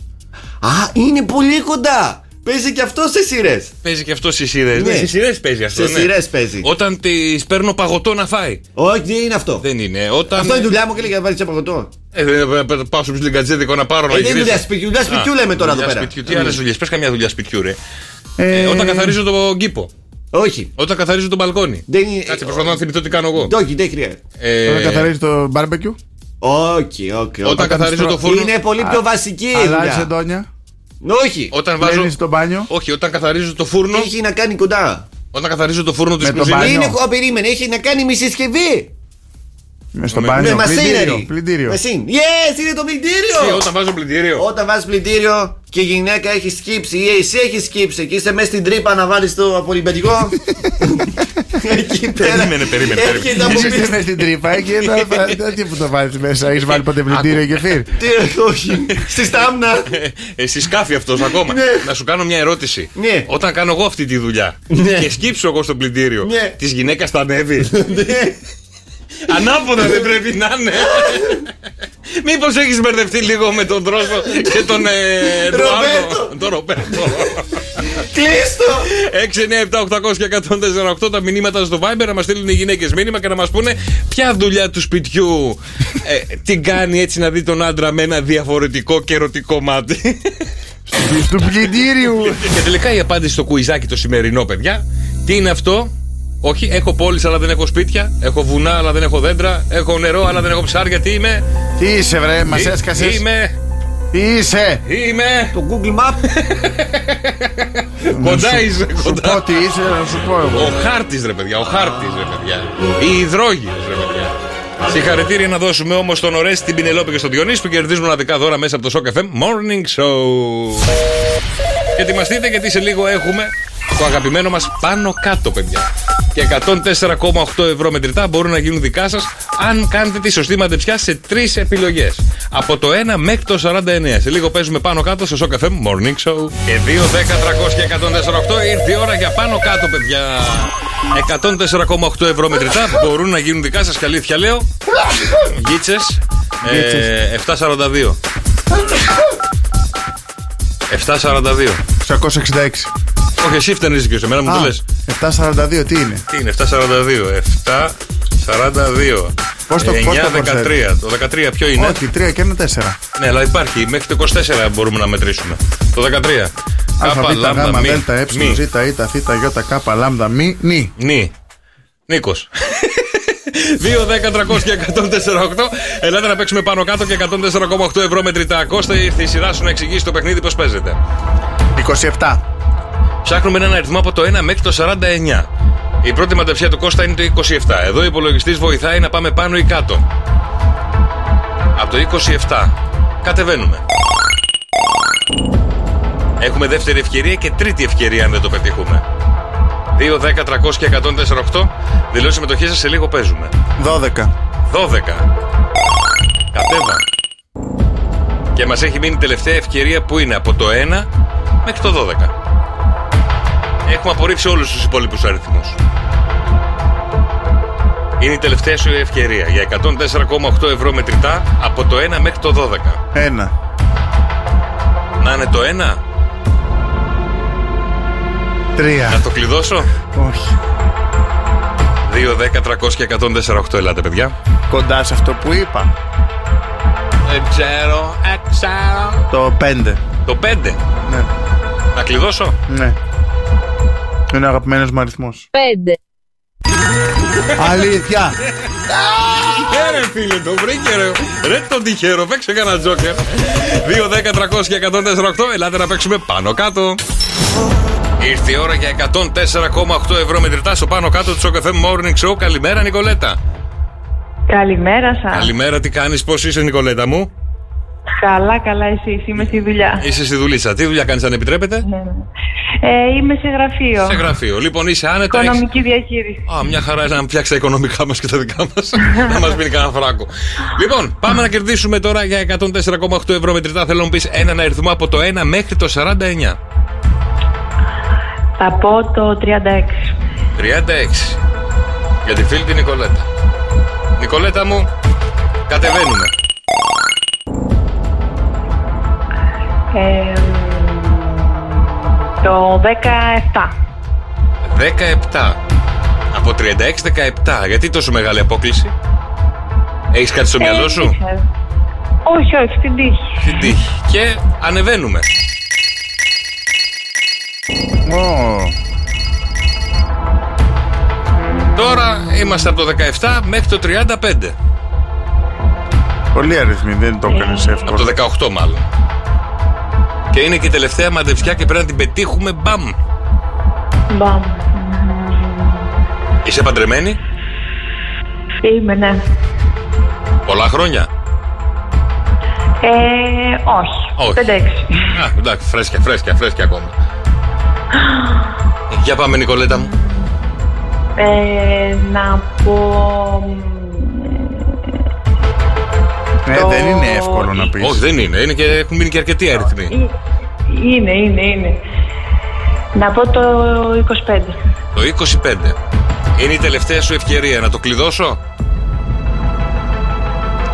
Speaker 1: Α, είναι πολύ κοντά! Παίζει και αυτό σε σειρές.
Speaker 7: Παίζει και αυτό σε σειρές.
Speaker 1: Ναι.
Speaker 7: Ναι. Σε σειρές παίζει αυτό.
Speaker 1: Σε
Speaker 7: ναι.
Speaker 1: σειρές παίζει.
Speaker 7: Όταν τη παίρνω παγωτό να φάει.
Speaker 1: Όχι, δεν είναι αυτό.
Speaker 7: Δεν είναι. Όταν...
Speaker 1: Αυτό είναι η δουλειά μου και λέει να βάλει ένα παγωτό.
Speaker 7: Ε, ε, ε, πάω σου πει κατζέδικο να πάρω
Speaker 1: Ε,
Speaker 7: να
Speaker 1: δεν
Speaker 7: γυρίσω.
Speaker 1: είναι δουλειά σπιτιού, δουλειά
Speaker 7: Α,
Speaker 1: σπιτιού λέμε τώρα εδώ
Speaker 7: δουλειά
Speaker 1: πέρα.
Speaker 7: σπιτιού. Τι
Speaker 1: Ε,
Speaker 7: άλλες
Speaker 1: ναι.
Speaker 7: δουλειές. Πες καμιά δουλειά σπιτιού, ρε.
Speaker 4: Ε,
Speaker 7: Ε, όταν καθαρίζω τον κήπο.
Speaker 1: Όχι.
Speaker 7: Όταν καθαρίζω τον μπαλκόνι.
Speaker 1: Δεν είναι...
Speaker 7: Κάτσε, προσπαθώ να θυμηθώ τι κάνω εγώ.
Speaker 1: Όχι, δεν χρειάζεται.
Speaker 7: Ε,
Speaker 4: Όταν καθαρίζεις το μπάρμπεκιου.
Speaker 1: Όχι, όχι.
Speaker 7: Όταν καθαρίζω το φούρνο.
Speaker 1: Είναι πολύ πιο βασική η
Speaker 4: Αλλάζει
Speaker 1: δουλειά.
Speaker 4: εντόνια.
Speaker 1: Όχι.
Speaker 7: Όταν βάζω.
Speaker 4: Μπαίνει στο μπάνιο.
Speaker 7: Όχι, όταν καθαρίζω το φούρνο.
Speaker 1: Έχει να κάνει κοντά.
Speaker 7: Όταν καθαρίζω το φούρνο της
Speaker 4: Με το
Speaker 7: κουζίνας.
Speaker 4: μπάνιο.
Speaker 1: Είναι κο- περίμενε, έχει να κάνει με συσκευή.
Speaker 4: Με ε, στο
Speaker 7: Με-
Speaker 1: Με
Speaker 4: μπάνιο. Πλυντήριο.
Speaker 1: μασίνερη.
Speaker 4: πλυντήριο.
Speaker 1: Μασίν. Yes, είναι το
Speaker 7: Τι,
Speaker 1: πλυντήριο.
Speaker 7: Ε, Όταν βάζω πλυντήριο.
Speaker 1: Όταν βάζεις πλυντήριο και η γυναίκα έχει σκύψει ή εσύ έχεις σκύψει και είσαι μέσα στην τρύπα να βάλεις το απολυμπεντικό. Εκεί πέρα.
Speaker 7: Περίμενε, περίμενε.
Speaker 1: Έρχεται
Speaker 7: περίμενε.
Speaker 1: από
Speaker 4: Είσαι
Speaker 1: πίσω.
Speaker 4: μες στην τρύπα και δεν θα- δεν τι που το βάζεις μέσα. Έχεις βάλει ποτέ πλυντήριο και φύρ.
Speaker 1: Τι, όχι. Στη στάμνα.
Speaker 7: Ε, Εσύ σκάφει αυτός ακόμα.
Speaker 1: Ναι.
Speaker 7: Να σου κάνω μια ερώτηση.
Speaker 1: Ναι.
Speaker 7: Όταν κάνω εγώ αυτή τη δουλειά
Speaker 1: Ναι.
Speaker 7: και σκύψω εγώ στο πλυντήριο,
Speaker 1: Ναι.
Speaker 7: της γυναίκας θα ανέβει.
Speaker 1: Ναι.
Speaker 7: Ανάποδα δεν πρέπει να είναι. Μήπως έχεις μπερδευτεί λίγο με τον Τρόσο και τον ε, Εντουάρδο.
Speaker 1: Ρομπέρτο.
Speaker 7: Τον Ρομπέρτο.
Speaker 1: Κλείστο.
Speaker 7: 6, 9, 7, 800 και 148 τα μηνύματα στο Viber να μας στείλουν οι γυναίκες μήνυμα και να μας πούνε ποια δουλειά του σπιτιού ε, την κάνει έτσι να δει τον άντρα με ένα διαφορετικό και ερωτικό μάτι.
Speaker 4: Του πλυντήριου.
Speaker 7: Και τελικά η απάντηση στο κουιζάκι το σημερινό, παιδιά. Τι είναι αυτό. Όχι, έχω πόλεις αλλά δεν έχω σπίτια. Έχω βουνά αλλά δεν έχω δέντρα. Έχω νερό αλλά δεν έχω ψάρια. Τι είμαι.
Speaker 4: Τι είσαι, βρε, μας
Speaker 7: Τι-
Speaker 4: έσκασες.
Speaker 7: Είμαι.
Speaker 4: Τι είσαι.
Speaker 7: Είμαι.
Speaker 1: Το Google Map.
Speaker 7: Κοντά Ναι, είσαι.
Speaker 4: Σου
Speaker 7: Κοντά.
Speaker 4: πω τι είσαι, να σου πω εγώ.
Speaker 7: Ο χάρτης, ρε παιδιά. Ο χάρτης, ρε παιδιά. Οι υδρόγειε, ρε παιδιά. Συγχαρητήρια να δώσουμε όμως τον Ορέστη, την Πινελόπη και στον Διονύση που κερδίζουν μοναδικά δώρα μέσα από το Shock FM Morning Show. Ετοιμαστείτε γιατί σε λίγο έχουμε το αγαπημένο μας πάνω κάτω, παιδιά. Και 104,8 ευρώ μετρητά μπορούν να γίνουν δικά σας αν κάνετε τη σωστή μαντεψιά σε τρεις επιλογές. Από το 1 μέχρι το 49. Σε λίγο παίζουμε πάνω κάτω στο Shock FM Morning Show. Και 2, 10, 300 και 104,8 ήρθε η ώρα για πάνω κάτω, παιδιά. 104,8 ευρώ μετρητά μπορούν να γίνουν δικά σας. Καλή αλήθεια λέω. ε, Γίτσε. 7,42. 7,42.
Speaker 4: 666.
Speaker 7: Όχι, εσύ φτανίζει και σε μένα μου
Speaker 4: Α,
Speaker 7: το λε.
Speaker 4: 742, τι είναι.
Speaker 7: Τι είναι, 7,42. 7,42.
Speaker 4: Πώς το-
Speaker 7: 9,
Speaker 4: πώς το
Speaker 7: 13. Το 13 ποιο είναι.
Speaker 4: Όχι, 3 και ένα 4.
Speaker 7: Ναι, αλλά υπάρχει. Μέχρι το 24 μπορούμε να μετρήσουμε. Το 13.
Speaker 4: Α,
Speaker 7: Κάπα,
Speaker 4: Β,
Speaker 7: λάμδα,
Speaker 4: Γ,
Speaker 7: μη.
Speaker 4: Δ, Ε,
Speaker 7: μη.
Speaker 4: Ζ, Ι, Θ, Ι, Κ, Λ, Μ, Νι.
Speaker 7: Νι. Νίκο. 2, 10, 300 και 104,8. Ελάτε να παίξουμε πάνω κάτω και 104,8 ευρώ μετρητά. Κώστα, ήρθε η σειρά σου να εξηγήσει το παιχνίδι πώς παίζεται.
Speaker 4: 27.
Speaker 7: Ψάχνουμε έναν αριθμό από το 1 μέχρι το 49. Η πρώτη μαντεψιά του Κώστα είναι το 27. Εδώ ο υπολογιστής βοηθάει να πάμε πάνω ή κάτω. Από το 27. Κατεβαίνουμε. Έχουμε δεύτερη ευκαιρία και τρίτη ευκαιρία αν δεν το πετύχουμε. 2, 10, 300 και 104,8. Δηλώσει συμμετοχή σας σε λίγο παίζουμε.
Speaker 4: 12.
Speaker 7: 12. Κατέβα. Και μας έχει μείνει η τελευταία ευκαιρία που είναι από το 1 μέχρι το 12. Έχουμε απορρίψει όλους τους υπόλοιπους αριθμούς. Είναι η τελευταία σου ευκαιρία για 104,8 ευρώ μετρητά από το 1 μέχρι το 12.
Speaker 4: 1.
Speaker 7: Να είναι το 1,
Speaker 4: 3.
Speaker 7: να το κλειδώσω.
Speaker 4: Όχι.
Speaker 7: 2, 10, 300 και 104,8 ελάτε παιδιά.
Speaker 4: Κοντά σε αυτό που είπα.
Speaker 7: Δεν ξέρω, έξαρο.
Speaker 4: Το 5.
Speaker 7: Το 5,
Speaker 4: Ναι.
Speaker 7: να κλειδώσω.
Speaker 4: Ναι. Είναι ο αγαπημένος μου αριθμός.
Speaker 9: Πέντε.
Speaker 4: Αλήθεια.
Speaker 7: Ναι, ρε φίλε, το βρήκε ρε. Ρε τον τυχερό, παίξε κανένα τζόκερ. 2, 10, 300 και 148, ελάτε να παίξουμε πάνω κάτω. Ήρθε η ώρα για 104,8 ευρώ μετρητά στο πάνω κάτω του Σοκαφέ Morning Show. Καλημέρα, Νικολέτα.
Speaker 11: Καλημέρα σας.
Speaker 7: Καλημέρα, τι κάνεις, πώς είσαι, Νικολέτα μου.
Speaker 11: Καλά, καλά, εσύ. Είμαι στη δουλειά.
Speaker 7: Είσαι στη δουλίτσα. Τι δουλειά κάνεις, αν επιτρέπετε.
Speaker 11: Ναι. Ε, είμαι σε γραφείο.
Speaker 7: Σε γραφείο. Λοιπόν, είσαι άνετα. έχεις-
Speaker 11: Οικονομική διαχείριση.
Speaker 7: Α, μια χαρά είναι να φτιάξεις τα οικονομικά μας και τα δικά μας. να μας πίνει κανένα φράγκο. Λοιπόν, πάμε να κερδίσουμε τώρα για 104,8 ευρώ μετρητά. Θέλω να πει έναν αριθμό από το 1 μέχρι το 49.
Speaker 11: Θα πω το 36.
Speaker 7: 36. Για τη φίλη την Νικολέτα. Νικολέτα μου, κατεβαίνουμε.
Speaker 11: Ε, το 17.
Speaker 7: 17. Από 36-17. Γιατί τόσο μεγάλη απόκληση. Έχεις κάτι στο μυαλό
Speaker 11: Ε, δεν
Speaker 7: σου.
Speaker 11: ξέρω. όχι, όχι, στην τύχη.
Speaker 7: Στην τύχη. Και ανεβαίνουμε. Τώρα είμαστε από το 17 μέχρι το 35.
Speaker 4: Πολύ αριθμοί, δεν το έκανε
Speaker 7: Από
Speaker 4: εύκολο.
Speaker 7: το 18 μάλλον. Και είναι και η τελευταία μαντευσιά και πρέπει να την πετύχουμε. Μπαμ.
Speaker 11: Μπαμ.
Speaker 7: Είσαι παντρεμένη.
Speaker 11: Είμαι, ναι.
Speaker 7: Πολλά χρόνια.
Speaker 11: Ε, όχι.
Speaker 7: Όχι.
Speaker 11: 5-6.
Speaker 7: Α, εντάξει, φρέσκια, φρέσκια, φρέσκια ακόμα. Για πάμε, Νικολέτα μου.
Speaker 11: Ε, να πω...
Speaker 4: Ε, δεν είναι εύκολο να πεις.
Speaker 7: Όχι, δεν είναι. είναι και, έχουν μείνει και αρκετοί αριθμοί.
Speaker 11: ε, Είναι, είναι, είναι. Να πω το 25.
Speaker 7: Το 25. Είναι η τελευταία σου ευκαιρία να το κλειδώσω.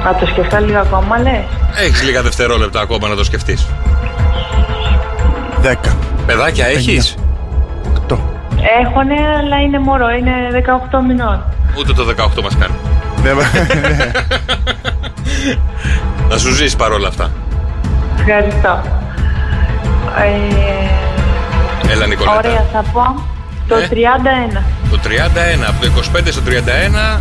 Speaker 11: Να το σκεφτώ λίγο ακόμα, λες.
Speaker 7: Έχεις λίγα δευτερόλεπτα ακόμα να το σκεφτείς.
Speaker 4: 10.
Speaker 7: Παιδάκια έχει.
Speaker 11: Έχω ναι, αλλά είναι μωρό, είναι 18 μηνών.
Speaker 7: Ούτε το 18 μας κάνει. ναι. Να σου ζήσει παρόλα αυτά.
Speaker 11: Ευχαριστώ. Ε,
Speaker 7: Έλα, Νικολέτα.
Speaker 11: ωραία, θα πω το 31.
Speaker 7: Το 31, από το 25 στο 31.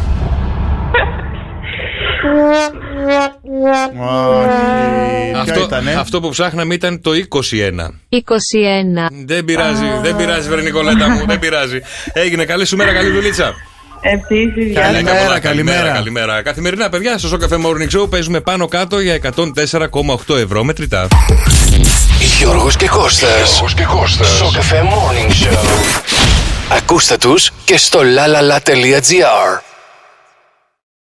Speaker 7: Αυτό, αυτό που ψάχναμε ήταν το 21.
Speaker 6: 21.
Speaker 7: Δεν πειράζει, δεν πειράζει, βρε Νικολέτα μου, δεν πειράζει. Έγινε, καλή σου μέρα, καλή δουλίτσα.
Speaker 11: Επίσης,
Speaker 7: Καλημέρα,
Speaker 11: γεια
Speaker 7: καλημέρα, καλημέρα, καλημέρα. Καθημερινά, παιδιά, στο Σοκαφέ Morning Show παίζουμε πάνω κάτω για 104,8 ευρώ μετρητά.
Speaker 3: Γιώργος και Κώστας. Γιώργος και Κώστας. Στο Cafe Morning Show. Ακούστε τους και στο lalala.gr.